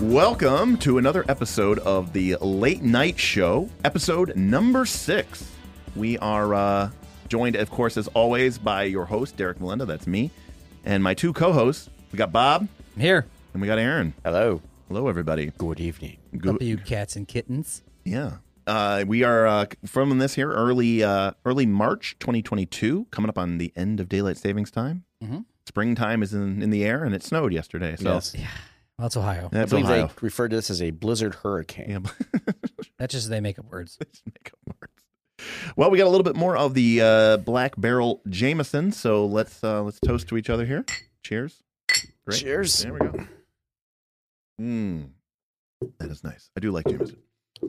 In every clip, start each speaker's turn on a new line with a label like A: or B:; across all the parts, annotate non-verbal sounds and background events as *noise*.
A: Welcome to another episode of the Late Night Show, episode number six. We are uh, joined, of course, as always, by your host, Derek Melinda. That's me. And my two co hosts. We got Bob
B: I'm here.
A: and we got Aaron.
C: Hello.
A: Hello, everybody.
C: Good evening.
A: Good-
B: Up you cats and kittens.
A: Yeah. Uh, we are uh, from this here early uh, early March 2022, coming up on the end of daylight savings time.
B: Mhm.
A: Springtime is in, in the air, and it snowed yesterday. So
C: Mm-hmm. yes.
B: Well, that's Ohio.
A: that's
C: I believe
A: Ohio.
C: they refer to this as a blizzard hurricane.
A: Yeah.
B: That's just they make up words.
A: *laughs* Make up words. Well, we got a little bit more of the uh, Black Barrel Jameson, so let's uh, let's toast to each other here. Cheers. Great.
C: Cheers.
A: There we go. Mm. That is nice. I do like Jameson.
B: Yeah,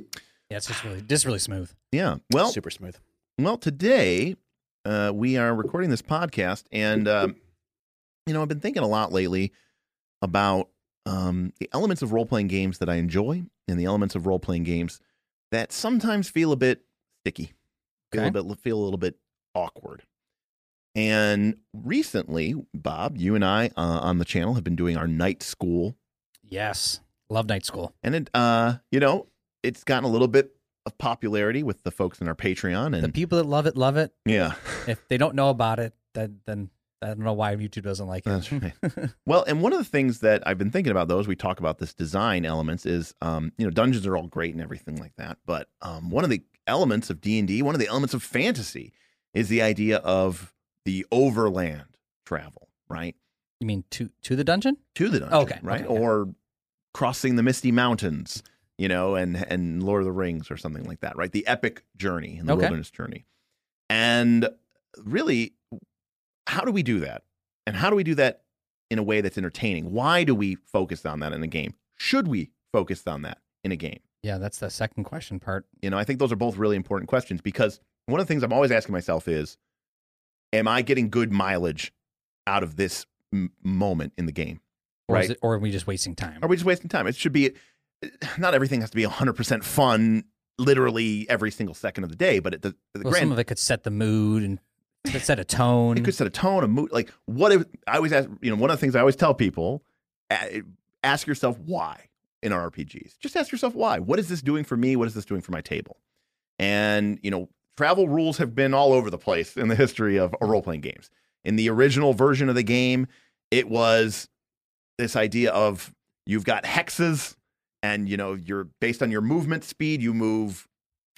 B: it's just really, just really smooth.
A: Yeah. Well,
C: Super smooth.
A: Well, today uh, we are recording this podcast, and um, you know I've been thinking a lot lately about um, the elements of role playing games that I enjoy, and the elements of role playing games that sometimes feel a bit sticky, feel a
B: Okay.
A: bit feel a little bit awkward. And recently, Bob, you and I uh, on the channel have been doing our night school
B: Yes, love night school.
A: and it, uh, you know, it's gotten a little bit of popularity with the folks in our Patreon,
B: The
A: and
B: people that love it love it.
A: yeah,
B: If they don't know about it, then then I don't know why YouTube doesn't like it.
A: that's right.
B: *laughs*
A: Well, and one of the things that I've been thinking about though, as we talk about this design elements, is um, you know, dungeons are all great and everything like that, but um, one of the elements of D and D, one of the elements of fantasy, is the idea of the overland travel, right,
B: you mean to to the dungeon?
A: to the dungeon,
B: Okay,
A: right,
B: okay, yeah.
A: or crossing the misty mountains, you know, and and Lord of the Rings or something like that, right? The epic journey and the
B: Okay.
A: wilderness journey, and really, how do we do that? And how do we do that in a way that's entertaining? Why do we focus on that in a game? Should we focus on that in a game?
B: Yeah, that's the second question part.
A: You know, I think those are both really important questions because one of the things I'm always asking myself is, am I getting good mileage out of this m- moment in the game?
B: Or
A: Right.
B: is it, or are we just wasting time?
A: Are we just wasting time? It should be, not everything has to be 100% fun literally every single second of the day, but at the, the
B: well,
A: grand
B: some of it could set the mood and could set a
A: *laughs*
B: tone.
A: It could set a tone, a mood. Like, what if I always ask, you know, one of the things I always tell people a- ask yourself why in our RPGs. Just ask yourself why. What is this doing for me? What is this doing for my table? And, you know, travel rules have been all over the place in the history of role playing games. In the original version of the game, it was this idea of you've got hexes and, you know, you're based on your movement speed, you move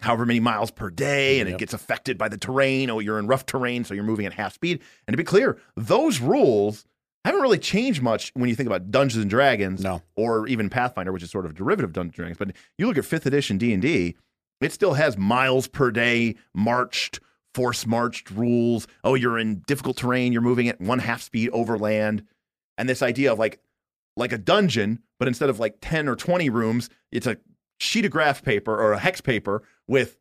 A: however many miles per day and it
C: Yep.
A: gets affected by the terrain. Oh, you're in rough terrain, so you're moving at half speed. And to be clear, those rules haven't really changed much when you think about Dungeons and Dragons
C: No.
A: or even Pathfinder, which is sort of a derivative of Dungeons and Dragons. But you look at fifth edition D and D, it still has miles per day marched, force marched rules. Oh, you're in difficult terrain. You're moving at one half speed overland, and this idea of like like a dungeon, but instead of like ten or twenty rooms, it's a sheet of graph paper or a hex paper with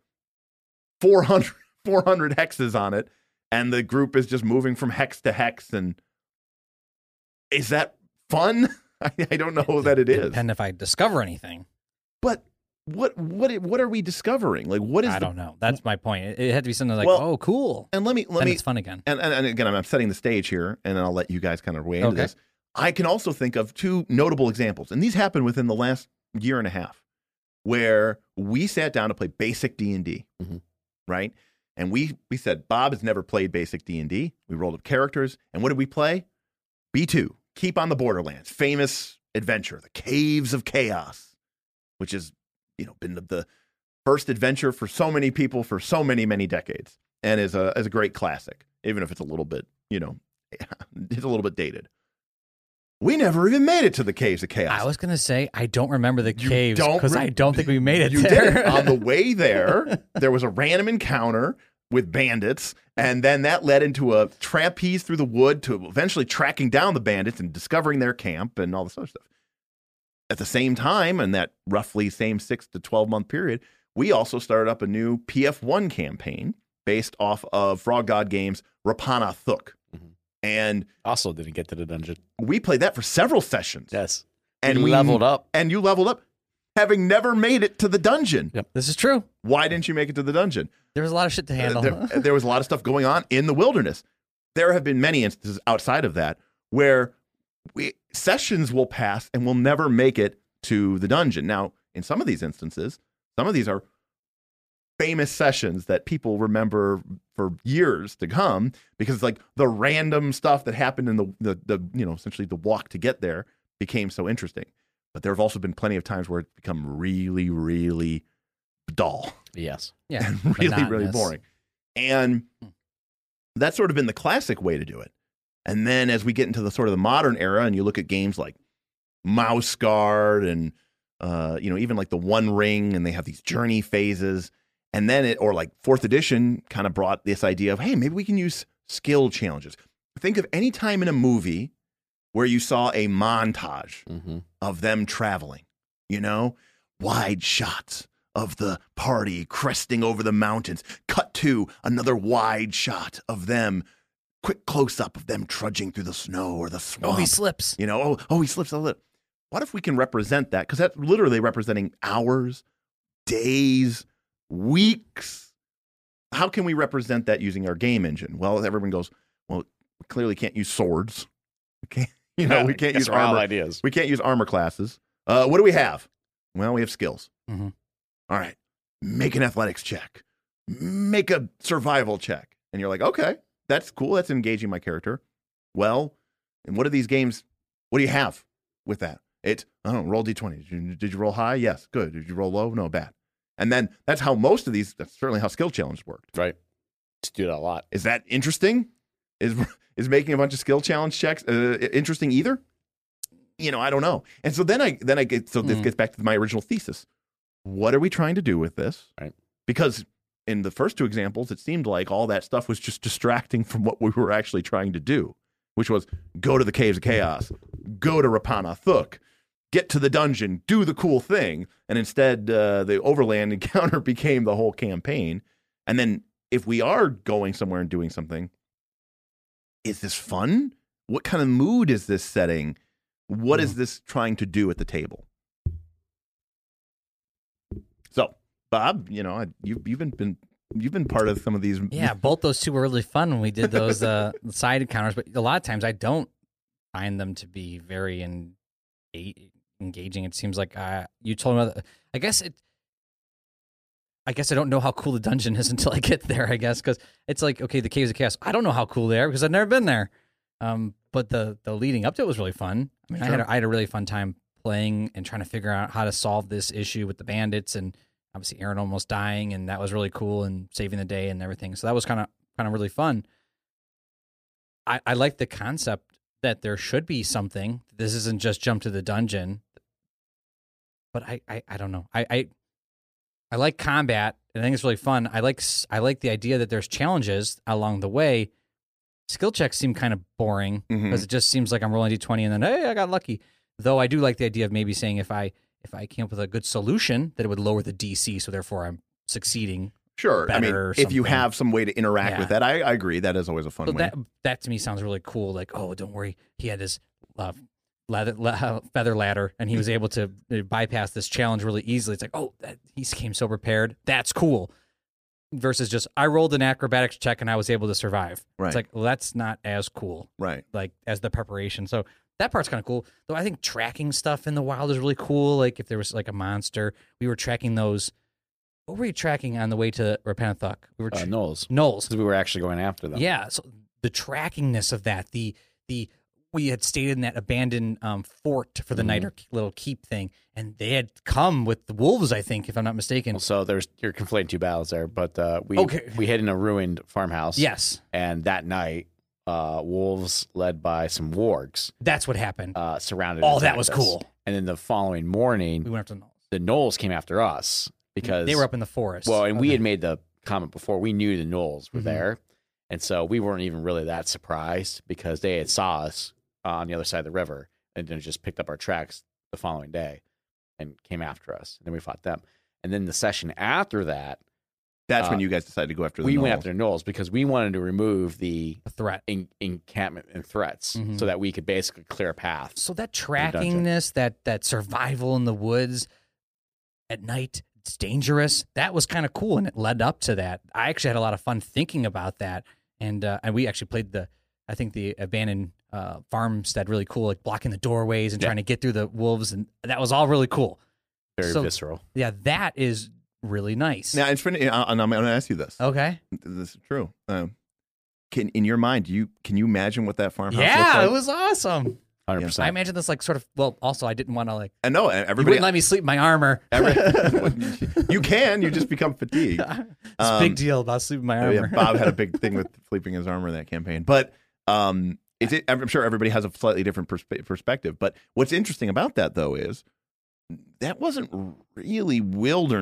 A: 400, *laughs* 400 hexes on it, and the group is just moving from hex to hex. And is that fun? *laughs* I, I don't know that it is.
B: Depend if I discover anything.
A: But what what what are we discovering? Like what is
B: I
A: the,
B: don't know. That's my point. It, it had to be something like,
A: Well,
B: oh, cool.
A: and let me let
B: then
A: me
B: it's fun again.
A: and, and, and again I'm, I'm setting the stage here and then I'll let you guys kind of weigh into
B: Okay.
A: this. I can also think of two notable examples, and these happened within the last year and a half, where we sat down to play basic D and D,
B: Mm-hmm.
C: Mhm.
A: right? And we we said Bob has never played basic D and D. We rolled up characters, and what did we play? B two, Keep on the Borderlands, famous adventure, the Caves of Chaos, which has you know been the, the first adventure for so many people for so many many decades, and is a is a great classic, even if it's a little bit you know *laughs* it's a little bit dated. We never even made it to the Caves of Chaos.
B: I was gonna say I don't remember the
A: You
B: caves
A: don't
B: because
A: re-
B: I don't think we made it
A: you
B: there.
A: did it.
B: *laughs*
A: on the way there there was a random encounter with bandits and then that led into a trapeze through the wood to eventually tracking down the bandits and discovering their camp and all this other stuff at the same time in that roughly same six to 12 month period we also started up a new pf1 campaign based off of frog god games rapana thuk
C: Mhm.
A: and
C: Also didn't get to the dungeon.
A: we played that for several sessions
C: Yes.
A: and
C: we leveled up.
A: and you leveled up having never made it to the dungeon
B: this is true.
A: why didn't you make it to the dungeon?
B: There was a lot of shit to handle.
A: Uh, There, there was a lot of stuff going on in the wilderness. There have been many instances outside of that where we, sessions will pass and we'll never make it to the dungeon. Now, in some of these instances, some of these are famous sessions that people remember for years to come because like the random stuff that happened in the, the the you know essentially the walk to get there became so interesting. But there have also been plenty of times where it's become really, really dull
C: Yes.
B: *laughs* Yeah.
A: *laughs* and really, really
B: monotonous.
A: boring. And that's sort of been the classic way to do it. And then as we get into the sort of the modern era, and you look at games like Mouse Guard and uh, you know even like the One Ring, and they have these journey phases. And then it or like fourth edition kind of brought this idea of hey, maybe we can use skill challenges. Think of any time in a movie where you saw a montage
C: Mm-hmm.
A: of them traveling. You know, wide shots of the party cresting over the mountains, cut to another wide shot of them, quick close up of them trudging through the snow or the
B: Oh,
A: swamp.
B: he slips.
A: you know, oh, oh, he slips a little. What if we can represent that? Because that's literally representing hours, days, weeks. How can we represent that using our game engine? Well, everyone goes, well, we clearly can't use swords. We can't, *laughs* you
C: *laughs*
A: know, we can't use
C: wild
A: armor.
C: ideas.
A: We can't use armor classes. Uh, what do we have? Well, we have skills.
B: Mhm.
A: All right, make an athletics check, make a survival check, and you're like, okay, that's cool. That's engaging my character. Well, and what are these games? What do you have with that? It's I don't know, roll d20. Did you, did you roll high? Yes, good. Did you roll low? No, bad. And then that's how most of these. That's certainly how skill challenge worked.
C: Right. Just do that a lot.
A: Is that interesting? Is *laughs* is making a bunch of skill challenge checks uh, interesting either? You know, I don't know. And so then I then I get so this
B: Hmm.
A: gets back to my original thesis. What are we trying to do with this?
C: Right.
A: Because in the first two examples, it seemed like all that stuff was just distracting from what we were actually trying to do, which was go to the caves of chaos, go to Rapana Thuk, get to the dungeon, do the cool thing. And instead, uh, the overland *laughs* encounter became the whole campaign. And then if we are going somewhere and doing something, is this fun? What kind of mood is this setting? What
B: Mm-hmm.
A: is this trying to do at the table? So, Bob, you know, I- you, you've been, been you've been part of some of these.
B: Yeah, both those two were really fun when we did those uh, *laughs* side encounters. But a lot of times, I don't find them to be very en- a- engaging. It seems like uh, you told me. About, I guess it. I guess I don't know how cool the dungeon is *laughs* until I get there. I guess because it's like okay, the caves of chaos. I don't know how cool they are because I've never been there. Um, but the the leading up to it was really fun. I mean, I had
A: Sure.
B: a, I had a really fun time playing and trying to figure out how to solve this issue with the bandits and obviously Aaron almost dying, and that was really cool and saving the day and everything. So that was kind of kind of really fun. I, I like the concept that there should be something. This isn't just jump to the dungeon. But I I, I don't know. I, I I like combat. and I think it's really fun. I like s- I like the idea that there's challenges along the way. Skill checks seem kind of boring
A: Mhm.
B: because it just seems like I'm rolling d20 and then hey, I got lucky. Though I do like the idea of maybe saying if I if I came up with a good solution that it would lower the DC, so therefore I'm succeeding.
A: sure. I mean,
B: better or
A: if you
B: something.
A: have some way to interact
B: Yeah.
A: with that, I, I agree. That is always a fun
B: So
A: way.
B: that that to me sounds really cool. Like oh, don't worry, he had his uh, lather, la- uh, feather ladder and he was able to uh, bypass this challenge really easily. It's like oh, that, he came so prepared. That's cool. Versus just I rolled an acrobatics check and I was able to survive.
A: Right.
B: It's like well, that's not as cool.
A: right.
B: like as the preparation. So that part's kind of cool. Though I think tracking stuff in the wild is really cool. Like if there was like a monster, we were tracking those. What were we tracking on the way to Repenthuck? We were
C: Uh,
B: tra-
C: Knowles.
B: Knowles.
C: Because we were actually going after them.
B: Yeah. So the trackingness of that, the the we had stayed in that abandoned um, fort for the night
C: Mm-hmm.
B: or little keep thing, and they had come with the wolves. I think, if I'm not mistaken.
C: So there's you're conflating two battles there, but uh, we
B: Okay.
C: we hid in a ruined farmhouse.
B: Yes,
C: And that night, uh, wolves led by some wargs
B: that's what happened.
C: uh, surrounded.
B: oh,
C: and
B: that
C: attacked
B: was
C: us.
B: cool.
C: And then the following
B: We
C: morning,
B: went up to Knowles
C: the Knowles came after us because
B: They were up in the forest.
C: Well, and we
B: Okay.
C: had made the comment before. We knew the Knowles were
A: Mm-hmm.
B: Mhm.
C: there, and so we weren't even really that surprised because they had saw us uh, on the other side of the river and then just picked up our tracks the following day and came after us. And then we fought them. And then the session after that,
A: That's
C: Uh,
A: when you guys decided to go after the
C: we went
A: gnolls.
C: after the Knowles because we wanted to remove the
B: a threat.
C: en- encampment and threats
B: Mhm.
A: Mm-hmm.
C: so that we could basically clear a path.
B: So that
C: dungeon.
B: trackingness, that that survival in the woods at night, it's dangerous. That was kind of cool, and it led up to that. I actually had a lot of fun thinking about that, and uh, and we actually played the, I think the abandoned uh, farmstead really cool, like blocking the doorways and
C: Yeah.
B: trying to get through the wolves, and that was all really cool.
C: Very
B: So-
C: visceral.
B: Yeah, that is really nice.
A: Now, it's pretty, uh, and I'm going to ask you this.
B: okay.
A: This is true. Um, can in your mind, do you can you imagine what that farmhouse Uh-huh. looks
B: Yeah,
A: like?
B: it was awesome.
C: 100%.
B: I imagine this like sort of. Well, also I didn't want to like.
A: I know
B: you
A: everybody.
B: wouldn't let me sleep in my armor. *laughs*
A: every- *laughs* you can. You just become fatigued.
B: it's a big deal about sleeping in my
A: Oh,
B: armor.
A: yeah, Bob had a big thing with sleeping in his armor in that campaign. But um, it's, it, I'm sure everybody has a slightly different perspe- perspective. But what's interesting about that, though, is that wasn't really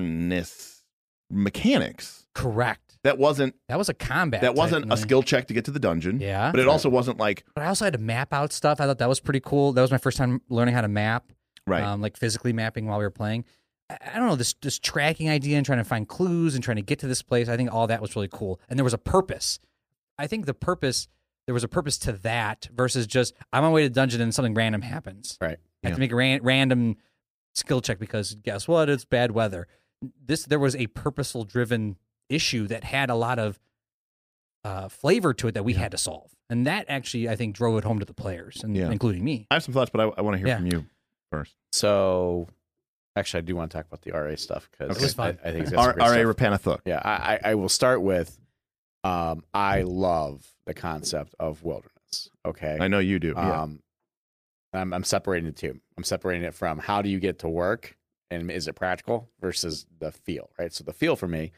A: wilderness mechanics.
B: *laughs* Correct.
A: That wasn't
B: That was a combat.
A: that
B: type
A: wasn't a
B: thing.
A: skill check to get to the dungeon.
B: Yeah.
A: But it also wasn't like
B: But I also had to map out stuff. I thought that was pretty cool. That was my first time learning how to map,
A: right.
B: um, like physically mapping while we were playing. I, I don't know this this tracking idea and trying to find clues and trying to get to this place. I think all that was really cool, and there was a purpose. I think the purpose there was a purpose to that versus just I'm on my way to the dungeon and something random happens.
C: Right.
B: I have
A: Yeah.
B: to make a ran- random skill check because guess what? It's bad weather. This there was a purposeful driven issue that had a lot of uh, flavor to it that we had to solve, and that actually I think drove it home to the players, and
A: Yeah.
B: including me.
A: I have some thoughts, but I, I want to hear
B: Yeah.
A: from you first.
C: So, actually, I do want to talk about the RA stuff because
A: Okay. It was
C: I,
B: fun.
C: I think it's
A: R. R. A.
C: stuff.
A: Rapanathuk.
C: Yeah, I, I I will start with um, I love the concept of wilderness. Okay.
A: I know you do. yeah.
C: Um, I'm, I'm separating the two. I'm separating it from how do you get to work and is it practical versus the feel, right? So the feel for me,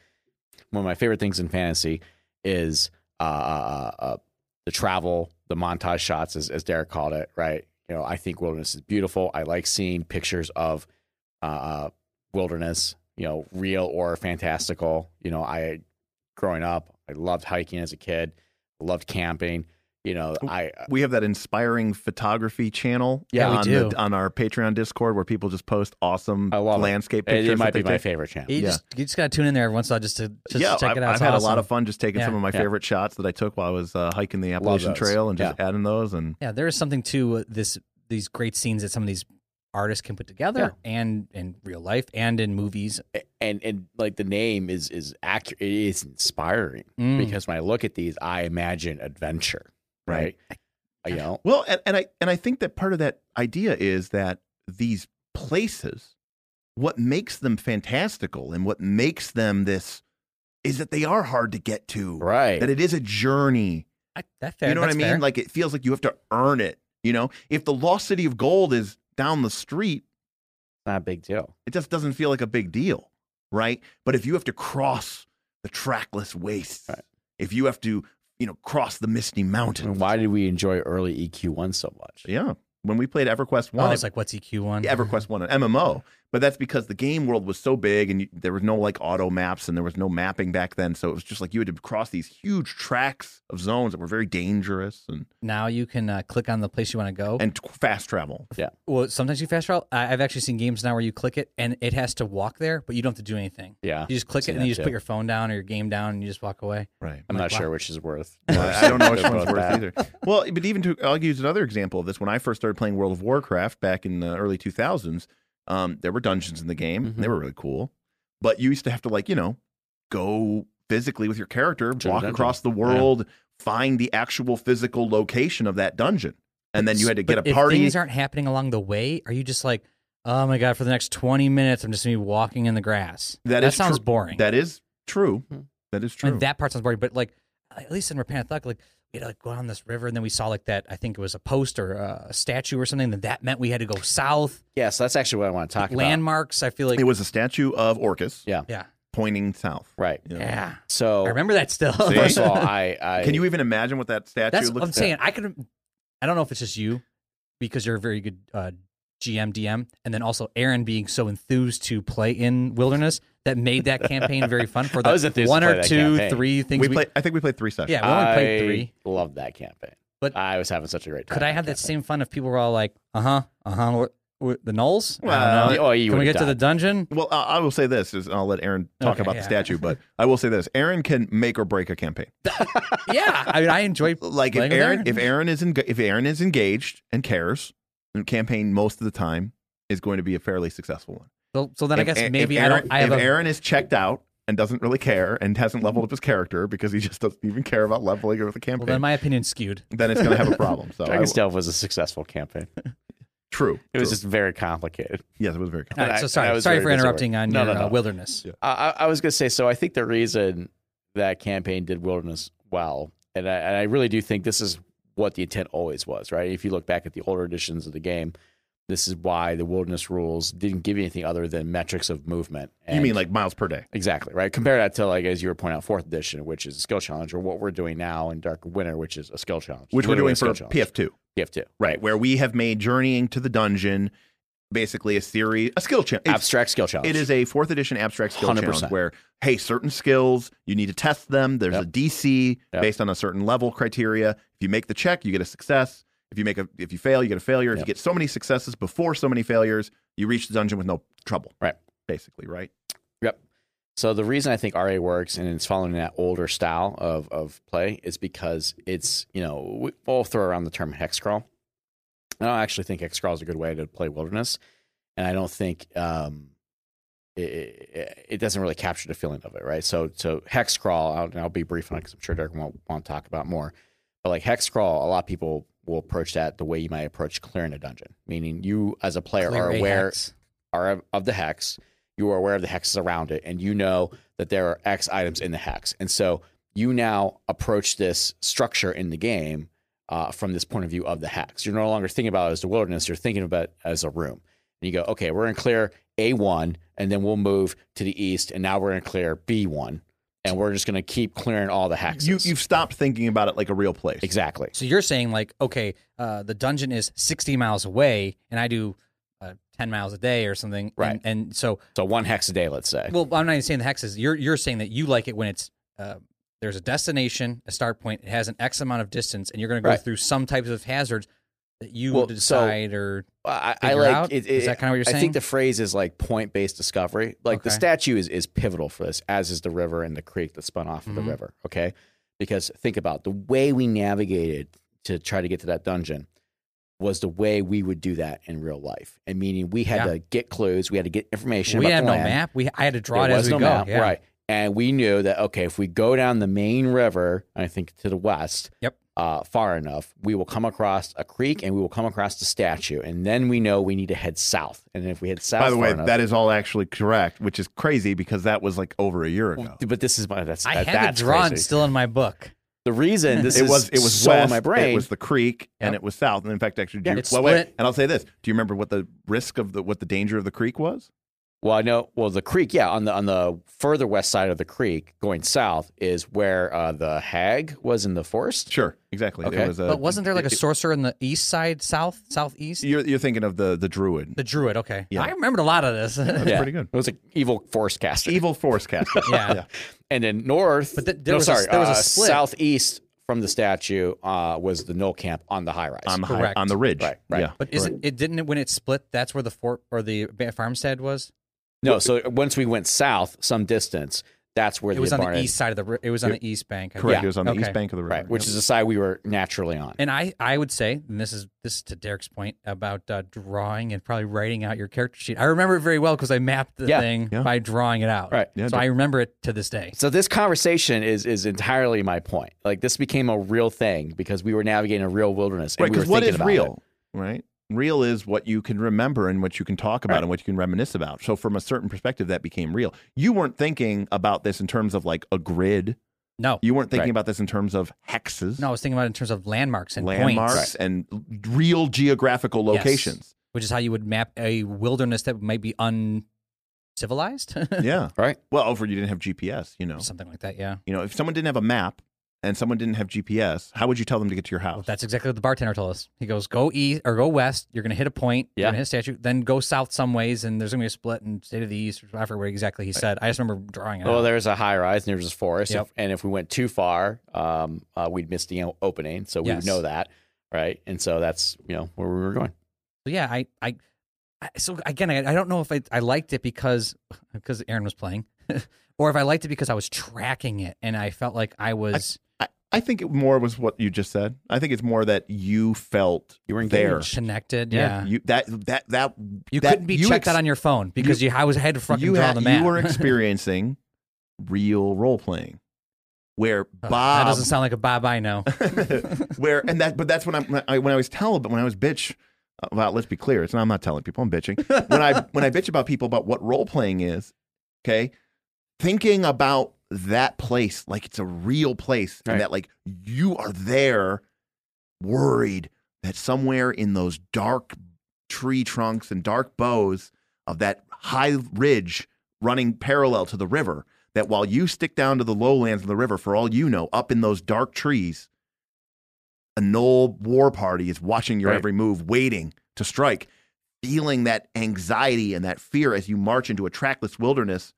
C: one of my favorite things in fantasy is uh, uh, uh, the travel, the montage shots, as, as Derek called it, right? You know, I think wilderness is beautiful. I like seeing pictures of uh, wilderness, you know, real or fantastical. You know, I growing up, I loved hiking as a kid, loved camping. You know, I
A: we have that inspiring photography channel
B: Yeah, we
A: on,
B: do.
A: The, on our Patreon Discord where people just post awesome
C: I love it.
A: landscape
C: It-
A: pictures.
C: It might
A: that
C: be
A: they
C: my
A: take.
C: favorite channel.
B: You
A: Yeah.
B: just you just gotta tune in there every once in a while just to just
A: yeah,
B: check
A: I've,
B: it out.
A: I've
B: It's
A: had a
B: awesome.
A: lot of fun just taking some
B: Yeah.
A: of my
C: Yeah.
A: favorite shots that I took while I was uh, hiking the Appalachian
C: those.
A: Trail and just adding those. And
B: yeah. There is something to uh, this these great scenes that some of these artists can put together, and in real life, and in movies.
C: and and like the name is is accurate. It is inspiring
B: Mm.
C: because when I look at these, I imagine adventure, right? You know,
A: well, and, and I and I think that part of that idea is that these places, what makes them fantastical and what makes them this, is that they are hard to get to.
C: right?
A: That it is a journey.
B: I, that fair,
A: you know what I
B: that's
A: mean?
B: fair.
A: Like it feels like you have to earn it. You know, if the lost city of gold is down the street,
C: not a big deal.
A: it just doesn't feel like a big deal, right? But if you have to cross the trackless wastes,
C: Right.
A: if you have to, you know, cross the misty
C: I
A: mountains,
C: mean, why did we enjoy early EQ one so much?
A: Yeah, when we played EverQuest
B: oh,
A: one,
B: it's like what's EQ one?
A: EverQuest one, an MMO, but that's because the game world was so big and you, there was no like auto maps and there was no mapping back then, so it was just like you had to cross these huge tracks of zones that were very dangerous and
B: Now you can uh, click on the place you want to go.
A: and t- fast travel.
B: Well, sometimes you fast travel. I, I've actually seen games now where you click it and it has to walk there, but you don't have to do anything.
A: Ah,
C: Yeah,
B: You just click
C: seen
B: it and you
C: that
B: just
C: too.
B: put your phone down or your game down and you just walk away.
A: Right.
C: I'm
B: like,
C: not
B: wow.
C: sure which is worth.
A: Well, I don't know which
C: They're
A: one's
C: both
A: worse
C: bad.
A: either. *laughs* Well, but even to, I'll use another example of this. When I first started playing World of Warcraft back in the early 2000s, um, there were dungeons in the game. and They
C: Mhm.
A: were really cool. But you used to have to, like, you know, go physically with your character,
C: the
A: walk
C: dungeon.
A: across the world, find the actual physical location of that dungeon. And then you had to get
B: But
A: a
B: if
A: party.
B: things aren't happening along the way, are you just like, oh my God, for the next 20 minutes, I'm just going to be walking in the grass?
A: That
B: that
A: is
B: sounds
A: tru-
B: boring.
A: that is true.
C: Hmm.
A: That is
B: I
A: true.
B: mean, that part sounds boring, but like, at least in Rapanathuk, like, we had to like go down this river and then we saw like that, I think it was a post or a statue or something, that that meant we had to go south.
C: Yeah, so that's actually what I want to talk about.
B: Landmarks, I feel like.
A: it was a statue of Orcus
C: Yeah.
B: yeah.
A: pointing south.
C: Right.
A: you know.
B: Yeah.
C: So
B: I remember that still. *laughs*
A: See?
C: first of all, I,
A: *laughs*
C: I
A: Can you even imagine what that statue
B: That's
A: looks
B: what I'm
A: like?
B: saying. I could. I don't know if it's just you, because you're a very good uh, GM DM, and then also Aaron being so enthused to play in wilderness that made that campaign very fun for
C: *laughs* I was
B: the
C: enthused to
B: one
C: play
B: or
C: that
B: two,
C: campaign.
B: three things.
A: We played, I think we played three sessions.
B: Yeah, we only played
C: I
B: three.
C: Loved that campaign,
B: But-
C: I was having such a great time.
B: Could I have that same fun if people were all like, "Uh huh, uh huh"? The Knolls?
A: Well,
B: I don't know.
C: oh, you
B: Can we
C: would've
B: get to the
C: died. *laughs*
B: dungeon?
A: Well, uh, I I will say this is I'll let Aaron talk
B: Okay,
A: about
B: yeah.
A: the statue,
B: *laughs*
A: but I will say this: Aaron can make or break a campaign.
B: yeah, I mean, I enjoy.
A: Like if
B: Playing with
A: Aaron,
B: Aaron.
A: if Aaron is enga- if Aaron is engaged and cares, the campaign most of the time is going to be a fairly successful one.
B: So, so then I
A: If-
B: guess
A: if
B: maybe I
A: Aaron,
B: don't. I have
A: if
B: a,
A: Aaron is checked out and doesn't really care and hasn't leveled up his character because he just doesn't even care about leveling or the
B: Well,
A: campaign,
B: then my opinion's skewed.
A: then it's going to have a
B: *laughs*
A: problem. So I,
C: Dragon's Delve was a successful campaign.
A: true.
C: It was
A: true.
C: just very complicated.
A: yes, it was very. Complex.
B: All right,
C: I-
B: so
C: and I
B: sorry,
C: was
B: sorry
C: very
B: for
C: busy
B: interrupting
C: working.
B: on
C: No,
B: your
C: no, no.
B: Uh, wilderness.
A: Yeah.
C: I, I- I was going to say, so I think the reason that campaign did Wilderness well, and I, and I really do think this is what the intent always was, right? If you look back at the older editions of the game, this is why the Wilderness rules didn't give you anything other than metrics of movement.
A: you
C: and-
A: mean like miles per day?
C: Exactly, right? Compare that to, like, as you were pointing out, fourth edition, which is a skill challenge, or what we're doing now in Dark Winter, which is a skill challenge.
A: which we're
C: Literally
A: doing
C: a skill
A: for
C: challenge.
A: PF2,
C: PF2.
A: right? Where we have made journeying to the dungeon basically a series, a skill challenge. It's-
C: Abstract skill challenge.
A: It is a fourth edition abstract skill
C: 100%.
A: challenge where, hey, certain skills you need to test them. There's
C: Yep.
A: a DC
C: Yep.
A: based on a certain level criteria. If you make the check, you get a success. If you make a, if you fail, you get a failure. If you
C: Yep.
A: get so many successes before so many failures, you reach the dungeon with no trouble.
C: Right.
A: Basically, right.
C: Yep. So the reason I think RA works and it's following that older style of, of play is because it's, you know, we all throw around the term hex crawl. I don't actually think hex crawl is a good way to play wilderness. And I don't think um, it, it, it doesn't really capture the feeling of it, right? So, so hex crawl, I'll, and I'll be brief on it because I'm sure Derek won't want to talk about more. But like hex crawl, a lot of people will approach that the way you might approach clearing a dungeon, meaning you as a player
B: Clear
C: are
B: a
C: aware
B: hex.
C: are of- of the hex, you are aware of the hexes around it, and you know that there are X items in the hex. And so you now approach this structure in the game uh, from this point of view of the hex. You're no longer thinking about it as the wilderness, you're thinking about it as a room. And you go, okay, we're going to clear A1, and then we'll move to the east, and now we're going to clear B1, and we're just going to keep clearing all the hexes.
A: You you've stopped thinking about it like a real place.
C: exactly.
B: So you're saying like, okay, uh, the dungeon is 60 miles away, and I do uh, 10 miles a day or something,
C: Right.
B: And, and so,
C: So one hex a day, let's say.
B: well, I'm not even saying the hexes. You're you're saying that you like it when it's uh, there's a destination, a start point. It has an X amount of distance, and you're going to go
C: Right.
B: through some types of hazards that you
C: Well, so-
B: decide or
C: I, I
B: figure
C: like
B: out?
C: It,
B: Is
C: it-
B: that kinda what you're
C: I
B: saying?
C: think the phrase is like point based discovery. Like the
B: Okay.
C: statue is, is pivotal for this, as is the river and the creek that spun off of
B: Mhm.
C: the river. Okay. Because think about the way we navigated to try to get to that dungeon was the way we would do that in real life. And meaning we had
B: Yeah.
C: to get clues, we had to get information
B: we
C: about
B: had
C: the
B: no
C: land.
B: map. We I had to draw
C: There
B: it
C: was
B: as we
C: no
B: go.
C: map,
B: yeah.
C: Right. And we knew that okay, if we go down the main river, I think to the west,
B: Yep.
C: uh, far enough, we will come across a creek and we will come across the statue, and then we know we need to head south. And if we head south,
A: By the
C: far
A: way,
C: enough-
A: that is all actually correct, which is crazy because that was like over a year ago.
C: but this is my that's
B: I
C: that-
B: had
C: that's
B: it drawn
C: crazy.
B: still in my book. *laughs*
C: The reason this
A: it
C: is
A: was it was
C: so
A: west,
C: in my brain
A: It was the creek and
B: Yep.
A: it was south. And in fact, actually, do
B: Yeah,
A: you,
B: it's
A: well, wait,
B: split.
A: and I'll say this: Do you remember what the risk of the what the danger of the creek was?
C: Well, I know. Well, the creek, yeah, on the on the further west side of the creek, going south, is where uh, the hag was in the forest.
A: Sure, exactly. It
C: Okay.
A: was a,
B: But wasn't there like a
A: it-
B: sorcerer in the east side, south, southeast?
A: You're, you're thinking of the the druid.
B: The druid. Okay.
A: Yeah.
B: I remembered a lot of this. *laughs*
C: *laughs*
A: That's pretty good.
C: It was an evil forest caster.
A: Evil forest *laughs* caster.
B: Yeah.
C: and then north.
B: But th- there
C: no,
B: was a-
C: sorry,
B: there was a
C: uh,
B: split.
C: southeast from the statue uh, was the Knoll Camp on the high rise.
A: on the high,
B: Correct.
A: on the ridge.
C: Right, right.
A: Yeah.
B: But isn't it didn't it when it split? That's where the fort or the ba- farmstead was.
C: no, so once we went south some distance, that's where
B: It was on the
C: Barnett-
B: east side of the. ri- It was on the east bank. I
A: correct?
B: think.
A: It was on the
B: Okay.
A: east bank of the river,
C: right, which
A: Yep.
C: is the side we were naturally on.
B: And I, I would say, and this is this is to Derek's point about uh, drawing and probably writing out your character sheet. I remember it very well because I mapped the
C: Yeah.
B: thing
A: Yeah.
B: by drawing it out.
C: Right.
A: Yeah,
B: so I remember it to this day.
C: So this conversation is is entirely my point. Like this became a real thing because we were navigating a real wilderness. and
A: right.
C: we
A: Because
C: were
A: what
C: thinking
A: is
C: about
A: real, right? Real is what you can remember and what you can talk about
C: Right.
A: and what you can reminisce about. So from a certain perspective, that became real. You weren't thinking about this in terms of like a grid.
B: No,
A: You weren't thinking
C: Right.
A: about this in terms of hexes.
B: no, I was thinking about it in terms of landmarks and
A: landmarks
B: points,
A: and real geographical
B: Yes. *laughs*
A: locations.
B: which is how you would map a wilderness that might be uncivilized, *laughs*
A: yeah.
C: it, right?
A: Well, over you didn't have GPS, you know.
B: something like that. Yeah,
A: You know, if someone didn't have a map and someone didn't have GPS, how would you tell them to get to your house?
B: that's exactly what the bartender told us. He goes, "Go east or go west. You're gonna hit a point.
C: Yeah.
B: You're gonna hit a statue. Then go south some ways, and there's gonna be a split and stay to the east." Or whatever exactly he said. I just remember drawing it.
C: Well,
B: out.
C: there was a high rise and there was this forest.
B: Yep.
C: And if we went too far, um, uh, we'd miss the o- opening. So we
B: Yes.
C: would know that, right? And so that's you know where we were going.
B: So yeah, I, I, I so again, I, I don't know if I, I liked it because *laughs* because Aaron was playing, *laughs* or if I liked it because I was tracking it and I felt like I was
A: I, I think it more was what you just said. I think it's more that you felt
C: You were
A: there.
C: engaged.
B: connected. Yeah, you,
A: You that that that that
B: couldn't be checked out on your phone because you, I was I had to fucking
A: you
B: *laughs* draw
A: had-
B: the map.
A: you were experiencing real role playing, where
B: Uh,
A: Bob
B: That doesn't sound like a Bob I *laughs* know.
A: *laughs* where and that but that's when I'm- when I when I was tell but when I was bitch about let's be clear it's not I'm not telling people I'm bitching when I when I bitch about people about what role playing is okay thinking about that place like it's a real place
C: Right.
A: and that like you are there worried that somewhere in those dark tree trunks and dark bows of that high ridge running parallel to the river that while you stick down to the lowlands of the river for all you know up in those dark trees a Knoll war party is watching your
C: Right.
A: every move, waiting to strike, feeling that anxiety and that fear as you march into a trackless wilderness.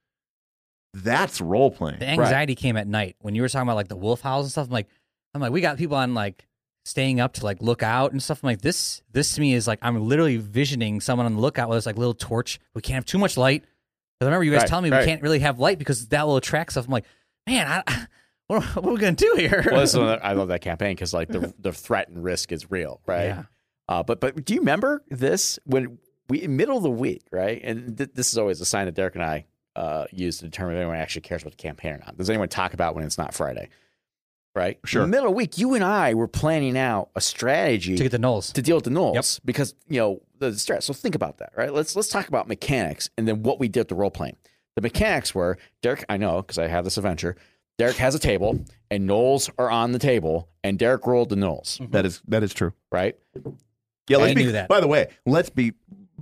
A: That's role playing.
B: The anxiety came at night when you were talking about like the wolf howls and stuff. I'm like, I'm like, we got people on like staying up to like look out and stuff. I'm like, this, this to me is like, I'm literally visioning someone on the lookout with this like little torch. We can't have too much light. Because I remember you guys
C: Right,
B: telling me
C: right.
B: we can't really have light because that will attract stuff. I'm like, man, I, *laughs* what, what are we gonna do here?
C: Well, uh, this is one that- I love that campaign because like the the threat and risk is real, right?
B: Yeah.
C: Uh, but but do you remember this when we middle of the week, right? And th- this is always a sign that Derek and I uh, use to determine if anyone actually cares about the campaign or not. Does anyone talk about when it's not Friday? Right.
A: Sure.
C: Middle of the week, you and I were planning out a
B: *laughs*
C: strategy
B: to get the knolls.
C: to deal with the nulls because you know the stress. So think about that, right? Let's let's talk about mechanics and then what we did with the role playing. The mechanics were Derek. I know because I have this adventure. Derek has a table and Knowles are on the table, and Derek rolled the Knowles,
A: That is that is true.
C: right?
A: Yeah, let's
B: I
A: be,
B: knew that.
A: By the way, let's be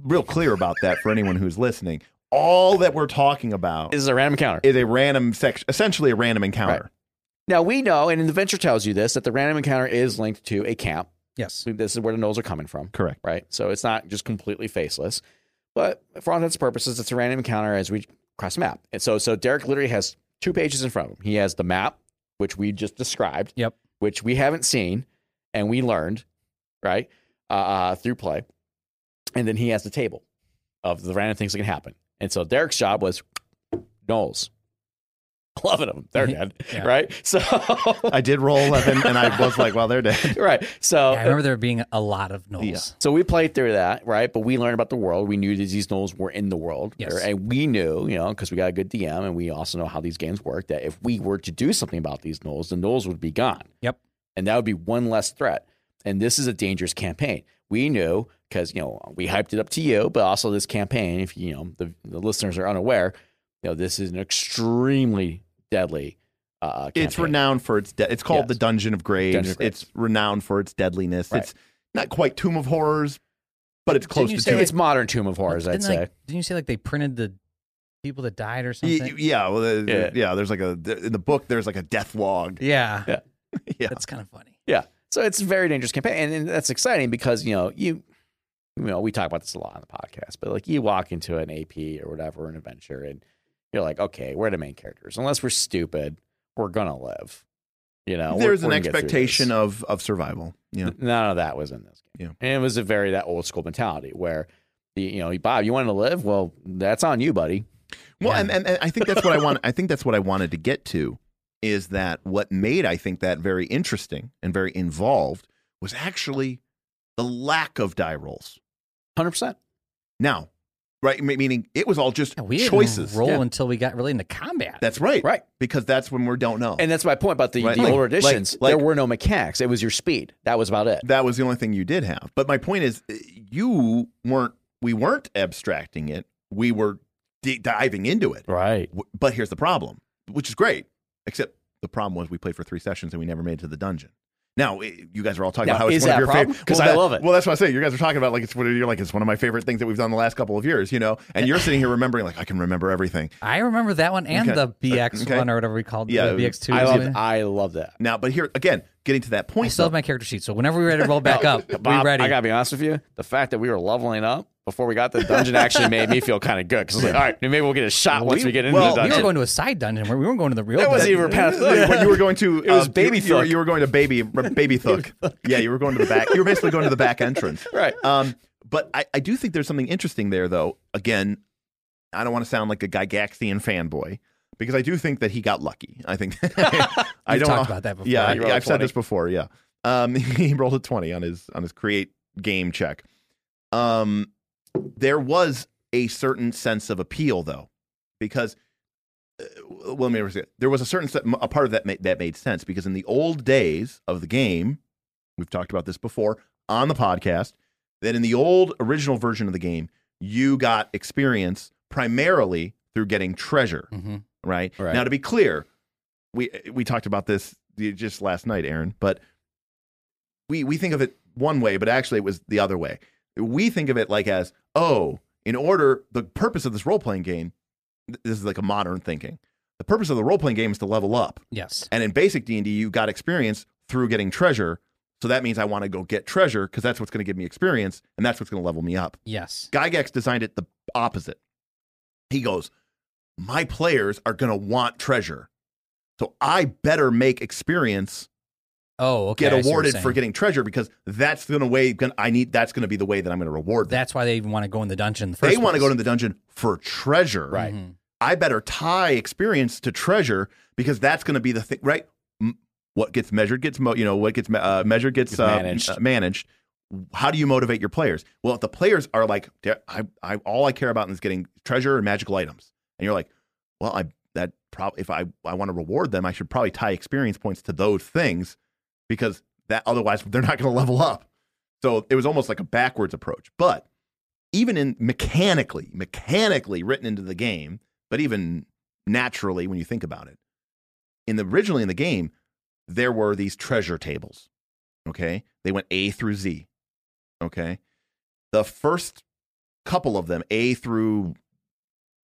A: real clear about that for anyone who's listening. All that we're talking about
C: This
A: is,
C: is a random encounter.
A: a random section, essentially a random encounter.
C: now we know, and the adventure tells you this that the random encounter is linked to a camp.
B: Yes.
C: So This is where the Knowles are coming from,
A: Correct.
C: right? So it's not just completely faceless, but for all intents and purposes, it's a random encounter as we cross the map. And so so Derek literally has two pages in front of him. He has the map, which we just described.
B: Yep.
C: which we haven't seen and we learned, right, uh, uh, through play. And then he has the table of the random things that can happen. And so Derek's job was *laughs* Knowles. 11 of them.
B: *laughs*
C: They're dead,
B: Yeah.
C: right? *laughs* So,
A: I did roll eleven, and I was like, "Well, they're dead."
C: right.
B: *laughs*
C: So,
B: Yeah, I remember there being a lot of knolls.
C: so we played through that, right? But we learned about the world. We knew that these gnolls were in the world.
B: Yes.
C: right? And we knew, you know, because we got a good DM and we also know how these games work, that if we were to do something about these gnolls, the gnolls would be gone.
B: Yep.
C: And that would be one less threat. And this is a dangerous campaign. We knew because, you know, we hyped it up to you, but also this campaign, if, you know, the, the listeners are unaware, you know, this is an extremely deadly uh, campaign.
A: It's renowned for its. De- it's called
C: Yes.
A: the Dungeon of Graves.
C: Dungeon of Graves.
A: It's renowned for its deadliness.
C: Right.
A: It's not quite Tomb of Horrors, but it's close
B: you
A: to
B: say
A: Tomb.
C: It's modern Tomb of Horrors,
B: Didn't
C: I'd
B: like-
C: say.
B: didn't you say like they printed the people that died or
A: Y-
B: something?
A: y- yeah, well, the,
C: Yeah.
A: yeah, There's like a the, in the book. There's like a death log.
B: yeah.
C: Yeah. *laughs*
A: Yeah,
B: That's kind of funny.
C: Yeah. So it's a very dangerous campaign. And, and that's exciting because, you know, you, you know, we talk about this a lot on the podcast, but like you walk into an AP or whatever, an adventure, and you're like, okay, we're the main characters. Unless we're stupid, we're going to live. You know,
A: there's an expectation of of survival. Yeah,
C: None of that was in this game. And it was a very, that old school mentality where, the, you know, Bob, you want to live? Well, that's on you, buddy.
A: Well,
B: Yeah.
A: and, and, and I think that's what I want. I think that's what I wanted to get to is that what made I think that very interesting and very involved was actually the lack of die rolls.
C: 100%.
A: Now, right? me- Meaning it was all just
B: Yeah, we didn't
A: choices.
B: roll
C: Yeah.
B: until we got really into combat.
A: That's right.
C: Right.
A: Because that's when we don't know.
C: And that's my point about the,
A: Right.
C: the
A: Like-
C: older
A: like-
C: editions.
A: like-
C: there were no mechanics. It was your speed. That was about it.
A: that was the only thing you did have. But my point is, eh, you weren't. We weren't abstracting it. We were d- diving into it.
C: Right.
A: W- But here's the problem, which is great. Except the problem was we played for three sessions and we never made it to the dungeon. Now i you guys are all talking
C: Now,
A: about how it's
C: is
A: one
C: that a
A: of your
C: problem?
A: favorite.
C: 'Cause I
A: that-
C: love it.
A: Well, that's what I say. You guys are talking about like it's one of- you're like it's one of my favorite things that we've done the last couple of years, you know. And you're sitting here remembering like I can remember everything
B: I remember that one and
A: Okay.
B: the BX
A: Okay.
B: one or whatever we called it.
A: Yeah,
B: the BX two.
C: I love, I love that.
A: now. But here again, getting to that point,
B: still have
A: though,
B: my character sheet, so whenever we're ready to
A: *laughs*
B: roll back up,
C: Bob,
B: we're ready.
C: I gotta be honest with you. The fact that we were leveling up before we got the dungeon actually made me feel kind of good because I was like, all right, maybe we'll get a shot once we get into
A: well,
C: the
B: we were
C: dungeon.
B: going to a side dungeon where we weren't going to the real.
C: That wasn't
B: dungeon.
C: even pathological.
A: But you were going to um,
C: It was Baby
A: you, you, were,
C: Thug.
A: you were going to baby baby Thug. yeah, you were going to the back. You were basically going to the back entrance.
C: Right.
A: Um, but I, I do think there's something interesting there, though. Again, I don't want to sound like a Gygaxian fanboy because I do think that he got lucky. I think *laughs* I
B: We've
A: don't.
B: talked about that before.
A: yeah, I,
C: You rolled a
A: I've said
C: 20.
A: this before. Yeah, um, *laughs* he rolled a twenty on his on his create game check. Um, there was a certain sense of appeal, though, because well, let me rephrase it. There was a certain set, a part of that made, that made sense because in the old days of the game, we've talked about this before on the podcast. That in the old original version of the game, you got experience primarily through getting treasure.
B: Mm-hmm.
A: Right?
C: Right.
A: now, to be clear, we we talked about this just last night, Aaron. But we we think of it one way, but actually it was the other way. We think of it like as oh, in order the purpose of this role playing game. th- This is like a modern thinking. The purpose of the role playing game is to level up.
B: Yes.
A: And in basic D&D, you got experience through getting treasure. So that means I want to go get treasure because that's what's going to give me experience and that's what's going to level me up.
B: Yes.
A: Gygax designed it the opposite. He goes, My players are going to want treasure. So I better make experience
B: Oh, okay.
A: get
B: I see what you're
A: awarded for
B: saying.
A: getting treasure because that's the way gonna- I need that's going to be the way that I'm going to reward them.
B: That's why they even want to go in the dungeon. in the first
A: They want to
B: place.
A: go to the dungeon for treasure.
C: Right.
B: Mhm.
A: I better tie experience to treasure because that's going to be the thing, right? M- What gets measured gets, mo- you know, what gets me- uh, measured gets,
C: Gets
A: uh,
C: managed.
A: uh, managed. How do you motivate your players? Well, if the players are like, "Da- I, I, all I care about is getting treasure and magical items, and you're like, well, I that probably if I I want to reward them, I should probably tie experience points to those things because that otherwise they're not going to level up. So it was almost like a backwards approach. But even in mechanically, mechanically written into the game, but even naturally when you think about it, in the originally in the game, there were these treasure tables. Okay, they went A through Z. Okay, the first couple of them, A through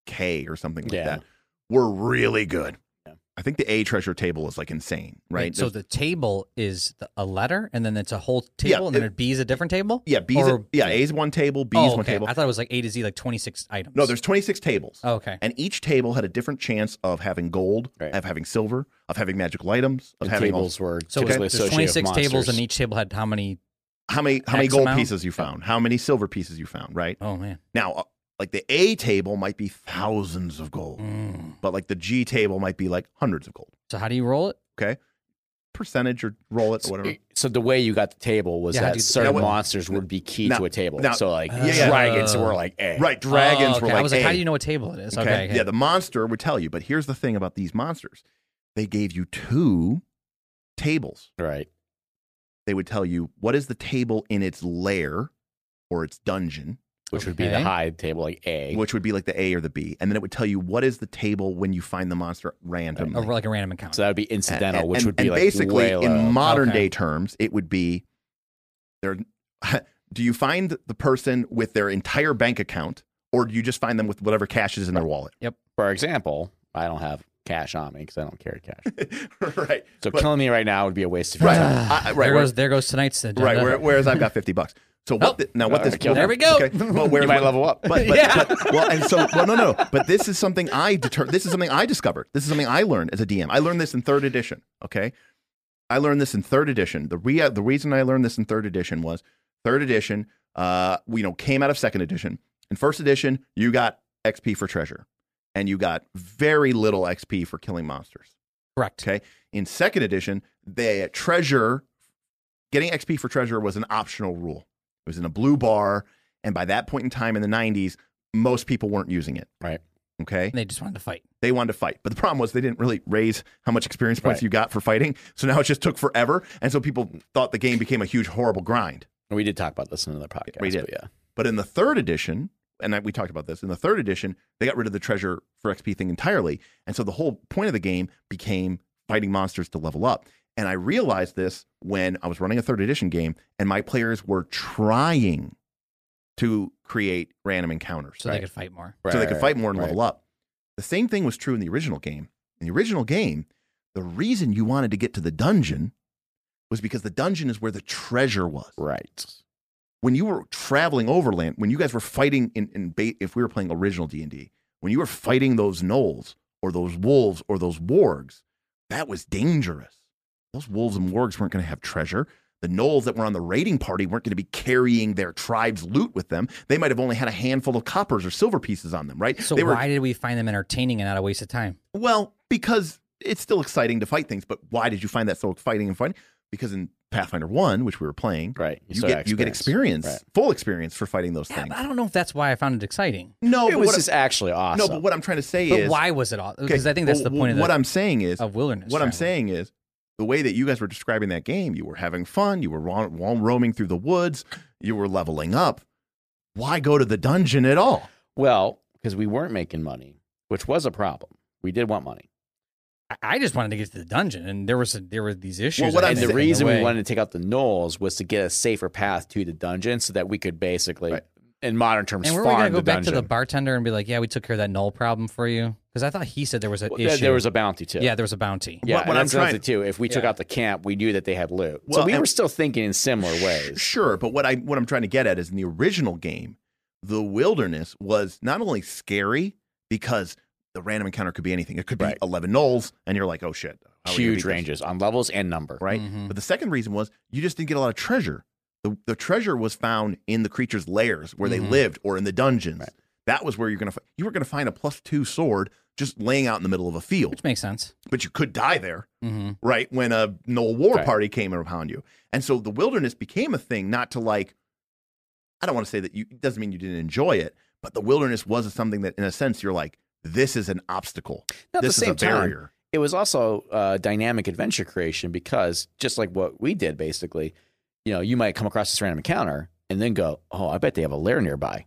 A: K or something like
C: Yeah.
A: that, were really good.
C: Yeah.
A: I think the A treasure table is like insane, right?
B: Wait, so
A: There's-
B: the table is the, a letter, and then it's a whole table, and
A: it-
B: then it, B is a different table.
A: yeah, B's
B: or-
A: yeah, A's one table, B's
B: Oh,
A: one
B: okay.
A: table.
B: I thought it was like A to Z, like twenty six items.
A: No, there's 26 tables.
B: Oh, okay.
A: and each table had a different chance of having gold,
C: Right.
A: of having silver, of having magical items, of
C: The
A: having all-
C: tables were
B: So
A: Okay.
B: it
C: typically
B: was, there's
C: associated
B: twenty
C: with
B: six tables,
C: monsters.
B: and each table had how many?
A: how many how many
B: X
A: gold
B: amount?
A: pieces you found, how many silver pieces you found, right?
B: Oh man.
A: Now, uh, like the A table might be thousands of gold,
B: Mm.
A: but like the G table might be like hundreds of gold.
B: So how do you roll it?
A: Percentage or roll it or whatever.
C: So the way you got the table was
B: Yeah, how'd
C: that
B: you-
A: Now
C: certain
A: what-
C: monsters would be key
A: Now-
C: to a table.
A: now-
C: so like
B: Yeah, yeah.
C: dragons
B: Uh,
C: were like A.
A: Right, dragons
B: Oh, okay.
A: were like
B: I was like,
A: A.
B: how do you know what table it is? Okay. okay.
A: Yeah, the monster would tell you, but here's the thing about these monsters. They gave you two tables.
C: Right.
A: They would tell you what is the table in its lair or its dungeon.
C: Which would be the
B: Okay.
C: high table, like A.
A: which would be like the A or the B, and then it would tell you what is the table when you find the monster randomly.
B: Over like a random encounter.
C: So that would be incidental,
A: And-
C: which
A: and-
C: would be
A: and
C: like
A: basically
C: way low.
A: in modern
B: Okay.
A: day terms, it would be there. *laughs* Do you find the person with their entire bank account, or do you just find them with whatever cash is in their wallet?
C: For example, I don't have cash on me because I don't carry cash.
A: right,
C: So
A: But-
C: killing me right now would be a waste of your
A: Right.
C: time.
A: I- I- right,
B: There
A: where-
B: goes there goes tonight's agenda.
A: right.
C: *laughs*
A: where- whereas I've got fifty bucks. So what?
B: Oh.
A: the- now what
C: All
A: this? *laughs*
C: right, kill
B: There we go.
A: Okay. Well, whereas
C: you might
A: what-
C: level
A: *laughs*
C: up.
A: But, but,
B: Yeah.
A: but well, and so well, no, no. But this is something I deter- This is something I discovered. This is something I learned as a DM. I learned this in third edition. Okay, I learned this in third edition. The re- the reason I learned this in third edition was third edition. Uh, we, you know, came out of second edition. In first edition, you got XP for treasure, and you got very little XP for killing monsters.
B: Correct.
A: Okay. In second edition, the treasure, getting XP for treasure was an optional rule. It was in a blue bar. And by that point in time in the 90s, most people weren't using it.
C: Right.
A: Okay.
B: And they just wanted to fight.
A: They wanted to fight. But the problem was they didn't really raise how much experience points
C: Right.
A: you got for fighting. So now it just took forever. And so people thought the game became a huge, horrible grind.
C: we did talk about this in another podcast.
A: We did.
C: but yeah.
A: But in the third edition, and I, we talked about this, in the third edition, they got rid of the treasure for XP thing entirely. And so the whole point of the game became fighting monsters to level up. And I realized this when I was running a third edition game and my players were trying to create random encounters
B: So
C: Right.
B: they could fight
A: so
B: more.
A: they
C: Right,
A: could
C: right,
A: fight more and
C: right.
A: level up. The same thing was true in the original game. In the original game, the reason you wanted to get to the dungeon was because the dungeon is where the treasure was
C: Right.
A: when you were traveling overland, when you guys were fighting in, in ba- if we were playing original D and D, when you were fighting those gnolls or those wolves or those wargs, that was dangerous. Those wolves and wargs weren't going to have treasure. The gnolls that were on the raiding party weren't going to be carrying their tribe's loot with them. They might have only had a handful of coppers or silver pieces on them, right?
B: So
A: they were
B: why did we find them entertaining and not a waste of time?
A: well, because it's still exciting to fight things, but why did you find that so exciting and fun? Because in Pathfinder One, which we were playing,
C: Right.
A: you
C: still
A: get
C: got
A: you get experience,
C: Right.
A: full experience for fighting those
B: Yeah,
A: things.
B: but I don't know if that's why I found it exciting.
A: no,
C: it
A: Oh, but
C: was
A: what
C: just actually
A: I'm,
C: awesome.
A: no, but what I'm trying to say
B: But
A: is
B: why was it all?
A: okay,
B: Because I think that's
A: well,
B: the point of
A: what
B: the,
A: I'm saying is
B: of
A: what
B: wilderness.
A: I'm
B: travel.
A: saying is the way that you guys were describing that game, you were having fun, you were ro- ro- roaming through the woods, you were leveling up. Why go to the dungeon at all?
C: Well, because we weren't making money, which was a problem. We did want money.
B: I- I just wanted to get to the dungeon, and there was there were these issues.
A: what
B: that
A: I'm
C: and
B: I
A: saying-
C: the
B: didn't
C: reason
B: know
C: we
B: way.
C: wanted to take out the gnolls was to get a safer path to the dungeon so that we could basically,
A: Right.
C: in modern terms,
B: and we're
C: farm
B: gonna go
C: the
B: back
C: dungeon.
B: to the bartender and be like, "Yeah, we took care of that null problem for you," because I thought he said there was an
C: Well,
B: issue.
C: there, there was a bounty too.
B: yeah, there was a bounty.
C: Yeah,
A: What-
C: what,
A: what I'm
C: that's another
A: trying-
C: thing, too. If we took
B: Yeah.
C: out the camp, we knew that they had loot.
A: Well,
C: so we
A: and-
C: were still thinking in similar
A: Sh-
C: ways.
A: Sure, but what I what I'm trying to get at is in the original game, the wilderness was not only scary because the random encounter could be anything. It could be
C: Right.
A: 11 knolls, and you're like, oh shit, how are we gonna beat
C: Huge
A: this?
C: ranges on levels and number.
A: right?
B: Mhm.
A: But the second reason was you just didn't get a lot of treasure. The, the treasure was found in the creature's lairs where they
B: Mhm.
A: lived or in the dungeons.
C: Mm-hmm. Right.
A: That was where you're gonna fi- you were gonna find a plus two sword just laying out in the middle of a field,
B: which makes sense.
A: but you could die there
B: Mm-hmm.
A: right? When a Noel War
C: Right.
A: party came upon you. And so the wilderness became a thing, not to like, I don't want to say that you, it doesn't mean you didn't enjoy it, but the wilderness was something that, in a sense, you're like, this is an obstacle.
C: Now, at
A: this
C: the
A: is
C: same
A: a barrier.
C: it was also uh, dynamic adventure creation because just like what we did, basically, you know, you might come across this random encounter and then go, "Oh, I bet they have a lair nearby.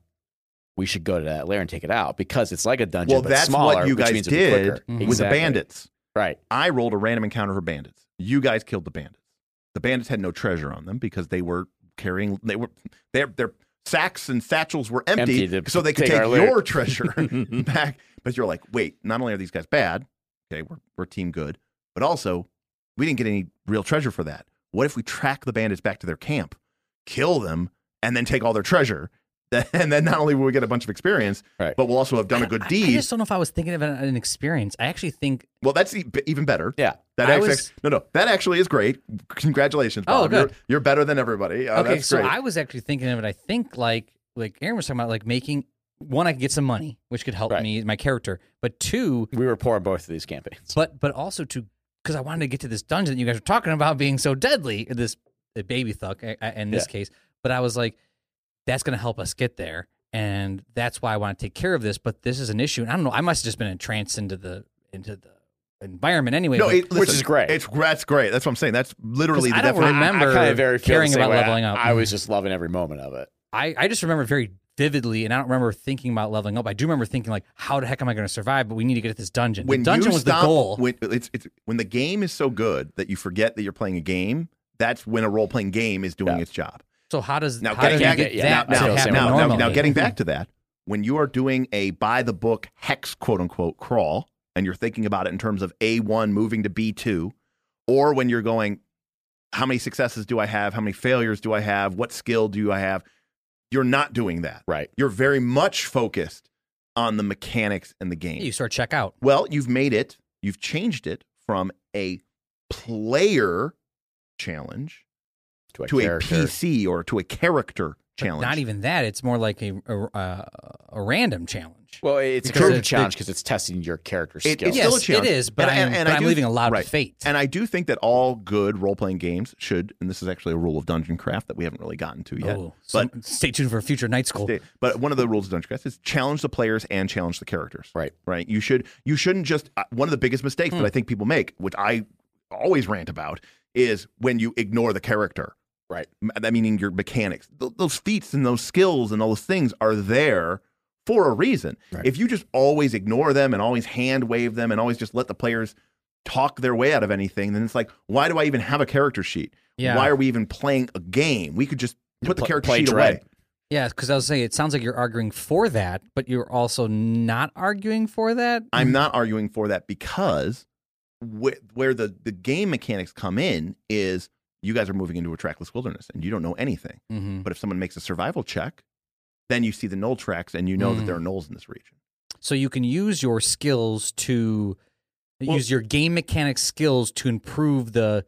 C: We should go to that lair and take it out because it's like a dungeon,
A: well,
C: but
A: that's
C: smaller,
A: what you
C: which
A: guys
C: means it'll be
A: did
C: quicker.
B: Mhm.
A: with
C: Exactly.
A: the bandits.
C: right?
A: I rolled a random encounter for bandits. You guys killed the bandits. The bandits had no treasure on them because they were carrying they were their their sacks and satchels were empty,
C: Empty to
A: so they could
C: take
A: take,
C: our loot.
A: your
C: *laughs*
A: treasure back. But you're like, wait, not only are these guys bad, okay, we're we're team good, but also we didn't get any real treasure for that. What if we track the bandits back to their camp, kill them, and then take all their treasure? *laughs* And then not only will we get a bunch of experience,
C: Right.
A: but we'll also have done a
B: I-
A: good
B: I, I
A: deed.
B: just don't know if I was thinking of an, an experience. I actually think.
A: Well, that's e- b- even better.
C: Yeah.
A: That
B: I
A: actually,
B: was-
A: no, no, that actually is great. Congratulations,
B: Oh,
A: Bob. You're,
B: good.
A: you're better than everybody.
C: Oh,
A: Uh,
B: okay,
A: that's
B: so
A: great.
B: I was actually thinking of it. I think like like Aaron was talking about, like making one, I could get some money, which could help
C: Right.
B: me my character. But two,
C: We were poor in both of these campaigns.
B: but but also to because I wanted to get to this dungeon that you guys were talking about being so deadly. This uh, baby thuck uh, uh, in this case, but I was like, that's going to help us get there, and that's why I want to take care of this. But this is an issue, and I don't know. I must have just been entranced into the into the environment anyway.
A: no,
B: but-
A: it,
C: which
A: listen,
C: is great.
A: It's that's great. That's what I'm saying. That's literally the
B: I don't
A: definition.
B: remember-
C: *laughs* I, I kind of very feel the
B: caring
C: same
B: about
C: way. I-
B: leveling up.
C: I was just loving every moment of it.
B: I, I just remember very vividly, and I don't remember thinking about leveling up. I do remember thinking like, how the heck am I going to survive? But we need to get at this dungeon.
A: when
B: the dungeon
A: you
B: was
A: stop,
B: the goal.
A: When, it's, it's, when the game is so good that you forget that you're playing a game. That's when a role playing game is doing
C: Yeah.
A: its job.
B: so how does
A: Now,
B: how do
A: getting
B: you
A: back,
B: get
C: yeah,
B: that
A: now,
B: to
A: now,
B: happen
A: now, now,
B: normally?
A: now, getting back to that, when you are doing a by the book hex, quote unquote, crawl, and you're thinking about it in terms of A1 moving to B2, or when you're going, how many successes do I have? How many failures do I have? What skill do I have? You're not doing that.
C: Right.
A: You're very much focused on the mechanics and the game.
B: *laughs* you sort of check out.
A: Well, you've made it, you've changed it from a player challenge
C: To a,
A: to a
C: character.
A: PC or to a character
B: But
A: challenge.
B: Not even that. It's more like a a, uh, a random challenge.
C: Well, it's
B: Because
C: a curve
B: it-
C: challenge because it's testing your character
A: It-
C: skills.
A: it's still a
B: yes,
A: challenge.
B: it is, but
A: And-
B: I'm,
A: and- and
B: but
A: I
B: I'm
A: do-
B: leaving a lot
A: right.
B: to fate.
A: And I do think that all good role playing games should, and this is actually a rule of Dungeon Craft that we haven't really gotten to yet.
B: Oh, so stay tuned for future night school.
A: Sta- But one of the rules of Dungeon Craft is challenge the players and challenge the characters.
C: Right. Hmm.
A: Right. You should. You shouldn't just. Uh, one of the biggest mistakes that I think people make, which I always rant about, is when you ignore the character.
C: Right.
A: M- That meaning your mechanics, Th- those feats and those skills and all those things are there for a reason.
C: Right.
A: If you just always ignore them and always hand wave them and always just let the players talk their way out of anything, then it's like, why do I even have a character sheet?
B: Yeah.
A: Why are we even playing a game? We could just put the
C: pl-
A: character
C: play
A: sheet
C: Dread.
A: away.
B: Yeah, because I was saying it sounds like you're arguing for that, but you're also not arguing for that.
A: I'm not arguing for that because wh- where the, the game mechanics come in is you guys are moving into a trackless wilderness and you don't know anything.
B: hmm
A: But if someone makes a survival check, then you see the knoll tracks and you know that
B: Mm.
A: there are knolls in this region.
B: So you can use your skills to
A: Well-
B: use your game mechanic skills to improve the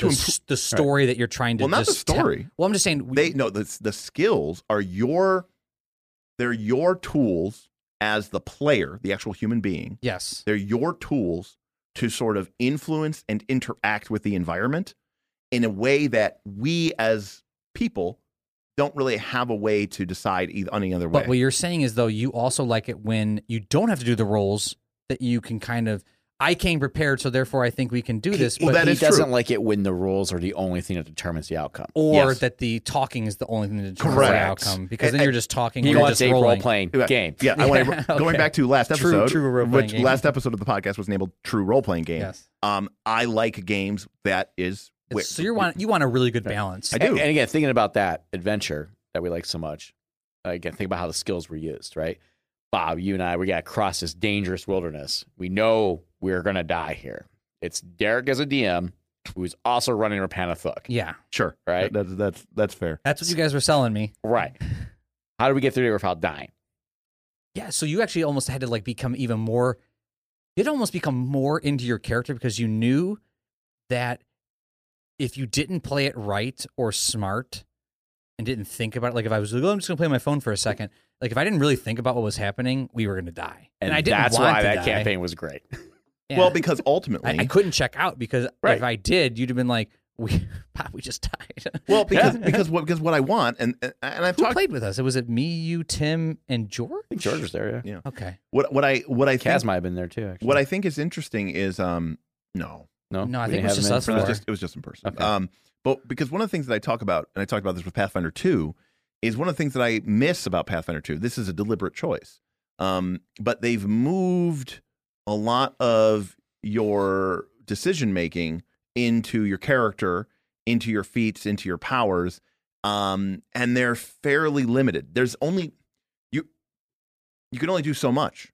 A: To
B: the,
A: improve-
B: s- the story that you're trying to.
A: Well, not the
B: just tell-
A: story.
B: well, I'm just saying. we-
A: They no the the skills are your they're your tools as the player, the actual human being.
B: yes.
A: They're your tools to sort of influence and interact with the environment in a way that we as people don't really have a way to decide either, any other way.
B: But what you're saying is though, you also like it when you don't have to do the roles that you can kind of. I came prepared, so therefore I think we can do this.
A: Well,
B: but
A: that
C: he
A: is true.
C: doesn't like it when the rules are the only thing that determines the outcome.
B: or
A: Yes.
B: that the talking is the only thing that determines the
A: Correct.
B: outcome because
A: And-
B: then you're just talking.
C: He
B: or you're
C: wants
B: just
C: a
B: rolling.
C: role playing
A: Yeah.
C: game.
A: yeah, I want
B: Yeah,
A: to, going
B: *laughs* okay.
A: back to last
B: True-
A: episode,
B: true role-playing
A: which
B: game.
A: last episode of the podcast was labeled "True Role Playing Game."
B: Yes.
A: Um, I like games that is.
B: It's- so you want you want a really good balance.
A: I
C: And-
A: do.
C: And, again, thinking about that adventure that we like so much, uh, again, think about how the skills were used, right? Bob, you and I, we got to cross this dangerous wilderness. We know we're going to die here. It's Derek as a DM, who's also running Rapanathuk,
B: Yeah,
A: sure,
C: right?
A: That's that's that's fair.
B: that's what you guys were selling me.
C: Right. How do we get through there without dying?
B: Yeah, so you actually almost had to like become even more. You'd almost become more into your character because you knew that if you didn't play it right or smart and didn't think about it, like if I was like, oh, I'm just gonna play on my phone for a second, like if I didn't really think about what was happening, we were gonna die. And, I didn't
C: that's
B: want
C: why
B: to
C: that
B: die.
C: campaign
B: *laughs*
C: was great.
B: Yeah.
A: Well, because ultimately,
B: I, I couldn't check out because
C: Right.
B: if I did, you'd have been like, we, *laughs* Pop, we just died. *laughs*
A: well, because
C: Yeah.
A: because what because what I want, and and I've
B: Who
A: talked
B: played with us? It was it me, you, Tim, and George.
C: I think George was there, yeah.
A: Yeah.
B: Okay,
A: what what I what I
C: Kaz
A: think,
C: might have been there too, actually.
A: what I think is interesting is um no
C: no,
B: No, I
C: we
B: think
C: didn't
B: it was
C: have
B: just
A: It
C: him
A: was
C: in
B: us
C: for-
A: just it was just in person.
C: Okay.
A: Um, but because one of the things that I talk about, and I talked about this with Pathfinder Two, is one of the things that I miss about Pathfinder Two. This is a deliberate choice, um, but they've moved a lot of your decision making into your character, into your feats, into your powers, um, and they're fairly limited. There's only you you can only do so much,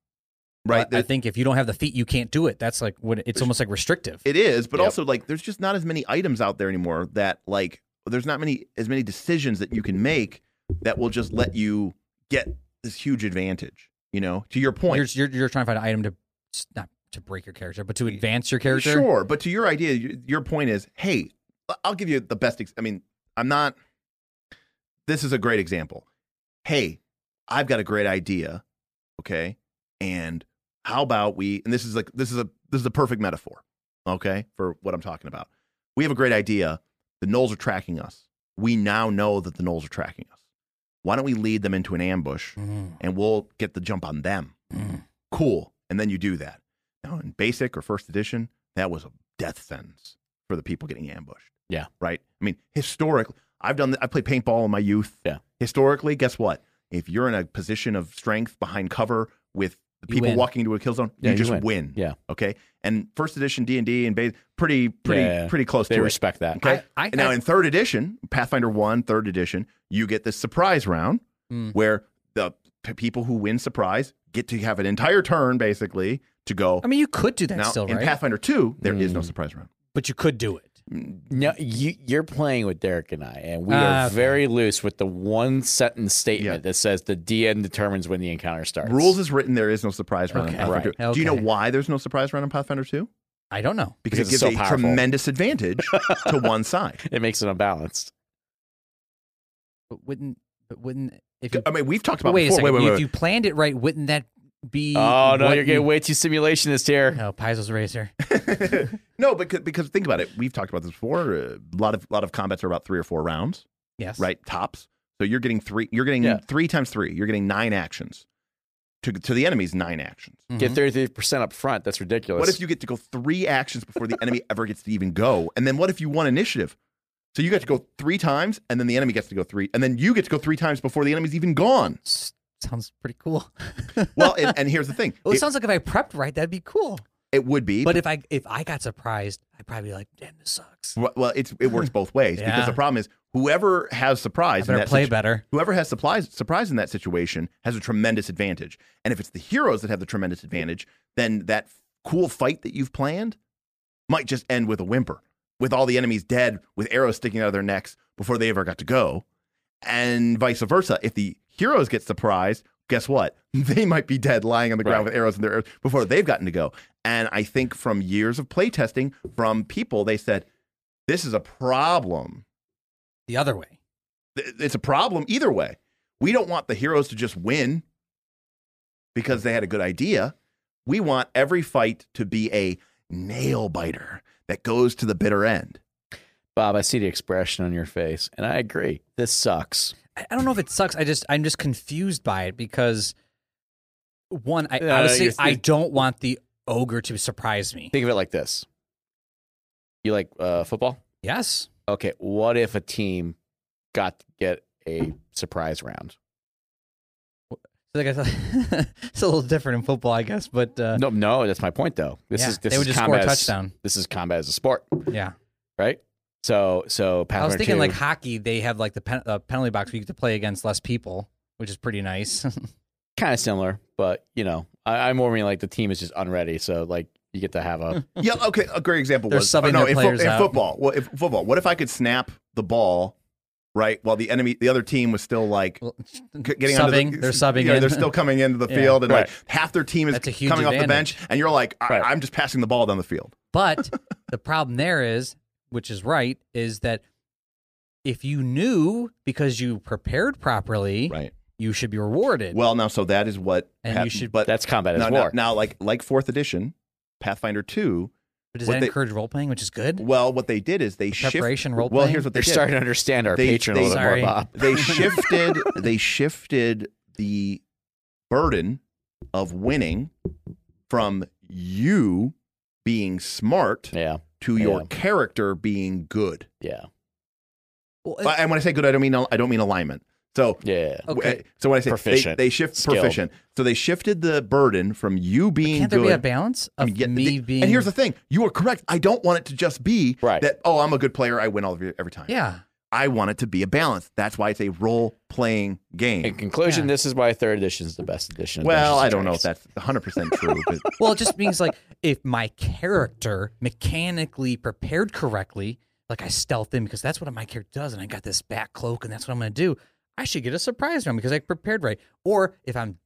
A: right?
B: I, I
A: There-
B: think if you don't have the feet, you can't do it. That's like what it's almost like restrictive.
A: It is, but
C: Yep.
A: also like there's just not as many items out there anymore that like there's not many as many decisions that you can make that will just let you get this huge advantage. You know, to your point,
B: You're, you're you're trying to find an item to s- not to break your character, but to advance your character.
A: Sure, but to your idea, y- your point is, hey, I'll give you the best. Ex- I mean, I'm not. This is a great example. Hey, I've got a great idea. Okay, and how about we? And this is like this is a this is a perfect metaphor. Okay, for what I'm talking about. We have a great idea. The gnolls are tracking us. We now know that the gnolls are tracking us. Why don't we lead them into an ambush
B: Mm,
A: and we'll get the jump on them?
B: mm.
A: cool. And then you do that. Now, in basic or first edition, that was a death sentence for the people getting ambushed.
C: Yeah.
A: Right. I mean, historically, I've done. I played paintball in my youth.
C: Yeah.
A: Historically, guess what? If you're in a position of strength behind cover with the
B: You
A: people
B: win.
A: walking into a kill zone,
C: Yeah,
A: you,
C: you
A: just
C: win.
A: win.
C: Yeah.
A: Okay. And first edition D and D and base pretty pretty
C: Yeah.
A: pretty close
C: They
A: to it.
C: respect that.
A: Okay.
B: I, I,
A: And now in third edition, Pathfinder 1, third edition, you get this surprise round
B: Mm.
A: where the p- people who win surprise get to have an entire turn basically to go.
B: I mean, you could do that
A: now
B: still,
A: in
B: right?
A: Pathfinder 2, there is no
C: Mm.
A: surprise round.
B: but you could do it.
A: Mm.
C: No, you, you're playing with Derek and I, and we
B: Ah,
C: are
B: okay.
C: very loose with the one sentence statement
A: Yeah.
C: that says the DM determines when the encounter starts.
A: Rules is written, there is no surprise round
B: Okay.
A: in Pathfinder
B: Right.
A: 2. Do you know
B: Okay.
A: why there's no surprise round in Pathfinder 2?
B: I don't know.
A: Because,
C: Because
A: it
C: it's
A: gives a
C: so powerful.
A: tremendous
C: *laughs*
A: advantage to one side.
C: It makes it unbalanced.
B: But wouldn't but wouldn't if you
A: I mean, we've talked about
B: wait a
A: before.
B: second?
A: wait, wait,
B: you-
A: wait.
B: If you planned it right, wouldn't that be?
C: Oh no,
B: E what *laughs*
C: you're getting
B: you-
C: way too simulationist here.
B: No,
A: *laughs*
B: Paizo's razor.
A: no, because, because think about it. We've talked about this before. A lot of, lot of combats are about three or four rounds.
B: Yes.
A: right? Tops. So you're getting three. You're getting
C: Yeah.
A: three times three. You're getting nine actions. To to the enemy's nine actions.
B: Mhm.
C: Get thirty percent up front. That's ridiculous.
A: What if you get to go three actions before the enemy ever gets to even go? And then what if you won initiative? So you get to go three times, and then the enemy gets to go three, and then you get to go three times before the enemy's even gone.
B: S- Sounds pretty cool.
A: Well, and, and here's the thing:
B: Well, it,
A: it,
B: sounds like if I prepped right, that'd be cool.
A: it would be,
B: But if I if I got surprised, I'd probably be like, "Damn, this sucks."
A: but well, it's it
B: *laughs*
A: works both ways
B: Yeah.
A: because the problem is whoever has
B: I
A: surprise in
B: better
A: that
B: play
A: situ-
B: better.
A: whoever has supplies, surprise in that situation has a tremendous advantage. And if it's the heroes that have the tremendous advantage, then that cool fight that you've planned might just end with a whimper, with all the enemies dead, with arrows sticking out of their necks before they ever got to go. And vice versa. If the heroes get surprised, guess what? *laughs* They might be dead lying on the ground
C: Right.
A: with arrows in their arrows before they've gotten to go. And I think from years of playtesting from people, they said, this is a problem
B: The other way.
A: th- it's a problem either way. We don't want the heroes to just win because they had a good idea. We want
B: *laughs*
A: every fight to be a nail biter that goes to the bitter end.
C: Bob, I see the expression on your face, and I agree. This sucks.
B: I, I don't know if it sucks. I just I'm just confused by it because one, I
C: No,
B: honestly
C: you're-
B: I don't want the ogre to surprise me.
C: Think of it like this. You like uh, football?
B: Yes.
C: Okay, what if a team got to get a surprise round?
B: So like I said, *laughs* it's a little different in football, I guess, but uh,
C: No, no, that's my point though. This
B: yeah,
C: is this
B: they would
C: is
B: just
C: combat
B: score a
C: as-
B: touchdown.
C: this is combat as a sport,
B: Yeah.
C: right? So so
B: I was
C: Pathfinder
B: thinking
C: 2
B: like hockey, they have like the pen, uh, penalty box where you get to play against less people, which is pretty nice. *laughs*
C: kind of similar, but you know, I, I more mean like the team is just unready, so like you get to have
B: Hmm.
C: a
A: Yeah, okay. A great example
B: They're
A: was oh,
B: subbing
A: no
B: their
A: in, fo-
B: players
A: in
B: out.
A: football. Well, if football, what if I could snap the ball right while the enemy, the other team was still like c- getting onto
B: subbing,
A: the,
B: they're subbing
A: yeah,
B: in.
A: they're still coming into the
B: Yeah.
A: field, and
C: Right.
A: like half their team is
B: That's a huge
A: coming off the bench, and you're like, I-
C: Right.
A: I'm just passing the ball down the field.
B: *laughs* But the problem there is, which is right, is that if you knew because you prepared properly,
A: Right.
B: you should be rewarded.
A: Well, now so that is what
B: And
A: hap-
B: you should-
A: But
C: that's combat as
A: now,
C: war.
A: now, now, like like fourth edition, Pathfinder two.
B: but does
A: what
B: that
A: they-
B: encourage role playing, which is good?
A: Well, what they did is they shifted.
B: Preparation, role
A: Well,
B: playing.
A: here's what they
C: They're
A: did.
C: starting to understand our
A: They-
C: patron
A: they-
C: a little bit
B: Sorry.
C: more, Bob. *laughs*
A: they shifted they shifted the burden of winning from you being smart
C: Yeah,
A: to your
C: Yeah.
A: character being good.
C: yeah,
B: Well, it-
A: But- And when I say good, I don't mean I don't mean alignment. So
C: yeah.
B: okay.
A: so when I say
C: Proficient.
A: they, they shift
C: Skilled.
A: proficient. So they shifted the burden from you being
B: Can't there
A: good.
B: be a balance
A: I
B: of
A: mean, yeah,
B: me
A: the-
B: being?
A: and here's the thing: you are correct. I don't want it to just be
C: Right.
A: that. Oh, I'm a good player. I win all of you every time.
B: *laughs* yeah.
A: I want it to be a balance. That's why it's a role playing game.
C: In conclusion,
B: Yeah.
C: this is why third edition is the best edition. of
A: Well,
C: Dungeons and
A: I don't know if
C: Dragons.
A: that's 100% true,
B: *laughs*
A: but
B: Well, it just means like if my character mechanically prepared correctly, like I stealth in because that's what my character does, and I got this back cloak, and that's what I'm going to do. I should get a surprise round because I prepared right. Or if I'm,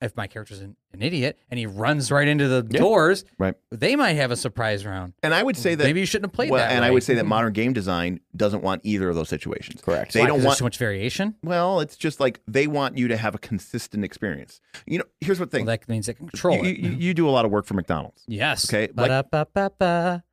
B: if my character's an, an idiot and he runs right into the
C: Yeah.
B: doors,
A: Right.
B: They might have a surprise round.
A: and I would say that
B: Maybe you shouldn't have played
A: well,
B: that.
A: and I
B: way. Mm-hmm.
A: would say that modern game design doesn't want either of those situations.
C: correct.
A: they
B: Why?
A: don't
B: 'Cause there's
A: want-
B: so much variation.
A: Well, it's just like they want you to have a consistent experience. You know, here's what
B: Well,
A: thing.
B: that means they control
A: you,
B: it. Mm-hmm.
A: you, you do a lot of work for McDonald's.
B: yes.
A: Okay, like-
B: Ba-da-ba-ba-ba.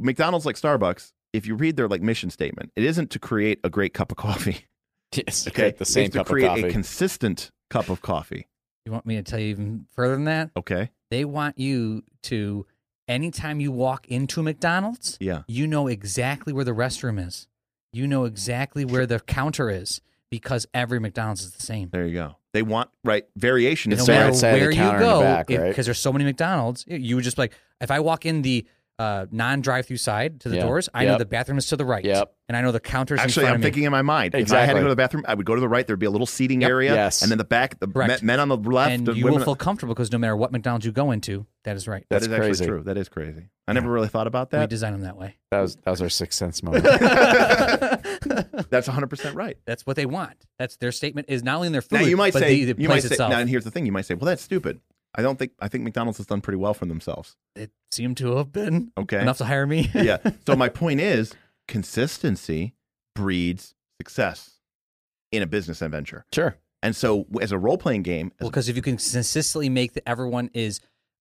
A: McDonald's like Starbucks, if you read their like mission statement, it isn't to create a great cup of coffee.
C: *laughs* Yes, they
A: Okay?
C: create the same
A: it's to
C: cup of
A: create
C: coffee.
A: a consistent cup of coffee,
B: You want me to tell you even further than that?
A: okay?
B: They want you to, anytime you walk into McDonald's,
A: Yeah.
B: you know exactly where the restroom is. You know exactly where the counter is because every McDonald's is the same.
A: There you go. They want right variation
C: It's
A: is
B: no
A: bad.
C: the
B: matter
C: right side of the
B: where you
C: counter in the
B: go,
C: back,
B: because
C: right?
B: there's so many McDonald's, y- you would just like if I walk in the uh, non-drive-through side to the
C: Yeah.
B: doors, I know
C: Yep.
B: the bathroom is to the right,
C: Yep.
B: and I know the counters.
A: Actually,
B: in front
A: I'm
B: of
A: thinking in my mind. If I had to
C: Exactly.
A: go to the bathroom, I would go to the right. There'd be a little seating
B: Yep.
A: area,
C: Yes.
A: and then the back, the men,
B: Correct.
A: men on the
B: me,
A: left,
B: and
A: the
B: you
A: women.
B: will feel comfortable because no matter what McDonald's you go into, that is right.
A: that
C: That's
A: is actually
C: crazy.
A: true. That is crazy. I never really thought about
B: we
A: that.
B: design them that way.
C: That was that was our sixth
A: *laughs*
C: sense moment.
B: *laughs*
A: That's 100 percent right.
B: That's what they want. That's their statement is not only in their food,
A: Now you might
B: but
A: say,
B: the, the
A: you might
B: place
A: say.
B: itself.
A: Now, and here's the thing: you might say, "Well, that's stupid." I don't think. I think McDonald's has done pretty well for themselves.
B: It seemed to have been
A: Okay.
B: enough to hire me.
A: yeah. So my point is, consistency breeds success in a business adventure.
C: sure.
A: And so, as a role playing game, as
B: *laughs* Well, because if you can consistently make that everyone is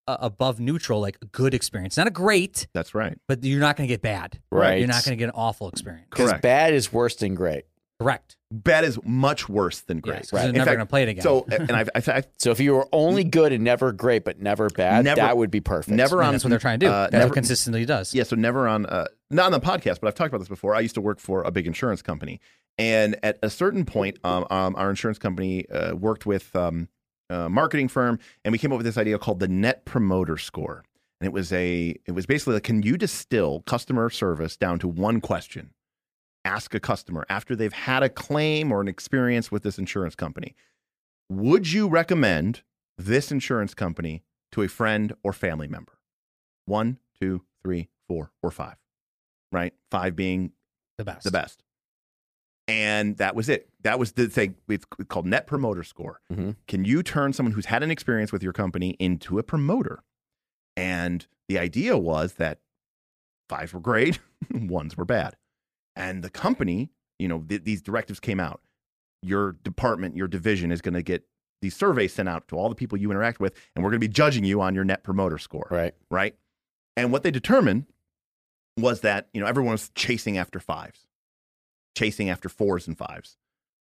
B: uh, above neutral, like a good experience, not a great,
A: that's right.
B: but you're not going to get bad.
C: Right.
B: You're not going to get an awful experience.
A: Correct.
C: Because bad is worse than great.
B: Correct.
A: Bad is much worse than
B: Yes,
A: great.
B: 'cause They're
A: In
B: never
A: fact,
B: going to play it again.
A: So, and I've, I've, I've
C: So if you were only good and never great, but never bad,
A: Mm. Never-
C: that would be perfect.
A: never
B: I mean,
A: on
B: that's what they're trying to do.
A: uh,
B: that's
A: never-
B: what consistency does.
A: yeah so never on uh, not on the podcast but i've talked about this before i used to work for a big insurance company and at a certain point um, um, our insurance company uh, worked with um, a marketing firm and we came up with this idea called the net promoter score and it was a it was basically like can you distill customer service down to one question ask a customer after they've had a claim or an experience with this insurance company would you recommend this insurance company to a friend or family member one, two, three, four, or five, right? Five being
B: The best.
A: the best. And that was it. That was the thing we've we called net promoter score.
C: Mhm.
A: Can you turn someone who's had an experience with your company into a promoter? And the idea was that five were great, *laughs* ones were bad. And the company, you know, th- these directives came out. Your department, your division is going to get these surveys sent out to all the people you interact with, and we're going to be judging you on your net promoter score
C: Right.
A: right? And what they determined was that you know everyone was chasing after fives, chasing after fours and fives,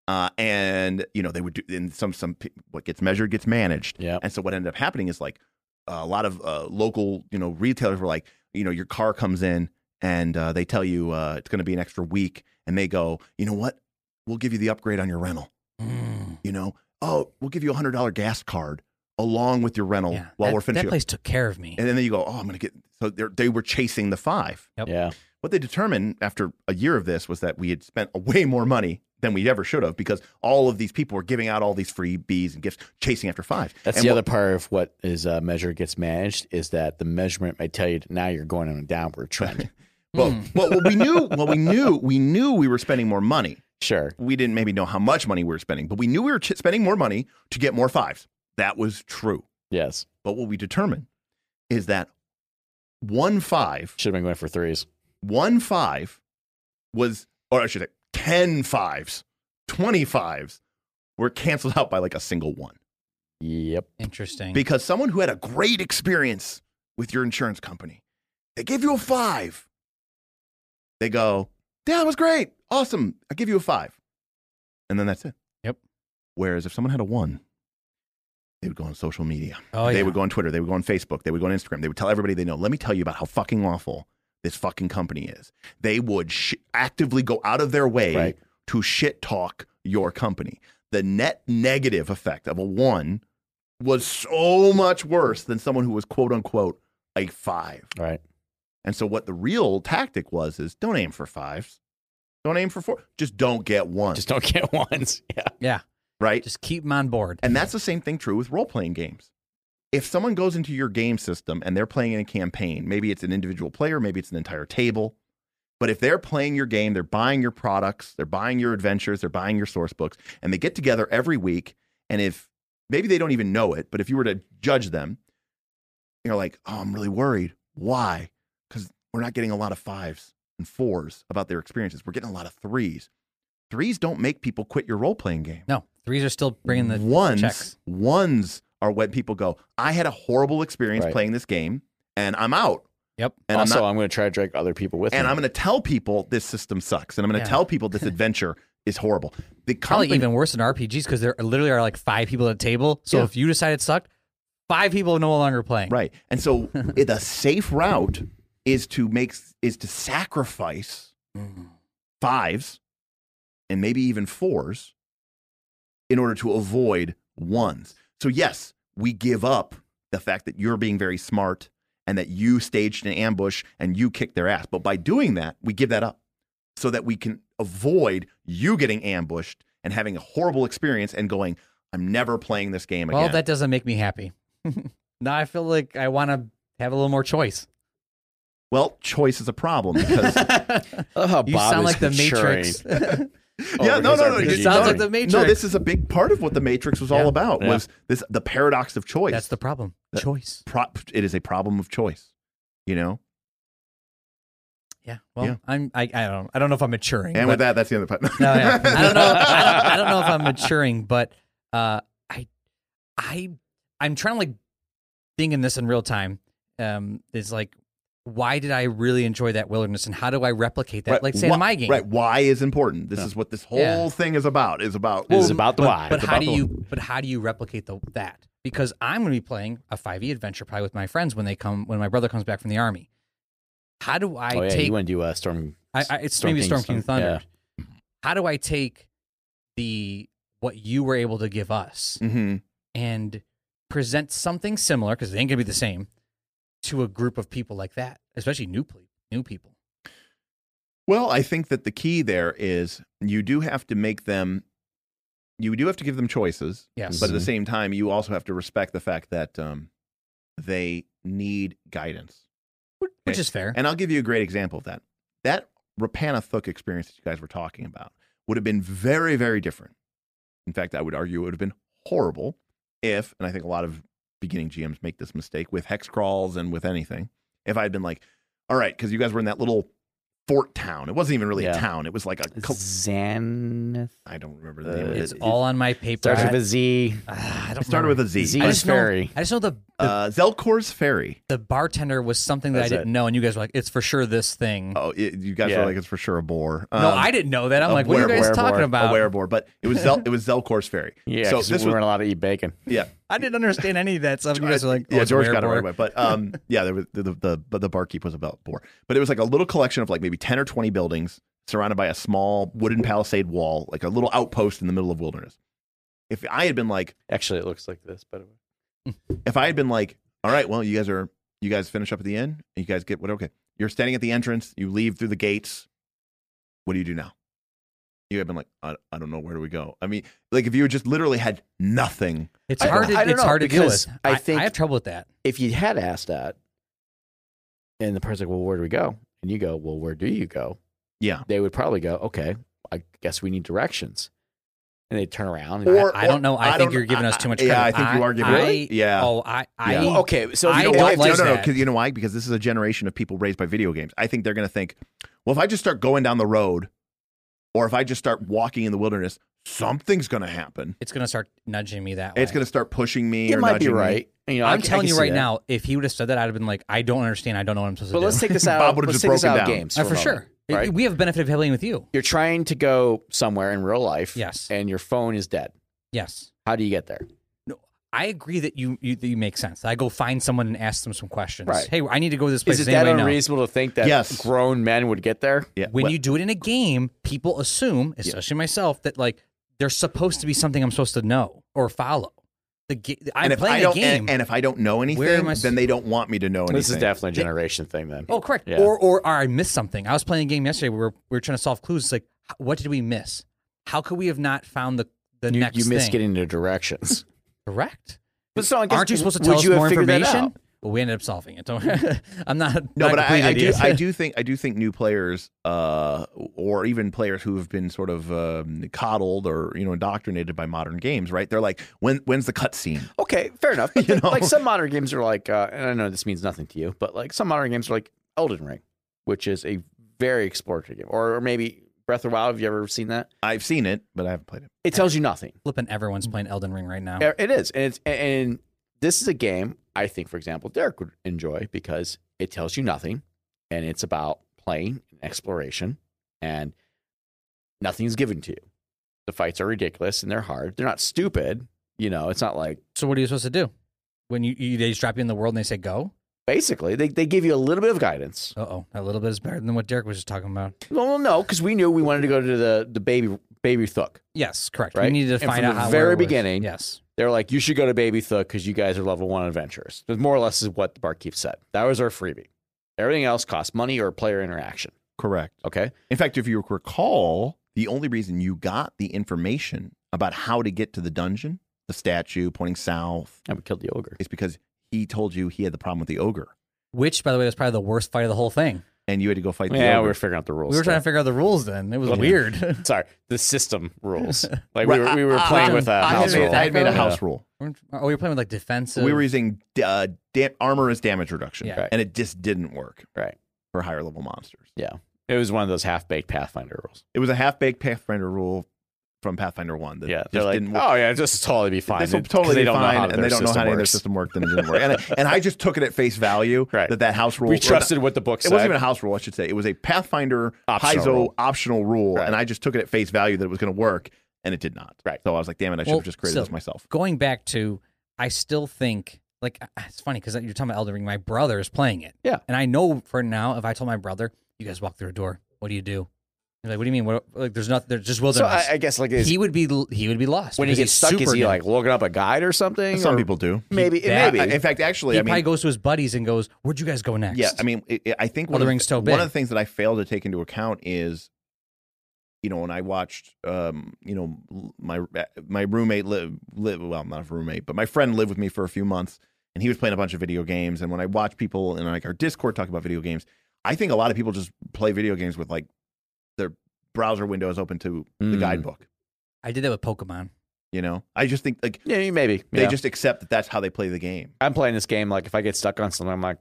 A: uh, and you know they would do. And some some pe- what gets measured gets managed.
C: Yeah.
A: And so what ended up happening is like a lot of uh, local you know retailers were like, you know, your car comes in and uh, they tell you uh, it's going to be an extra week, and they go, you know what, we'll give you the upgrade on your rental.
B: Mm.
A: You know, oh, we'll give you a hundred dollar gas card along with your rental
B: Yeah.
A: while
B: that,
A: we're finishing.
B: That place took care of me.
A: And then you go, oh, I'm going to get. So they're- they were chasing the five.
B: Yep.
C: Yeah.
A: What they determined after a year of this was that we had spent way more money than we ever should have because all of these people were giving out all these free bees and gifts, chasing after five.
C: That's
A: And
C: the
A: what-
C: other part of what is uh, measure gets managed is that the measurement may tell you that now you're going on a
A: *laughs*
C: downward trend.
A: Well,
B: Mm.
C: hmm.
A: well, well, we knew.
C: *laughs*
A: Well, we knew. We knew we were spending more money.
C: sure.
A: We didn't maybe know how much money we were spending, but we knew we were ch- spending more money to get more fives. That was true.
C: Yes.
A: But what we determined is that one five
C: Should have been going for threes.
A: one five was, or I should say, 10 fives, 20 fives were canceled out by like a single one
C: Yep.
B: Interesting.
A: because someone who had a great experience with your insurance company, they give you a five. They go, "Yeah, it was great, awesome. I give you a five, and then that's it.
B: Yep.
A: Whereas if someone had a one, they would go on social media.
B: oh,
A: they
B: yeah.
A: would go on Twitter. They would go on Facebook. They would go on Instagram. They would tell everybody they know. Let me tell you about how fucking awful this fucking company is. They would sh- actively go out of their way
C: Right.
A: to shit talk your company. The net negative effect of a one was so much worse than someone who was quote unquote a five.
C: Right.
A: And so what the real tactic was is don't aim for fives. Don't aim for four. Just don't get one.
C: Just don't get *laughs* ones. Yeah.
A: right?
B: Just keep them on board.
A: And that's the same thing true with role playing games. If someone goes into your game system and they're playing in a campaign, maybe it's an individual player, maybe it's an entire table, but if they're playing your game, they're buying your products, they're buying your adventures, they're buying your source books, and they get together every week. And if maybe they don't even know it, but if you were to judge them, you're like, oh, I'm really worried. Why? Because we're not getting a lot of fives and fours about their experiences. We're getting a lot of threes. Threes don't make people quit your role playing game
B: No, threes are still bringing the
A: ones
B: checks.
A: ones are when people go i had a horrible experience
C: Right.
A: playing this game and i'm out
B: Yep.
A: and i'm
C: also, I'm,
A: not
C: going to try to drag other people with
A: and
C: me.
A: i'm going to tell people this system sucks and i'm going to
B: Yeah.
A: tell people
B: *laughs*
A: this adventure is horrible the
B: Probably
A: company-
B: even worse than RPGs because there literally are like five people at a table. So
A: Yeah.
B: if you decide it sucked, five people are no longer playing.
A: right and
B: *laughs*
A: so it- the safe route is to make is to sacrifice
B: Mm.
A: fives and maybe even fours in order to avoid ones. So, yes, we give up the fact that you're being very smart and that you staged an ambush and you kicked their ass. But by doing that, we give that up so that we can avoid you getting ambushed and having a horrible experience and going, I'm never playing this game again.
B: Well, that doesn't make me happy. *laughs* now I feel like I want to have a little more choice. *laughs*
A: well, choice is a problem because
C: I love how
B: You
C: Oh, Bob
B: sound
C: is
B: like the
C: maturing *laughs*
A: *laughs*
B: Matrix. *laughs*
A: yeah,
C: over
A: no,
C: his
A: no, no.
C: RPG.
A: just-
B: It sounds
A: no,
B: like the
A: No,
B: *laughs* Matrix.
A: this is a big part of what the Matrix was all
B: Yeah.
A: about
C: Yeah.
A: was this the paradox of choice.
B: That's the problem.
A: That-
B: Choice.
A: pro- it is a problem of choice. You know,
B: Yeah. Well,
A: Yeah.
B: I'm. I, I don't. I don't know if I'm maturing.
A: and
B: but-
A: with that, that's the other part.
B: No,
A: *laughs*
C: *laughs*
B: yeah. I don't know. I don't, I don't know if I'm maturing, but uh, I, I, I'm trying to like thinking this in real time. Um, is like, why did I really enjoy that wilderness, and how do I replicate that?
A: Right.
B: Like, say
A: Why-
B: in my game,
A: Right? Why is important? This is what this whole
B: Yeah.
A: thing is about. Is about.
C: This is about the why.
B: But
A: It's
B: how
A: about
B: do
A: the-
B: you? But how do you replicate the, that? Because I'm going to be playing a 5e adventure probably with my friends when they come when my brother comes back from the army. How do I
C: oh, yeah,
B: take
C: you want to do a storm.
B: I, I, it's
C: Storm
B: maybe
C: King
B: Storm
C: Stone-
B: King Thunder. How do I take the what you were able to give us
A: hmm
B: and present something similar because it ain't gonna be the same to a group of people like that, especially new ple- new people.
A: Well, I think that the key there is you do have to make them. You do have to give them choices,
B: Yes,
A: but at the
C: Mhm.
A: same time, you also have to respect the fact that um, they need guidance.
B: which is fair.
A: *laughs* And I'll give you a great example of that. That Rapanathuk experience that you guys were talking about would have been very, very different. In fact, I would argue it would have been horrible if, and I think a lot of beginning GMs make this mistake with hex crawls and with anything, if I had been like, all right, because you guys were in that little fort town. It wasn't even really a
C: Yeah.
A: town. It was like a, co-
C: Xanath.
A: I don't remember the name of
C: Uh,
A: it.
B: it's all on my paper.
C: Starts
B: I,
C: with a Z.
B: Ah, I don't
A: it started with
B: remember.
A: a Z.
C: Z
B: I
C: is
B: just know-
C: fairy.
B: I just know the
A: Uh, Zelkor's Ferry.
B: The bartender was something that
C: That's
B: I didn't
C: it.
B: know, and you guys were like, "It's for sure this thing."
A: Oh, it, you guys
C: Yeah.
A: are like it's for sure a bore.
B: no,
A: Um,
B: I didn't know that. I'm
A: a
B: like, "What are you
A: were-
B: guys
A: werebore,
B: talking about?"
A: A werebore, but it was Zel, it was Zelkor's
B: *laughs*
A: Ferry.
C: Yeah,
A: So
C: so
A: this
C: we
A: was-
C: weren't allowed to eat bacon.
A: Yeah,
B: I didn't understand any of that stuff. You guys were like, oh,
A: yeah,
B: it's
A: George got it
B: werebore.
A: right away. But um, *laughs* yeah, there was the the, the but the barkeep was about bore. But it was like a little collection of like maybe ten or twenty buildings surrounded by a small wooden palisade wall, like a little outpost in the middle of wilderness. If I had been like,
C: Actually, it looks like this, by the way.
A: if I had been like, all right, well, you guys are you guys finish up at the inn, you guys get what? Okay, you're standing at the entrance, you leave through the gates. What do you do now? You have been like, I, I don't know where do we go. I mean, like if you just literally had nothing,
B: It's
C: I-
B: hard. To,
C: I don't
B: it's
C: know,
B: hard to deal
C: because
B: with.
C: I
B: I,
C: think-
B: I have trouble with that.
C: If you had asked that, and the person's like, "Well, where do we go?" and you go, "Well, where do you go?"
A: yeah,
C: They would probably go, "Okay, I guess we need directions," and they would turn around. And
A: Or-
B: I, I don't know. I,
A: I
B: think
A: don't-
B: you're giving us too much
A: I-
B: credit.
A: yeah, I think you are giving-
B: I-
A: Really? Yeah.
B: Oh, I. I
A: Yeah.
C: Well, okay, so
B: I
C: you
B: don't
C: know,
A: If-
B: like
A: no, no, no,
B: that.
A: 'cause you know why? Because this is a generation of people raised by video games. I think they're going to think, well, if I just start going down the road, or if I just start walking in the wilderness, something's going to happen.
B: it's gonna start nudging me that way.
A: It's going to start pushing me.
C: you
A: or
C: might be
A: nudging me.
C: right. You know, I
B: I'm
C: c- I
B: telling
C: can
B: you
C: see
B: right
C: that.
B: now, if he would have said that, I'd have been like, I don't understand. I don't know what I'm supposed
C: But
B: to
C: let's
B: do.
C: take this
A: Bob
C: out.
A: would've
C: Let's
A: just
C: take this
A: broken
C: out of
A: down.
C: games
B: Uh,
C: a
B: for sure.
C: moment, right?
B: We have benefit of healing with you.
C: You're trying to go somewhere in real life,
B: Yes.
C: and your phone is dead.
B: Yes.
C: How do you get there?
B: I agree that you, you that you make sense. I go find someone and ask them some questions.
C: Right.
B: Hey, I need to go to this place.
C: Is it
B: Does
C: that
B: anybody know?
C: unreasonable to think that
A: Yes.
C: grown men would get there?
A: Yeah.
B: When
A: well,
B: you do it in a game, people assume, especially myself, that like there's supposed to be something I'm supposed to know or follow. The ga- I'm
A: and if I
B: playing a
A: don't,
B: game.
A: And, and if I don't know
B: Where
A: anything,
B: am I s-
A: then they don't want me to know anything.
C: This is definitely a generation thing, then.
B: oh, correct.
C: Yeah.
B: Or, or or I missed something. I was playing a game yesterday. We were we were trying to solve clues. It's like, h- what did we miss? How could we have not found the the
C: you,
B: next
C: you miss
B: thing?
C: getting into directions.
B: correct?
C: but so I guess-
B: Aren't you supposed to
C: would
B: tell us
C: you have
B: more
C: figured that
B: information?
C: out?
B: Well, we ended up solving it. Don't, *laughs* I'm not.
A: no,
B: not
A: but
B: a complete
A: I, I do.
B: idiot.
C: *laughs*
A: I do think. I do think new players, uh, or even players who have been sort of um, coddled or you know indoctrinated by modern games. Right? They're like, when when's the cutscene?
C: Okay, fair
B: *laughs*
C: enough. But
A: You
C: the-
A: know?
C: like some modern games are like, uh, and I know this means nothing to you, but like some modern games are like Elden Ring, which is a very exploratory game, or, or maybe Breath of the Wild. Have you ever seen that?
A: I've seen it, but I haven't played it.
C: It tells you nothing.
B: *laughs* Flipping everyone's playing Elden Ring right now.
C: Yeah, It is, and it's and this is a game I think, for example, Derek would enjoy because it tells you nothing, and it's about playing and exploration, and nothing's given to you. The fights are ridiculous and they're hard. They're not stupid, you know. It's not like
B: So what are you supposed to do when you, you they just drop you in the world and they say go?
C: basically they they give you a little bit of guidance.
B: Uh oh, a little bit is better than what Derek was just talking about.
C: Well, no, because we knew we wanted to go to the the baby baby Thuk.
B: Yes, correct.
C: Right.
B: We needed
C: And
B: to find
C: from
B: out
C: the
B: how
C: very
B: where it was.
C: beginning-
B: Yes,
C: They were like, you should go to Baby Thuk because you guys are level one adventurers. That's more or less is what the barkeep said. That was our freebie. Everything else costs money or player interaction.
A: Correct.
C: Okay.
A: In fact, if you recall, the only reason you got the information about how to get to the dungeon, the statue pointing south,
C: And we killed the ogre.
A: is because he told you he had the problem with the ogre,
B: which by the way was probably the worst fight of the whole thing.
A: and you had to go fight the
C: yeah,
A: ogre.
C: we were figuring out the rules.
B: We were trying to figure out the rules then. It was
C: Well,
B: weird. *laughs*
C: Sorry, the system
A: *laughs*
C: rules. Like
A: Right,
C: we were, we were
A: I- I-
C: playing with
A: I
C: a
A: had
C: house
A: made-
C: rule.
A: I had made a
B: Yeah.
A: house rule.
B: oh, we were playing with like defensive.
A: we were using uh, da- armor as damage reduction,
B: Yeah.
C: Right.
A: and it just didn't work
C: Right.
A: for higher level monsters.
C: *laughs* It was one of those half baked Pathfinder rules.
A: It was a half baked Pathfinder rule from Pathfinder One that
C: Yeah,
A: just
C: they're like,
A: didn't work.
C: oh yeah, this will totally be fine.
A: This will
C: 'Cause
A: totally
C: they
A: be
C: don't know how
A: fine, and they
C: their
A: don't know how any of their
C: works.
A: system worked, and it didn't work.
C: *laughs*
A: And, I- and I just took it at face value
C: Right.
A: that that house rule
C: We trusted what the book
A: It
C: said.
A: wasn't even a house rule, I should say. It was a Pathfinder
C: Optional
A: Paizo
C: rule.
A: optional rule,
C: Right.
A: and I just took it at face value that it was going to work, and it did not.
C: Right.
A: So I was like, damn it, I should
B: Well,
A: have just created
B: so-
A: this myself.
B: going back to I still think like I- it's funny because you're talking about Elden Ring. My brother is playing it.
C: Yeah.
B: and I know for now if I told my brother, you guys walk through a door. What do you do? He's like, what do you mean? What like there's nothing. There's just
C: so
B: wilderness.
C: I, I guess like it's-
B: he would be l- he would be lost
C: when he
B: because
C: gets
B: he's
C: stuck, is
B: super
C: he
B: new.
C: like looking up a guide or something?
A: Some
C: Or
A: people do.
C: maybe
B: Yeah,
C: maybe.
A: In fact, actually,
B: He
A: I mean,
B: probably goes to his buddies and goes, "Where'd you guys go next?"
A: Yeah, I mean, it, it- I think one,
B: Elden
A: of the,
B: Ring's so
A: one
B: big.
A: of the things that I fail to take into account is, you know, when I watched, um, you know, l- my uh, my roommate live live well, not a roommate, but my friend lived with me for a few months, and he was playing a bunch of video games. And when I watch people in like our Discord talk about video games, I think a lot of people just play video games with like their browser window is open to the
B: Hmm.
C: Mm.
A: guidebook.
B: I did that with Pokemon.
A: You know, I just think like
C: yeah, maybe.
A: they
C: yeah.
A: just accept that that's how they play the game.
C: I'm playing this game. Like if I get stuck on something, I'm like,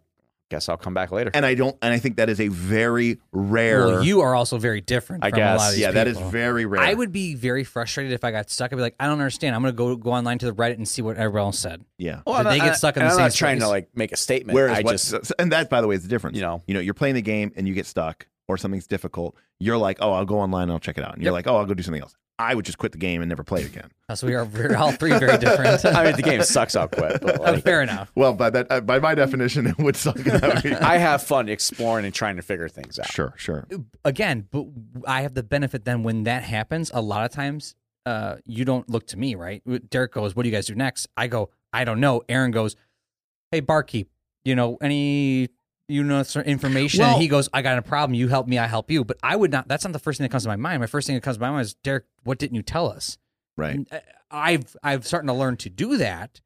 C: guess I'll come back later.
A: and I don't, and I think that is a very rare.
B: Well, you are also very different.
C: I
B: from A lot
C: guess.
B: of these
A: yeah, that is
B: people.
A: very rare.
B: I would be very frustrated if I got stuck. I'd be like, I don't understand. I'm gonna go go online to the Reddit and see what everyone else said.
A: yeah.
C: Well,
B: Did they
C: and I-
B: get stuck in
C: and
B: the
C: I'm
B: same
C: not trying to
B: space?
C: like make a statement.
A: Whereas
C: I
A: what,
C: just
A: and that, by the way, is the difference.
C: you know
A: you know, you're playing the game and you get stuck or something's difficult. You're like, oh, I'll go online and I'll check it out. And you're like,
B: Yep.
A: oh, I'll go do something else. I would just quit the game and never play it again.
B: Uh, So we are very, all three very different. *laughs*
C: *laughs* *laughs* I mean, if the game sucks. I'll quit. But
B: Uh,
C: like,
B: fair enough.
A: *laughs* well, by that, uh, by my definition, it would suck. *laughs* That would be-
C: I have fun exploring and trying to figure things out.
A: sure, sure.
B: Again, but I have the benefit then when that happens. A lot of times, uh, you don't look to me, right? Derek goes, "What do you guys do next?" I go, "I don't know." Aaron goes, "Hey, barkeep, you know any?" You know, some information. and
A: Well-
B: he goes, I got a problem. You help me, I help you. But I would not, that's not the first thing that comes to my mind. My first thing that comes to my mind is, Derek, what didn't you tell us?
A: Right.
B: And, uh, I've I've starting to learn to do that,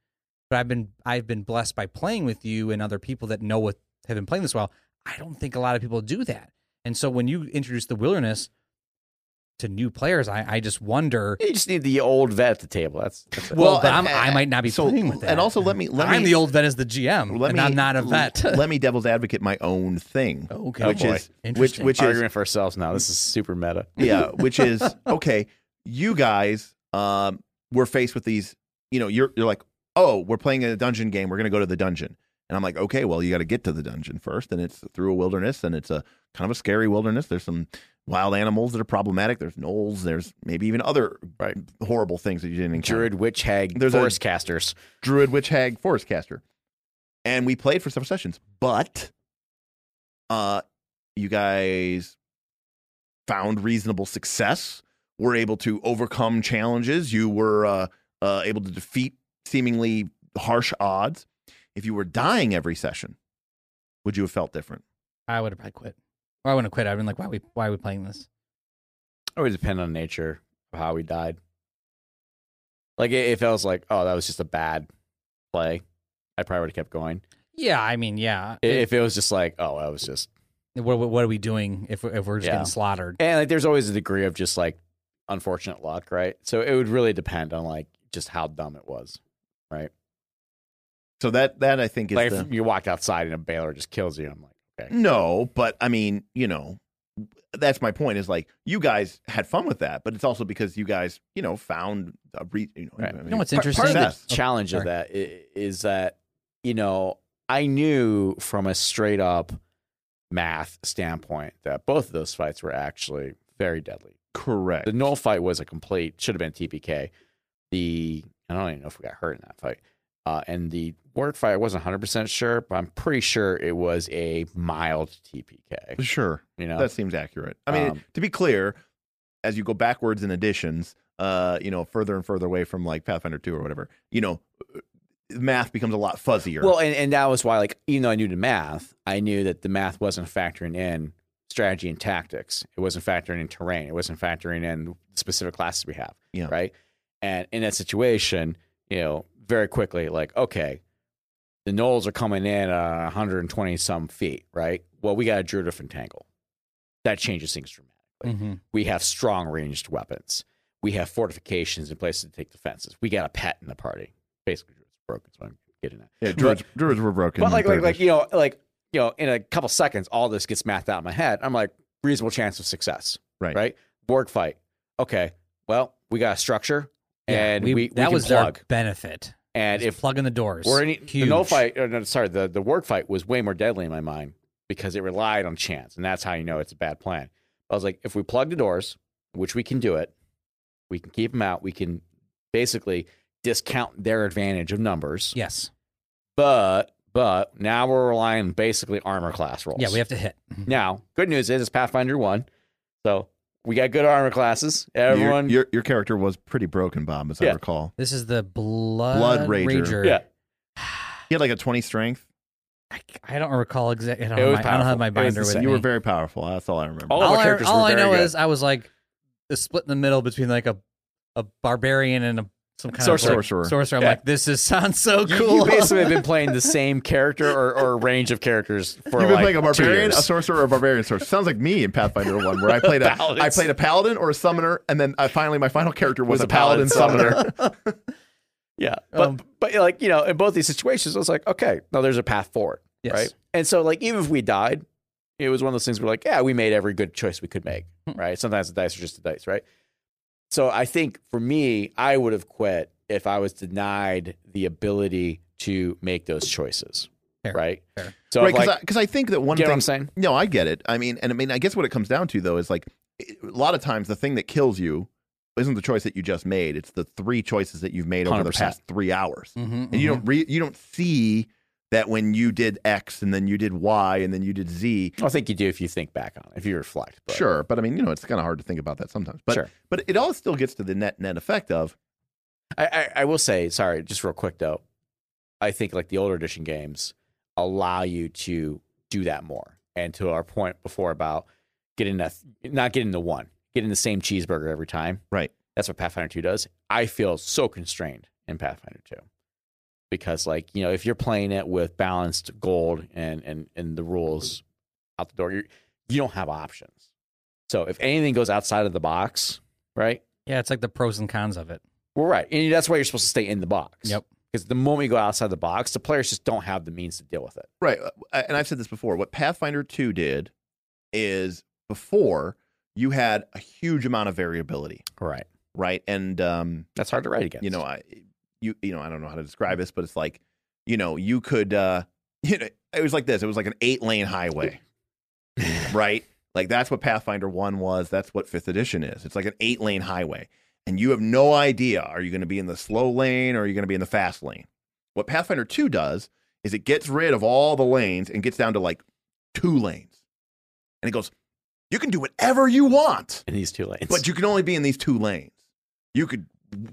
B: but I've been I've been blessed by playing with you and other people that know what have been playing this well. I don't think a lot of people do that, and so when you introduce the wilderness to new players, I, I just wonder.
C: You just need the old vet at the table. That's, that's it.
B: Well,
A: but-
B: I'm, I might not be
A: so-
B: playing with that.
A: and also let me- let
B: I'm
A: me-
B: the old vet as the GM, and I'm not a vet.
A: *laughs* let me devil's advocate my own thing.
B: *laughs* okay,
A: which
C: boy.
A: is which
B: Interesting.
A: which is
C: arguing for ourselves now. This is super meta.
A: yeah, which is okay. You guys um, were faced with these. You know, you're you're like, oh, we're playing a dungeon game. We're gonna go to the dungeon, and I'm like, okay, well, you got to get to the dungeon first, and it's through a wilderness, and it's a kind of a scary wilderness. There's some wild animals that are problematic. There's gnolls. There's maybe even other
C: Right.
A: horrible things that you didn't encounter.
C: Druid, witch hag,
A: There's a-
C: forest casters.
A: Druid, Witch Hag, Forest Caster. And we played for several sessions, but uh, you guys found reasonable success, were able to overcome challenges, you were uh, uh, able to defeat seemingly harsh odds. If you were dying every session, would you have felt different?
B: I would have probably quit, or I wouldn't have quit. I've been like, why are we why are we playing this?
C: It would depend on nature of how we died. Like i- if I was like, oh, that was just a bad play, I probably would have kept going.
B: Yeah, I mean, yeah.
C: I- If it was just like, oh, that was just
B: what, what what are we doing if we're- if we're just
C: Yeah.
B: getting slaughtered?
C: and like there's always a degree of just like unfortunate luck, right? So it would really depend on like just how dumb it was.
A: So that that I think is
C: Like
A: the-
C: if you walked outside and a baler just kills you, I'm like, okay.
A: No, but I mean, you know, that's my point. Is like you guys had fun with that, but it's also because you guys, you know, found a re- you know,
C: Right.
A: I
C: You
A: mean,
B: know what's
A: part-
B: interesting?
A: Part of
C: the
A: this-
C: challenge of
B: sorry.
C: that i- is that you know I knew from a straight up math standpoint that both of those fights were actually very deadly.
A: correct.
C: The null fight was a complete should have been TPK. The I don't even know if we got hurt in that fight. Uh, and the word fight I wasn't 100 percent sure, but I'm pretty sure it was a mild TPK.
A: Sure,
C: You know,
A: that seems accurate. I mean,
C: Um,
A: to be clear, as you go backwards in additions, uh, you know, further and further away from like Pathfinder Two or whatever, you know, uh, math becomes a lot fuzzier.
C: Well, and, and that was why, like, even though I knew the math, I knew that the math wasn't factoring in strategy and tactics. It wasn't factoring in terrain. It wasn't factoring in specific classes we have.
A: Yeah.
C: Right. And in that situation, you know, very quickly, like, okay, the Knolls are coming in uh, 120 some feet, right? Well, we got a Druid of Entangle. That changes things dramatically.
B: Mm-hmm.
C: We have strong ranged weapons. We have fortifications in places to take defenses. We got a pet in the party. Basically, it's broken. So I'm getting at.
A: yeah, druids, druids were broken.
C: But
A: in
C: like,
A: third
C: like, like
A: edition.
C: you know, like you know, in a couple seconds, all this gets mathed out in my head. I'm like, reasonable chance of success.
A: Right.
C: Right. Borg fight. Okay. Well, we got a structure, and we, we,
B: that
C: can
B: was
C: plug.
B: their benefit.
C: and
B: Just
C: if
B: plugging the doors,
C: we're any, the
B: huge.
C: no fight, or no, sorry, the the work fight was way more deadly in my mind because it relied on chance, and that's how you know it's a bad plan. I was like, if we plug the doors, which we can do it, we can keep them out. We can basically discount their advantage of numbers.
B: Yes.
C: But but now we're relying basically armor class rolls.
B: Yeah, we have to hit. Mhm.
C: now. Good news is it's Pathfinder one, so we got good armor classes. Everyone,
A: your, your your character was pretty broken, Bob, as I
C: Yeah.
A: recall.
B: This is the blood,
A: Blood Rager.
B: *laughs*
C: yeah,
A: He had like a twenty strength.
B: I, I don't recall exactly. I don't
C: It
B: have
C: was
B: my- I don't have
C: powerful.
B: my
C: It was
B: binder with
C: insane.
B: me.
A: You were very powerful. That's all I remember.
C: All of
B: all
C: our
B: I,
C: characters
B: all
C: were
B: I
C: very
B: know
C: good.
B: is I was like the split in the middle between like a a barbarian and a some kind
C: Sorcerer.
B: of like,
A: Sorcerer.
B: Sorcerer. I'm
C: Yeah.
B: like, this is *laughs* sounds so
C: You-
B: cool.
C: You,
B: *laughs*
C: basically have been playing the same character or, or range of characters for
A: You've been
C: like
A: playing a
C: two
A: barbarian, a
C: years.
A: sorcerer, or a barbarian sorcerer. Sounds like me in Pathfinder One, where I played a
C: Paladins.
A: I played a paladin or a summoner, and then I finally my final character was,
C: Was
A: a,
C: a
A: paladin,
C: paladin
A: summoner.
C: *laughs* yeah, but
B: Um,
A: Um,
C: but like you know, in both these situations, I was like, okay, no, there's a path forward.
B: Yes.
C: right? And so, like, even if we died, it was one of those things where, like, yeah, we made every good choice we could make,
B: Hmm.
C: right? Sometimes the dice are just the dice, right? So, I think for me, I would have quit if I was denied the ability to make those choices,
B: Fair,
C: right?
B: fair.
C: So,
A: right?
C: if,
A: Because
C: like,
A: I, 'cause I think that one
C: get what
A: thing
C: I'm saying?
A: No, I get it. I mean, and I mean, I guess what it comes down to though is like it- a lot of times the thing that kills you isn't the choice that you just made; it's the three choices that you've made over the
C: 100%.
A: past three hours,
B: Mm-hmm,
A: and you don't re- you don't see that when you did X and then you did Y and then you did Z.
C: I think you do if you think back on it, if you reflect. But
A: Sure, but I mean, you know, it's kind of hard to think about that sometimes. But
C: Sure.
A: but it all still gets to the net net effect of
C: I, I, I will say, sorry, just real quick though, I think like the older edition games allow you to do that more. And to our point before about getting that, not getting the one, getting the same cheeseburger every time.
A: Right.
C: That's what Pathfinder 2 does. I feel so constrained in Pathfinder 2 because, like, you know, if you're playing it with balanced gold and, and, and the rules out the door, you're, you don't have options. So if anything goes outside of the box, right?
B: Yeah, it's like the pros and cons of it.
C: Well, right. And that's why you're supposed to stay in the box.
B: Yep.
C: Because the moment you go outside the box, the players just don't have the means to deal with it.
A: Right. uh, And I've said this before. What Pathfinder 2 did is before you had a huge amount of variability,
C: Right.
A: right? And um,
C: That's hard to write against.
A: you know, I you you know, I don't know how to describe this, but it's like, you know, you could uh *laughs* you know, it was like this. It was like an eight-lane highway. right? Like that's what Pathfinder 1 was, that's what 5th edition is. It's like an eight-lane highway. And you have no idea are you going to be in the slow lane or are you going to be in the fast lane? What Pathfinder 2 does is it gets rid of all the lanes and gets down to like two lanes. And it goes, you can do whatever you want.
C: in these two lanes.
A: But you can only be in these two lanes. You could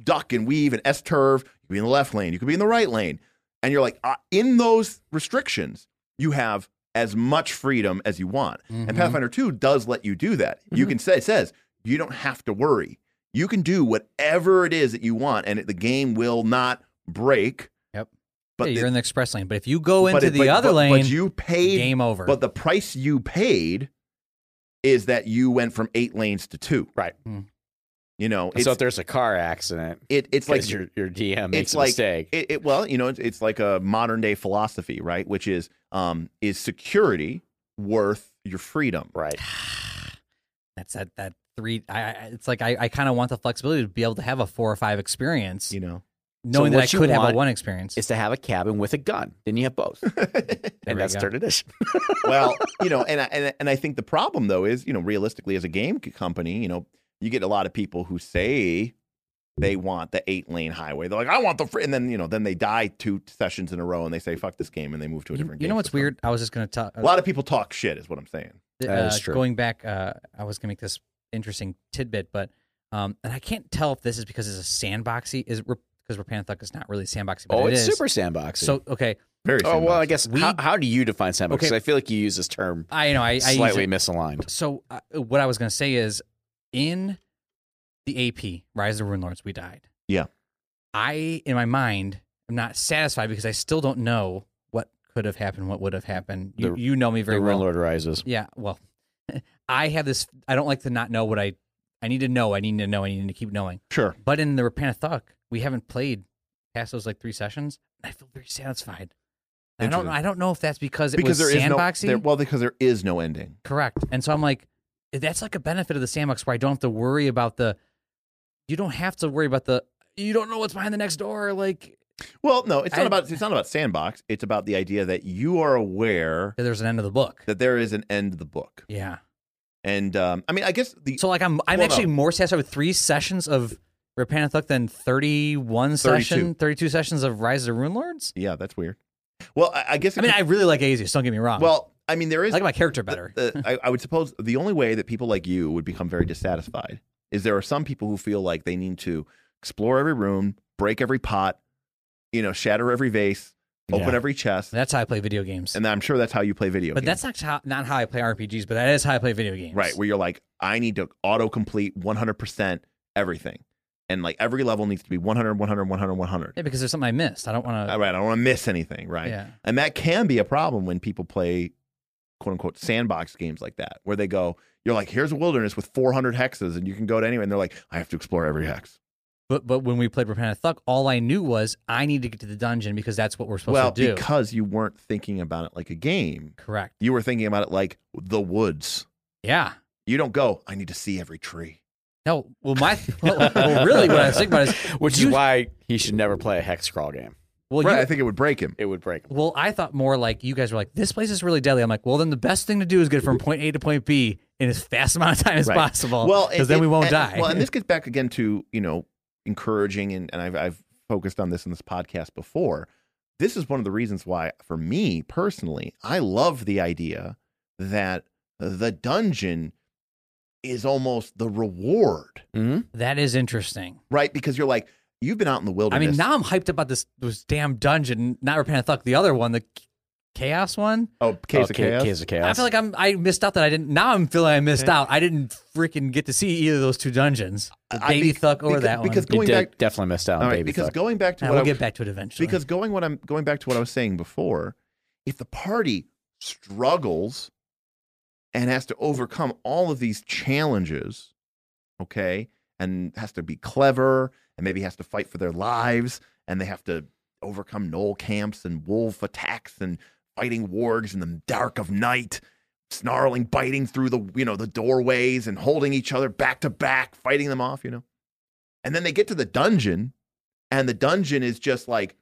A: duck and weave and S turve. You could be in the left lane. You could be in the right lane. And you're like, uh, in those restrictions, you have as much freedom as you want.
B: Mhm.
A: And Pathfinder 2 does let you do that. You
B: Mm-hmm.
C: Mhm.
A: can say, it says, you don't have to worry. You can do whatever it is that you want, and it, the game will not break.
B: Yep.
A: But
B: Mm-hmm. yeah,
A: the-
B: you're in the express lane, but if you go
A: but
B: into
A: it-
B: the
A: but-
B: other
A: but-
B: lane,
A: But you paid
B: game over.
A: but the price you paid is that you went from eight lanes to two.
C: Right.
B: Hmm.
A: You know,
C: so if there's a car accident,
A: it, it's like
C: like your, your DM makes
A: it's
C: a
A: like-
C: mistake.
A: it, it, well, you know, it's, it's like a modern day philosophy, right? Which is um, is security worth your freedom?
C: right.
B: that's that that three. I, I it's like I, I kind of want the flexibility to be able to have a four or five experience,
A: You know,
B: knowing that
C: what
B: I
C: you
B: could have
C: want
B: a one experience.
C: *sighs* Is to have a cabin with a gun. Then you have both. *laughs*
B: There
C: and
B: we
C: that's
B: go.
C: third edition.
A: well, you know, and I, and I- and I think the problem though is, you know, realistically as a game c- company, you know, you get a lot of people who say they want the eight lane highway. They're like, I want the free, and then you know, then they die two sessions in a row and they say, fuck this game, and they move to a
B: You-
A: different.
B: you,
A: game
B: know what's
A: system.
B: weird? I was just gonna talk.
A: A lot of people talk shit, is what I'm saying.
C: That
B: uh,
C: is true.
B: Going back, uh, I was gonna make this interesting tidbit, but um, and I can't tell if this is because it's a sandboxy is because Rapanthuck is not really sandboxy, but
C: oh,
B: it
C: it's
B: is.
C: super sandboxy.
B: So okay,
A: Very.
C: oh, well, I
A: sandboxy.
C: guess
B: We-
C: how, how do you define sandboxy?
B: Okay.
C: 'Cause I feel like you use this term
B: I know I, I use
C: slightly
B: it-
C: misaligned.
B: So uh, what I was gonna say is in the AP Rise of the Rune Lords, we died.
A: Yeah.
B: I in my mind am not satisfied because I still don't know what could have happened, what would have happened. You,
C: The-
B: you know me very
C: the
B: well.
C: Rune Lord rises.
B: Yeah, well, *laughs* I have this. I don't like to not know what I. I need to know. I need to know. I need to keep knowing.
A: sure.
B: But in the Repent of Thuck, we haven't played past those like three sessions. And I feel very satisfied. I don't.
A: Interesting.
B: I don't know if that's because it
A: Because
B: was
A: there is
B: sandboxy.
A: no there, well, because there is no ending.
B: Correct. And so I'm like, "Eh, that's like a benefit of the sandbox where I don't have to worry about the. You don't have to worry about the. You don't know what's behind the next door. Like
A: Well, no, it's not
B: I-
A: about it's not about sandbox. It's about the idea that you are aware
B: eh, there's an end of the book.
A: that there is an end to the book.
B: Yeah.
A: And um, I mean, I guess the
B: So like I'm I'm
A: Well,
B: actually
A: no.
B: more satisfied with three sessions of Repentanthuck than 31 session, 32 sessions of Rise of the Rune Lords.
A: yeah, that's weird. Well, I, I guess
B: I
A: it
B: mean,
A: could-
B: I really like Azius. Don't get me wrong.
A: well, I mean, there
B: Um, I
A: is
B: like my character
A: the-
B: better.
A: the- I, I would suppose the only way that people like you would become very dissatisfied is there are some people who feel like they need to explore every room, break every pot, you know, shatter every vase, open
C: Yeah.
A: every chest,
B: that's how I play video games.
A: and I'm sure that's how you play video.
B: but
A: games.
B: that's not how, not how I play RPGs. But that is how I play video games.
A: Right, where you're like, I need to auto complete 100% everything. And like every level needs to be 100, 100, 100, 100.
B: Yeah, because there's something I missed. I don't want
A: All right, I don't want to miss anything,
B: to.
A: right?
B: Yeah.
A: And that can be a problem when people play quote unquote sandbox games like that, where they go, you're like, here's a wilderness with 400 hexes and you can go to anywhere. And they're like, I have to explore every hex.
B: But but when we played Repent of Thuck, all I knew was I need to get to the dungeon because that's what we're supposed
A: well,
B: to do.
A: because you weren't thinking about it like a game.
B: Correct.
A: You were thinking about it like the woods.
B: Yeah.
A: You don't go, I need to see every tree.
B: No.
A: *laughs*
B: Well, my *laughs* well, well, really what I was thinking about is
C: Which
B: you-
C: is why he should never play a hex scroll game.
B: well,
A: right,
B: you,
A: I think it would break him.
C: It would break him.
B: well, I thought more like you guys were like this place is really deadly. I'm like, well, then the best thing to do is get from point A to point B in as fast amount of time as
C: Right.
B: possible.
A: Well, it-
B: because then we
A: it-
B: won't
A: and-
B: die.
A: Well, and this gets back again to you know encouraging, and, and I've I've focused on this in this podcast before. This is one of the reasons why, for me personally, I love the idea that the dungeon is almost the reward,
C: Mm-hmm.
B: *laughs* that is interesting.
A: right? Because you're like you've been out in the
B: I
A: wilderness.
B: mean, now I'm hyped about this this damn dungeon. Not Repent of Thuck, the other one, the Ch- chaos one.
A: oh, case of chaos.
C: Case of chaos.
B: I feel like I'm I missed out that I didn't. Now I'm feeling I missed out. I didn't freaking get to see either of those two dungeons, the
A: I-
B: baby
A: bec-
B: Thuck or
A: because-
B: that one.
A: because
C: you
A: going
C: did-
A: back-
C: definitely missed out on
A: All right,
C: baby
A: because
C: Thuck.
A: going back to
B: And
A: what
B: we'll
A: I,
B: get back to it eventually.
A: because going what I'm going back to what I was saying before, if the party struggles and has to overcome all of these challenges, okay, and has to be clever and maybe has to fight for their lives and they have to overcome knoll camps and wolf attacks and fighting wargs in the dark of night snarling biting through the you know the doorways and holding each other back to back fighting them off you know and then they get to the dungeon and the dungeon is just like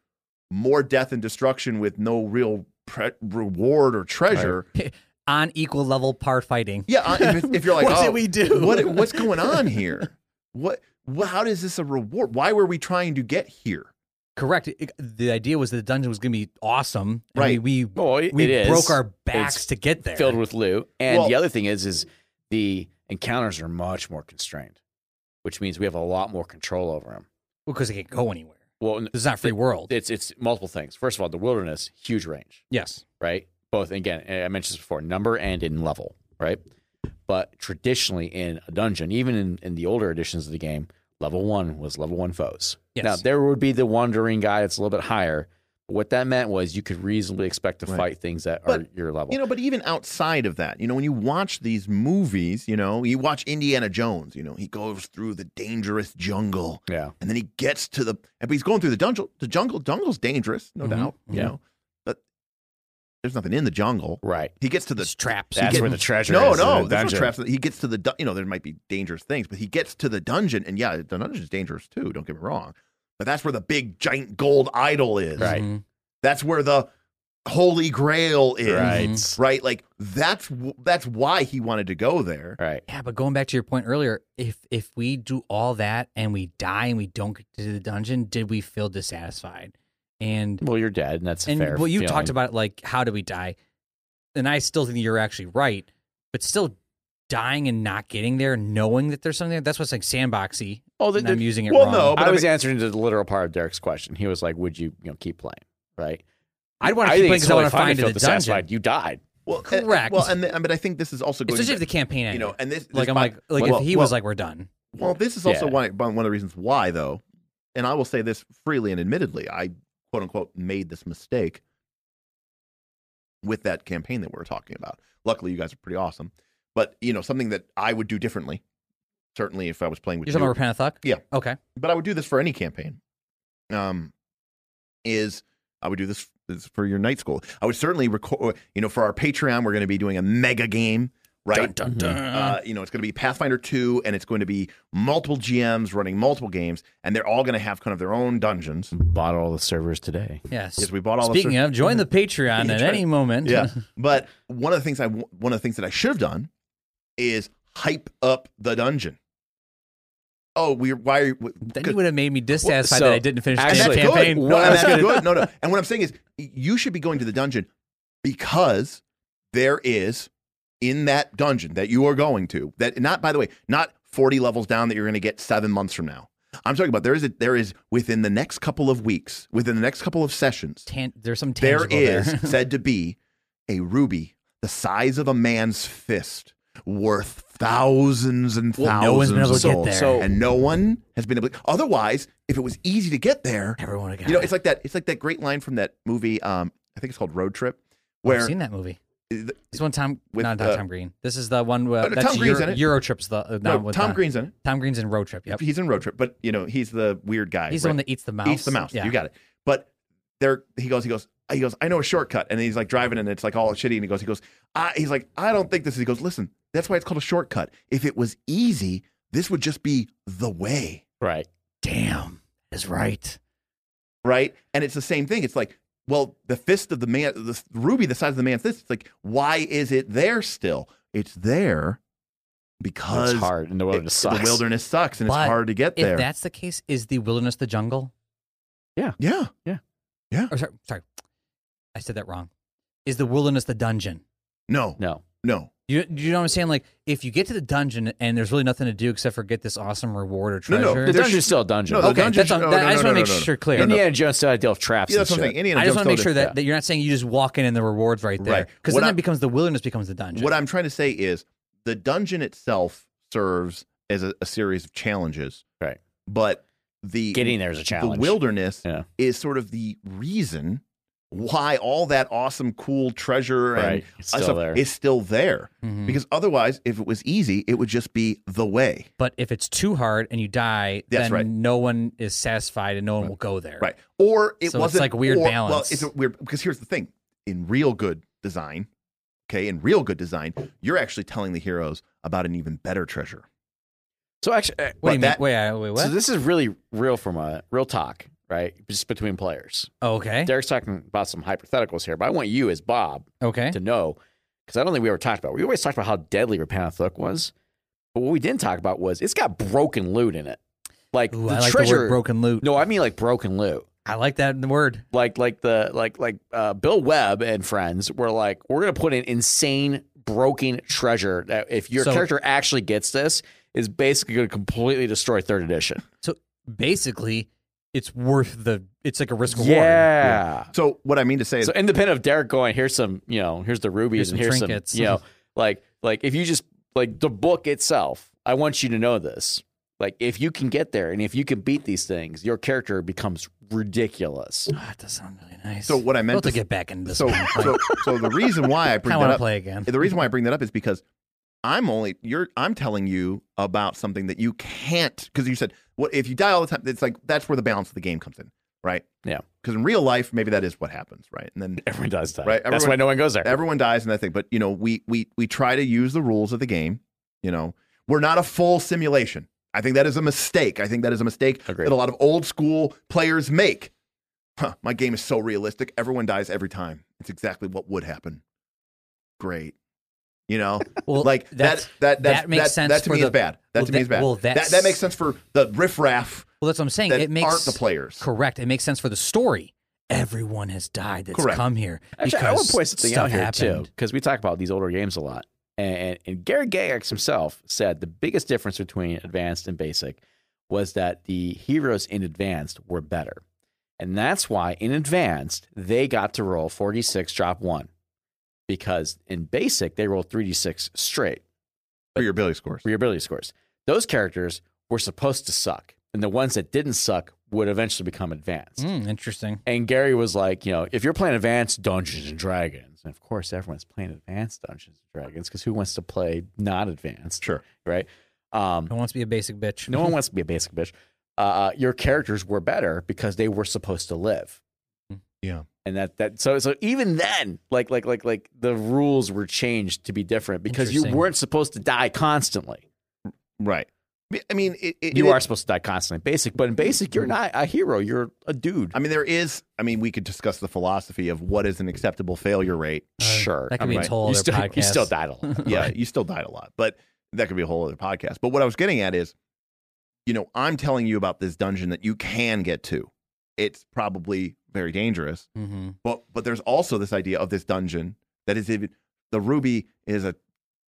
A: more death and destruction with no real pre- reward or treasure
B: on equal level par fighting.
A: yeah uh, if, *laughs* if
B: *laughs*
A: you're like
B: what
A: oh,
B: did we do?
A: what what's going on here what wh- how is this a reward why were we trying to get here
B: *laughs* Correct. It- the idea was that the dungeon was going to be awesome. and
A: Right.
B: We we,
C: Well, Oh, it-
B: we
C: it is.
B: broke our backs to get there.
C: filled with loot. And
A: Well-
C: the other thing is, is the encounters are much more constrained, which means we have a lot more control over them.
B: because it can't go anywhere.
C: Well, n-
B: This is not free world.
C: it's it's multiple things. First of all, the wilderness, huge range,
B: yes.
C: right? Both again, I mentioned this before, number and in level, right? But traditionally in a dungeon, even in, in the older editions of the game, level one was level one foes.
B: Yes.
C: Now there would be the wandering guy that's a little bit higher. But what that meant was you could reasonably expect to
A: Right.
C: fight things that are
A: But,
C: your level.
A: You know, but even outside of that, you know, when you watch these movies, you know, you watch Indiana Jones, you know, he goes through the dangerous jungle
C: yeah.
A: and then he gets to the, but he's going through the jungle. The jungle, jungle's dangerous, no
B: Mhm,
A: doubt, you
B: yeah.
A: know, but there's nothing in the jungle.
C: Right.
A: He gets to the,
B: It's traps.
A: That's
C: That's
A: get-
C: where the treasure
A: no,
C: is.
A: no, there's no traps. He gets to the, dun- you know, there might be dangerous things, but he gets to the dungeon and yeah, the dungeon's dangerous too, don't get me wrong. But that's where the big giant gold idol is.
C: Right.
B: Mhm.
A: That's where the holy grail is
C: Right.
B: Mm-hmm.
A: right? Like that's w- that's why he wanted to go there.
C: Right.
B: Yeah, but going back to your point earlier, if if we do all that and we die and we don't get to the dungeon, did we feel dissatisfied? And
C: Well, you're dead, and that's a
B: and
C: fair.
B: well, you
C: feeling.
B: talked about like how do we die? And I still think you're actually right, but still dying and not getting there, knowing that there's something there, that's what's like sandboxy.
C: Oh, the,
B: And I'm
C: the,
B: using it
A: well,
B: wrong.
A: no, but
C: I
A: I
C: was
A: mean-
C: answering to the literal part of Derek's question. He was like, "Would you, you know, keep playing?" Right.
B: I'd want to
C: I
B: keep
C: think
B: playing because
C: it's
B: I
C: totally
B: want to
C: fine
B: find
C: feel
B: the dungeon,
C: dissatisfied. You died.
A: Well, uh,
B: Correct.
A: well, and the, but I think this is also going
B: especially if
A: back,
B: the campaign
A: you
B: ended.
A: know, and this, this
B: like I'm
A: by-
B: like like
A: well,
B: if he
A: well,
B: was like we're done.
A: well, this is also
C: Yeah.
A: one one of the reasons why though, and I will say this freely and admittedly, I quote unquote made this mistake with that campaign that we were talking about. Luckily, you guys are pretty awesome, but you know something that I would do differently, certainly if I was playing with
B: You're
A: you.
B: talking about Repent of Thuck?
A: Yeah.
B: Okay.
A: but I would do this for any campaign. Um, is I would do this, this for your night school. I would certainly record. You know, for our Patreon, we're going to be doing a mega game, right?
B: Dun,
C: Mhm.
B: dun, dun.
A: Uh, you know, it's going to be Pathfinder 2, and it's going to be multiple GMs running multiple games, and they're all going to have kind of their own dungeons
C: Bought all the servers today.
B: yes.
A: because we bought all.
B: Speaking
A: the
B: of,
A: *laughs*
B: join the Patreon at
A: Join-
B: any moment. *laughs*
A: yeah, but one of the things I w- one of the things that I should have done is hype up the dungeon. Oh, we why are you,
B: Then you would have made me dissatisfied
C: so,
B: that I didn't finish the
C: actually-
B: damn campaign.
A: good.
C: No,
A: No, and
C: that's
A: that's
C: good.
A: good. No, no. And what I'm saying is, you should be going to the dungeon because there is in that dungeon that you are going to that not by the way not 40 levels down that you're going to get seven months from now. I'm talking about there is a, there is within the next couple of weeks, within the next couple of sessions,
B: Tan- there's some
A: there
B: tangible there.
A: is said to be a ruby the size of a man's fist worth thousands and
B: Well,
A: thousands
B: *laughs* no one's been able
A: of
B: to get
A: souls.
B: there.
C: So-
A: and no one has been able to, otherwise if it was easy to get there
B: Everyone got
A: you know,
B: it.
A: it's like that. It's like that great line from that movie. Um, I think it's called Road Trip,
B: Oh, I've
A: where
B: seen that movie.
A: th-
B: This one Tom,
A: With,
B: not
A: uh,
B: Tom Green. This is the one where
A: Oh, no,
B: that's
A: Tom Green's
B: Euro,
A: in it.
B: Euro trips. The uh, not
A: no,
B: with
A: Tom
B: the-
A: Green's in it.
B: Tom Green's in road trip. Yep,
A: He's in Road Trip, but you know he's the weird guy.
B: he's
A: right?
B: the one that eats the mouse.
A: Eats the mouse.
B: Yeah.
A: You got it. But there, he goes. He goes. He goes. I know a shortcut, and he's like driving, and it's like all shitty. And he goes. He goes. I, he's like, I don't think this is. He goes. Listen, that's why it's called a shortcut. If it was easy, this would just be the way,
C: Right.
B: Damn, that's right.
A: right? And it's the same thing. It's like, well, the fist of the man, the ruby, the size of the man's fist. It's like, why is it there still? It's there because
C: It's hard and the
A: it-
C: wilderness sucks.
A: the wilderness sucks, and
B: But
A: it's hard to get there.
B: If that's the case, is the wilderness the jungle?
A: yeah,
B: Or sorry, sorry, I said that wrong. Is the wilderness the dungeon?
A: no,
C: No.
A: no.
B: You, you know what I'm saying? Like, if you get to the dungeon and there's really nothing to do except for get this awesome reward or
A: No,
B: treasure.
A: no,
C: The
A: There's-
C: dungeon's still a dungeon.
A: No, the
B: okay,
A: dungeon-
B: that's on,
A: no,
B: that,
A: no,
B: I just
A: no,
B: want to
A: no,
B: make
A: no, no.
B: sure clear.
A: No, no.
C: Indiana Jones still had to deal with traps
A: Yeah,
C: and
A: that's what I'm
C: shit.
A: saying. Indiana
B: I just
A: Jones
B: want to make
A: told
B: sure
A: us
B: that,
A: that.
B: that you're not saying you just walk in and the rewards right there,
A: Right.
B: because
A: What
B: then
A: I-
B: it becomes the wilderness becomes the dungeon.
A: What I'm trying to say is the dungeon itself serves as a, a series of challenges.
C: Right.
A: But the
C: Getting there is a
A: the
C: challenge.
A: wilderness
C: Yeah.
A: is sort of the reason why all that awesome, cool treasure and
C: right. It's
A: stuff
C: still there. Mm.
A: is still there.
B: Mhm.
A: Because otherwise, if it was easy, it would just be the way.
B: But if it's too hard and you die,
A: That's
B: then
A: right.
B: no one is satisfied and no one will go there.
A: Right. Or it
B: So it's
A: wasn't
B: like a weird
A: or- Well,
B: balance.
A: it's a weird because here's the thing: in real good design, okay, in real good design, you're actually telling the heroes about an even better treasure.
C: so actually, uh,
B: What do you
A: But
B: mean?
A: that-
B: Wait, I- wait, what?
C: so this is really real from a real talk, right? Just between players.
B: oh, okay.
C: Derek's talking about some hypotheticals here, but I want you as Bob
B: Okay.
C: to know because I don't think we ever talked about. It. We always talked about how deadly Repentance Hook was, but what we didn't talk about was it's got broken loot in it, like
B: Ooh,
C: the
B: I like the
C: treasure.
B: word broken loot.
C: no, I mean like broken loot,
B: I like that word.
C: like like the like like uh, Bill Webb and friends were like, we're gonna put in insane broken treasure that if your
B: So-
C: character actually gets this, is basically gonna completely destroy third edition.
B: Basically, it's worth the. It's like a risk reward.
C: Yeah.
A: So what I mean to say is,
C: So independent of Derek going, here's some, you know, here's the rubies
B: Here's
C: and
B: some
C: here's
B: trinkets.
C: some, you know, like like if you just like the book itself, I want you to know this. Like if you can get there and if you can beat these things, your character becomes ridiculous.
B: Ah, that does sound really nice.
A: so what I
B: I'll
A: meant
B: to
A: to,
B: get back into this.
A: so,
B: *laughs* one.
A: so so the reason why I *laughs*
B: I
A: bring
B: kind of
A: that
B: want to
A: up,
B: play again.
A: the reason why I bring that up is because I'm only you're I'm telling you about something that you can't because you said what if you die all the time. It's like that's where the balance of the game comes in, right?
C: Yeah.
A: Because in real life, maybe that is what happens, right? And then
C: Everyone does that.
A: Right,
C: That's
A: everyone-
C: why no one goes there.
A: everyone dies and that thing. But you know, we we we try to use the rules of the game. You know, we're not a full simulation. I think that is a mistake. I think that is a mistake
C: Agreed.
A: that a lot of old school players make. Huh, my game is so realistic. Everyone dies every time. It's exactly what would happen. Great. You know,
B: well,
A: like
B: that's,
A: that that that
B: that makes sense
A: That to
B: for
A: me
B: the-
A: is bad. That
B: well,
A: to
B: that-
A: me is bad.
B: well,
A: that
B: that's-
A: that makes sense for the riffraff
B: well, that's what I'm saying.
A: that
B: it makes
A: aren't the players.
B: Correct. It makes sense for the story. Everyone has died that's
A: Correct.
B: come here.
C: Actually, I
B: because
C: want to point something
B: stuff
C: out here
B: happened.
C: too, because we talk about these older games a lot. And, and Gary Gygax himself said the biggest difference between advanced and basic was that the heroes in advanced were better. And that's why in advanced, they got to roll 46, drop one. Because in basic, they roll 3d6 straight
A: for your Billy scores.
C: for your ability scores. Those characters were supposed to suck. And the ones that didn't suck would eventually become advanced.
B: Mm, interesting.
C: And Gary was like, you know, if you're playing Advanced Dungeons and Dragons, and of course everyone's playing Advanced Dungeons and Dragons because who wants to play not advanced,
A: Sure.
C: right? Um,
B: Who wants to be a basic bitch?
C: no one wants to be a basic bitch. Uh, your characters were better because they were supposed to live.
A: Yeah.
C: And that that so so even then, like like like like the rules were changed to be different because you
B: Interesting.
C: weren't supposed to die constantly.
A: Right. I mean, it, it,
C: You
A: it-
C: are supposed to die constantly, in basic, but in basic, you're not a hero. You're a dude.
A: I mean, there is. I mean, we could discuss the philosophy of what is an acceptable failure
B: *laughs*
A: rate.
B: Uh,
C: sure,
B: that could
C: I
B: be
C: mean,
B: its whole
C: you
B: other
C: still, You
B: podcast.
C: still died a lot.
A: Yeah, you still died a lot, but that could be a whole other podcast. But what I was getting at is, you know, I'm telling you about this dungeon that you can get to. It's probably very dangerous,
B: Mm-hmm.
A: but but there's also this idea of this dungeon that is even the ruby is a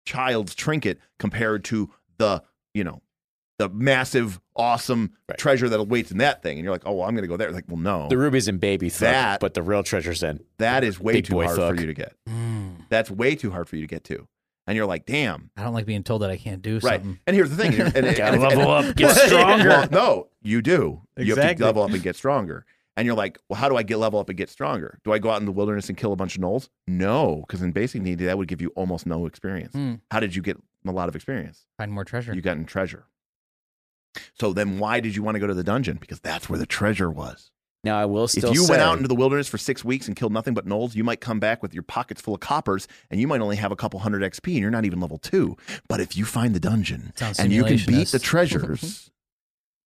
A: child's trinket compared to the you know the massive awesome
C: Right.
A: treasure that awaits in that thing, and you're like, oh, well, I'm gonna go there. Like, well, no,
C: The ruby's in baby thug,
A: Oh. That-
C: but the real treasure's in.
A: that is way
C: big
A: too
C: boy
A: hard
C: fuck.
A: for you to get.
B: Mm.
A: That's way too hard for you to get to, and you're like, damn.
B: I don't like being told that I can't do
A: Right.
B: something.
A: And here's the
C: *laughs*
A: *laughs* thing. And, and, and- and-
C: up,
A: Well, no, you do. You have
B: Exactly.
A: to level up and get stronger. And you're like, well, how do I get level up and get stronger? Do I go out in the wilderness and kill a bunch of gnolls? No, because in basic need, that would give you almost no experience.
B: Hmm.
A: How did you get a lot of experience?
B: Find more treasure.
A: You got in treasure. So then why did you want to go to the dungeon? Because that's where the treasure was.
C: Now I will still
A: if you
C: say,
A: went out into the wilderness for six weeks and killed nothing but gnolls, you might come back with your pockets full of coppers and you might only have a couple hundred XP and you're not even level two. But if you find the dungeon
B: Sounds
A: and you can beat the
B: simulationist. *laughs*
A: treasures,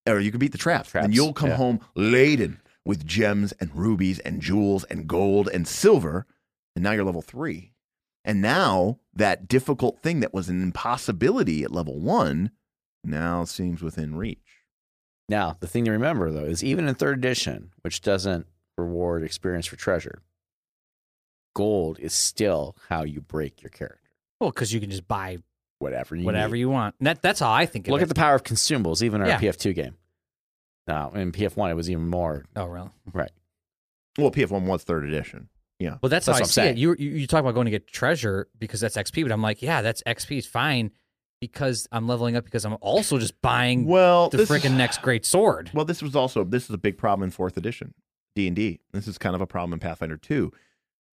A: or you can beat the traps, then
C: Traps,
A: you'll come
C: yeah.
A: home laden with gems and rubies and jewels and gold and silver. And now you're level three. And now that difficult thing that was an impossibility at level one now seems within reach.
C: now the thing to remember though is even in third edition, which doesn't reward experience for treasure, gold is still how you break your character.
B: well, because you can just buy
C: Whatever you
B: whatever
C: need.
B: you want. And that, that's how I think of
C: look
B: it.
C: at the power of consumables, even in
B: Yeah.
C: our PF2 game. Now in PF1, it was even more
B: Oh, really?
C: right.
A: Well, PF1 was third edition. Yeah.
B: Well, that's,
C: That's
B: how I
C: what I'm
B: see
C: saying.
B: it. You, you you talk about going to get treasure because that's XP, but I'm like, yeah, that's XP is fine because I'm leveling up because I'm also just buying
A: Well,
B: the
A: this is-
B: freaking next great sword.
A: Well, this was also this is a big problem in fourth edition D and D. This is kind of a problem in Pathfinder two.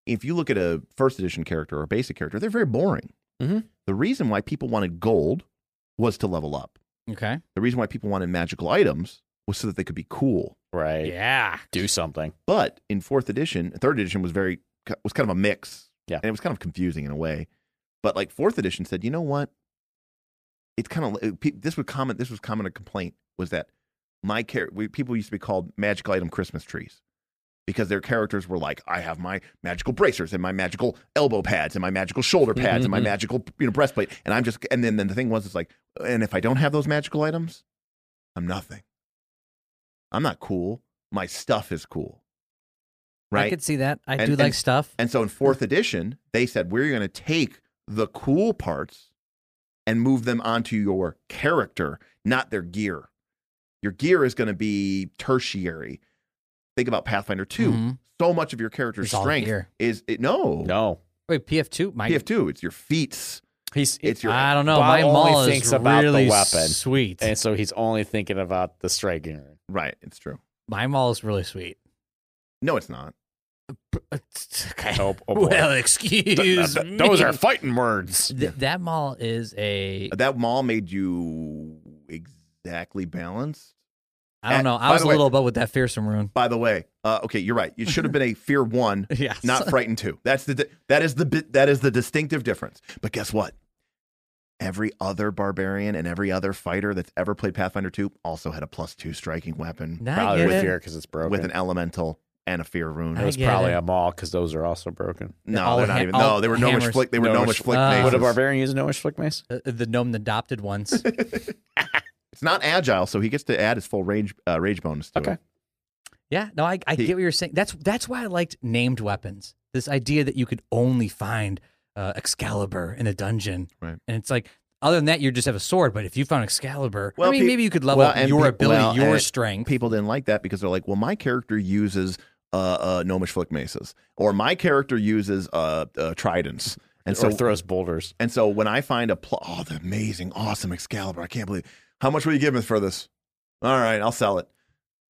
A: If you look at a first edition character or a basic character, they're very boring.
C: Mhm.
A: The reason why people wanted gold was to level up.
B: Okay.
A: The reason why people wanted magical items was so that they could be cool.
C: Right.
B: Yeah.
C: Do something.
A: But in fourth edition, third edition was very was kind of a mix.
C: Yeah.
A: and it was kind of confusing in a way. But like fourth edition said, you know what? It's kind of it- pe- this would comment. This was common a complaint was that my char- we, people used to be called magical item Christmas trees because their characters were like, I have my magical bracers and my magical elbow pads and my magical shoulder
B: Mm-hmm,
A: pads and my magical you know breastplate, and I'm just and then then the thing was it's like, and if I don't have those magical items, I'm nothing. I'm not cool. My stuff is cool. Right.
B: I could see that. I
A: And-
B: do
A: and-
B: like stuff.
A: And so in fourth edition, they said we're going to take the cool parts and move them onto your character, not their gear. Your gear is going to be tertiary. Think about Pathfinder 2.
B: Mhm.
A: So much of your character's
B: It's all
A: strength
B: gear.
A: is it, no.
C: No.
B: Wait, PF2? My,
A: PF2, it's your feats.
C: He's
A: It's your
B: I don't know.
C: Bob
B: My
C: only
B: maul
C: thinks
B: is
C: about the
B: really
C: weapon.
B: sweet.
C: and so he's only thinking about the strike *laughs* gear.
A: right, it's true.
B: My maul is really sweet. *laughs*
A: No, it's not.
B: Okay.
C: Oh, oh boy.
B: well, excuse me.
C: fighting words.
B: Th- that maul is a.
A: That mall made you exactly balanced.
B: I don't know.
A: By
B: I was
A: the
B: a
A: way-
B: little above with that fearsome rune. *laughs*
A: By the way, uh, okay, you're right. You should have been a fear 1
B: Yeah.
A: not frightened too. That's the di- that is the bit that is the distinctive difference. But guess what? Every other barbarian and every other fighter that's ever played Pathfinder 2 also had a plus two striking weapon
B: Now I
C: Probably
B: get
C: with
B: it.
C: fear because it's broken.
A: with an elemental and a fear rune.
C: it was
B: I get
C: probably
B: it.
C: a maul because those are also broken.
A: no,
B: all
A: they're not
B: ha-
A: even.
B: all
A: No, they were gnomish
B: hammers.
A: flick. They were
C: Gnomish
A: gnomish flick.
B: Ah.
A: maces.
C: Would a barbarian use a gnomish flick mace?
B: Uh, the gnome adopted
A: *laughs*
B: ones.
A: It's not agile, so he gets to add his full rage uh, rage bonus to
C: Okay.
A: it.
B: yeah, no, I, I
A: He-
B: get what you're saying. That's that's why I liked named weapons. This idea that you could only find uh, Excalibur in a dungeon,
A: Right.
B: And it's like other than that, you just have a sword. But if you found Excalibur,
A: Well,
B: I mean,
A: pe-
B: maybe you could level
A: well,
B: up
A: and
B: your
A: pe-
B: ability,
A: well,
B: your
A: and
B: strength.
A: people didn't like that because they're like, well, my character uses uh, uh, gnomish flick maces, or my character uses uh, uh, tridents, and so
C: or throws boulders.
A: And so when I find a pl- oh, the amazing, awesome Excalibur, I can't believe. How much will you give me for this? All right, I'll sell it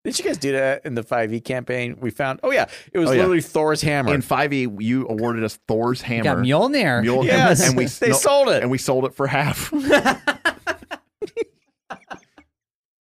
C: Did you guys do that in the 5e campaign? We found, oh yeah, it was
A: Oh, yeah.
C: literally Thor's hammer.
A: in five E. You awarded us Thor's
B: You got
A: hammer,
B: Mjolnir. *laughs*
A: Mjolnir,
C: yes,
A: and we
C: *laughs* they
A: no,
C: sold it.
A: and we sold it for half *laughs*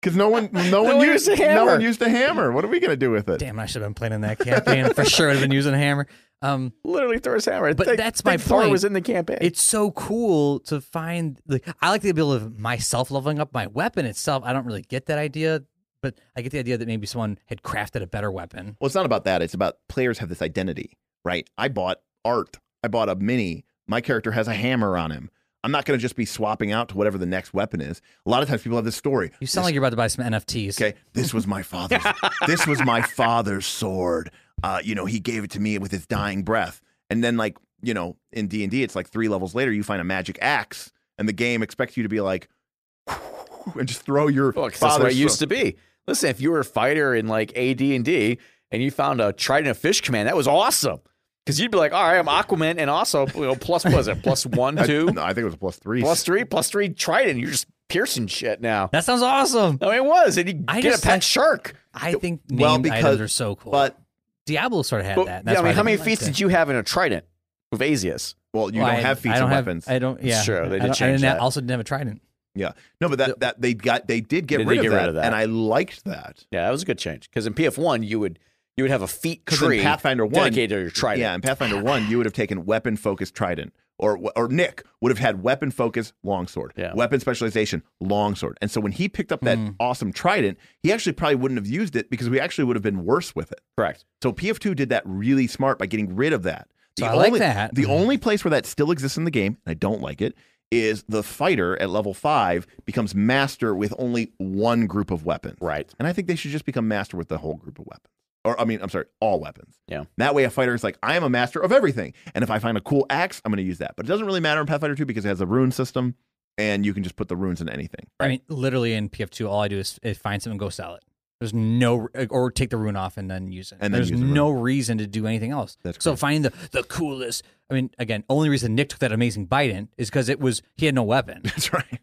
A: because no one, no, one
C: one
A: used,
C: used a
A: no
C: hammer.
A: one used a hammer. What are we gonna do with it?
B: Damn, I should have been playing in that campaign for sure. I'd have been using a hammer. Um,
C: literally Thor's hammer.
B: But
C: Think-
B: that's my
C: think Thor
B: point.
C: was in the campaign.
B: it's so cool to find like I like the ability of myself leveling up my weapon itself. I don't really get that idea, but I get the idea that maybe someone had crafted a better weapon.
A: Well, it's not about that. It's about players have this identity, right? I bought art. I bought a mini. My character has a hammer on him. I'm not going to just be swapping out to whatever the next weapon is. A lot of times people have this story.
B: You sound like you're about to buy some NFTs.
A: Okay, this was my
C: *laughs*
A: father's. this was my father's sword. Uh, you know, he gave it to me with his dying breath. And then, like you know, in D and D, it's like three levels later, you find a magic axe, and the game expects you to be like, *laughs* and just throw your
C: Well, 'cause that's
A: father's.
C: what it used to be. Listen, if you were a fighter in like AD and D, and you found a trident of fish command, that was awesome. Because you'd be like, all right, I'm Aquaman, and also you know, plus what is it? Plus one, two,
A: No, I think it was a plus three.
C: plus three, plus three trident. You're just piercing shit now.
B: That sounds awesome.
C: No, it was, and you
B: I
C: get a
B: just
C: pet
B: like-
C: shark.
B: I think named
A: Well, because-
B: items are so cool.
A: But
B: Diablo sort of had
C: But-
B: that.
C: yeah, I mean, how many feats
B: feats
C: did you have in a trident with Asius?
A: well, you
B: Well,
A: don't
B: I-
A: have feats
B: I don't
A: and
B: have-
A: weapons.
B: I don't. Yeah,
C: Sure, they
B: I
C: did
B: don't- I
C: change
B: didn't ha-
C: that.
B: also didn't have a trident.
A: no, but that, that they got they did get,
C: They did
A: rid, of
C: get
A: that,
C: rid of that.
A: and I liked that
C: Yeah, that was a good change because in PF one you would you would have a feat
A: because
C: tree
A: in Pathfinder one,
C: dedicated to your trident.
A: yeah, in Pathfinder one, you would have taken weapon focused trident, or or Nick would have had weapon focus longsword,
C: Yeah.
A: weapon specialization longsword, and so when he picked up that
B: Hmm.
A: awesome trident, he actually probably wouldn't have used it because we actually would have been worse with it.
C: correct.
A: So PF2 did that really smart by getting rid of that.
B: So I like
A: only,
B: that.
A: The only place where that still exists in the game, and I don't like it, is the fighter at level five becomes master with only one group of weapons.
C: Right.
A: And I think they should just become master with the whole group of weapons. Or I mean, I'm sorry, all weapons.
C: Yeah.
A: That way a fighter is like, I am a master of everything. And if I find a cool axe, I'm gonna use that. But it doesn't really matter in Pathfinder 2 because it has a rune system and you can just put the runes in anything.
B: I mean, literally in PF2, all I do is, is find something and go sell it. There's no, or take the rune off and then use it.
A: And then
B: There's
A: use the rune.
B: no reason to do anything else.
A: That's
B: so
A: correct.
B: finding the, the coolest, I mean, again, only reason Nick took that amazing Biden is because it was, he had
A: *laughs*
B: no weapon.
A: *laughs* That's right.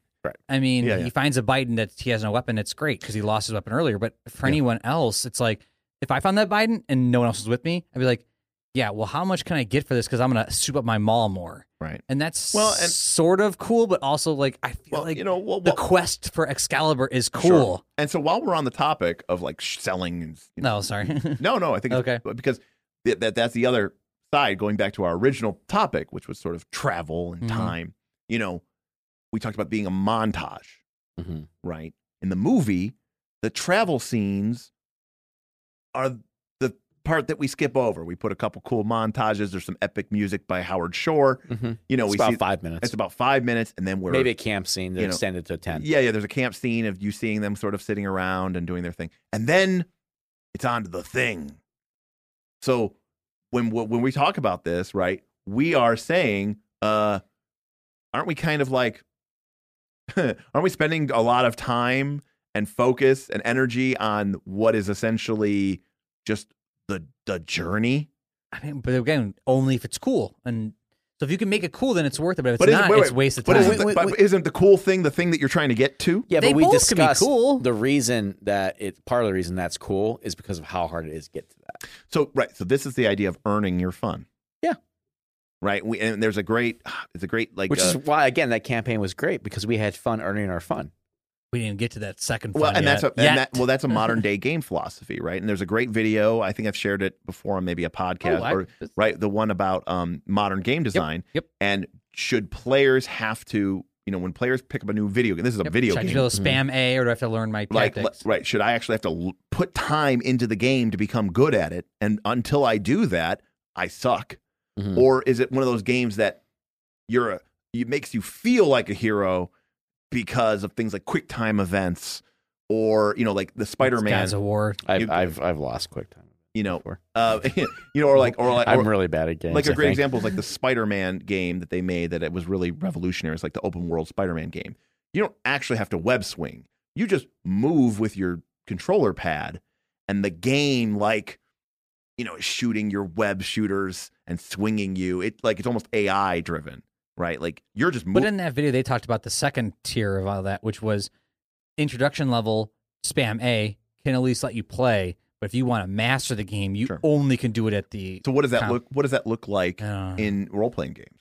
B: I mean,
A: Yeah,
B: he
A: yeah.
B: finds a Biden that he has no weapon. It's great because he lost his weapon earlier. But for anyone else, it's like, if I found that Biden and no one else was with me, I'd be like, yeah, well, how much can I get for this? Because I'm going to soup up my mall more.
A: Right.
B: And that's
A: Well, and-
B: sort of cool, but also like, I feel
A: Well,
B: like
A: you know, well,
B: the
A: well-
B: quest for Excalibur is cool.
A: Sure. And so while we're on the topic of like sh- selling and you know, *laughs*
B: No, sorry. *laughs*
A: No, no, I think it's,
B: Okay.
A: but because th- that that's the other side. Going back to our original topic, which was sort of travel and
B: Mhm.
A: time. You know, we talked about being a montage,
C: Mhm.
A: right? In the movie, the travel scenes are the part that we skip over. We put a couple cool montages. There's some epic music by Howard Shore.
C: Mhm.
A: You know,
C: it's
A: we
C: about
A: see
C: five minutes.
A: it's about five minutes, and then we're
C: Maybe a camp scene that
A: you know,
C: extended to ten.
A: yeah, yeah. There's a camp scene of you seeing them sort of sitting around and doing their thing, and then it's on to the thing. So when when we talk about this, right, we are saying, uh, aren't we kind of like, *laughs* aren't we spending a lot of time and focus and energy on what is essentially just the the journey?
B: I mean, but again, only if it's cool. And so if you can make it cool, then it's worth it. But if
A: But
B: it's
A: is-
B: not,
A: wait,
B: it's
A: wait,
B: waste of
A: But
B: time.
A: isn't,
C: Wait,
A: the,
C: wait,
A: but
C: wait.
A: isn't the cool thing the thing that you're trying to get to?
C: Yeah,
B: They
C: but we
B: both can be
C: discussed
B: cool.
C: the reason that it part of the reason that's cool is because of how hard it is to get to that.
A: So right, so this is the idea of earning your fun.
C: Yeah.
A: Right. We, and there's a great, it's a great like.
C: Which
A: uh,
C: is why again that campaign was great because we had fun earning our fun.
B: we didn't get to that second
A: well,
B: fun
A: and
B: yet.
A: that's a, and
B: Yet.
A: that, well, that's a
B: *laughs*
A: modern day game philosophy, right? And there's a great video. I think I've shared it before on maybe a podcast
B: Oh, I-
A: or right the one about um, modern game design.
B: yep.
A: And should players have to, you know, when players pick up a new video game, this is a
B: Yep.
A: video
B: Should I
A: game. Mm-hmm.
B: just be able to spam A or do I have to learn my
A: like
B: tactics?
A: li- right should i actually have to l- put time into the game to become good at it and until i do that i suck
C: Mhm.
A: or is it one of those games that you're a it makes you feel like a hero because of things like quick time events or you know like the spider-man
B: Gods of War.
C: I've
A: You-
C: I've, I've lost quick time.
A: you know
C: Before.
A: uh, *laughs* you know or like or like
C: I'm
A: or-
C: really bad at games.
A: like
C: I
A: a great
C: think.
A: example is like the Spider-Man game that they made that it was really revolutionary. It's like the open world Spider-Man game. You don't actually have to web swing. You just move with your controller pad, and the game like you know is shooting your web shooters and swinging you. It like it's almost AI driven, right? Like you're just
B: But
A: moving.
B: in that video, they talked about the second tier of all that, which was introduction level spam A can at least let you play. But if you want to master the game, you
A: Sure.
B: only can do it at the.
A: so what does that
B: Huh.
A: look? What does that look like
B: Uh,
A: in role playing games?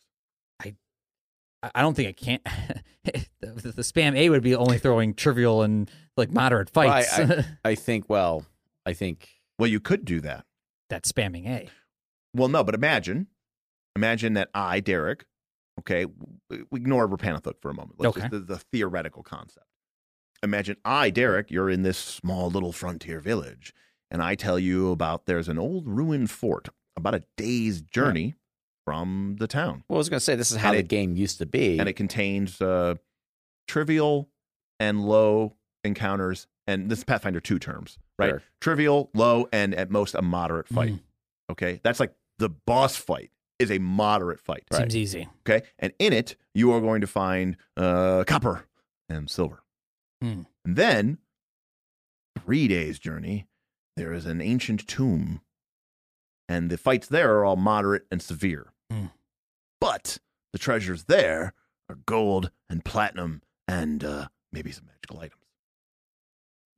B: I- I don't think I can't. *laughs* the, the- the spam A would be only throwing trivial and like moderate
C: Well, I-
B: fights.
C: I think well, I think
A: Well, you could do that.
B: *laughs* That's spamming A.
A: Well, no, but imagine, imagine that I, Derek, okay, w- we ignore Rapanathuk for a moment. Let's
B: Okay.
A: just the, the theoretical concept. Imagine I, Derek, you're in this small little frontier village, and I tell you about there's an old ruined fort about a day's journey from the town,
C: well I was gonna say this is how
A: And
C: the
A: it-
C: game used to be.
A: and it contains uh, trivial and low encounters, and this is Pathfinder two terms, right?
C: Sure.
A: Trivial, low, and at most a moderate fight.
B: Mm.
A: Okay, that's like the boss fight is a moderate fight.
B: Seems easy.
A: Okay, and in it you are going to find uh, copper and silver.
B: Hmm.
A: And then three days journey, there is an ancient tomb, and the fights there are all moderate and severe.
B: Hmm.
A: But the treasures there are gold and platinum and uh, maybe some magical items.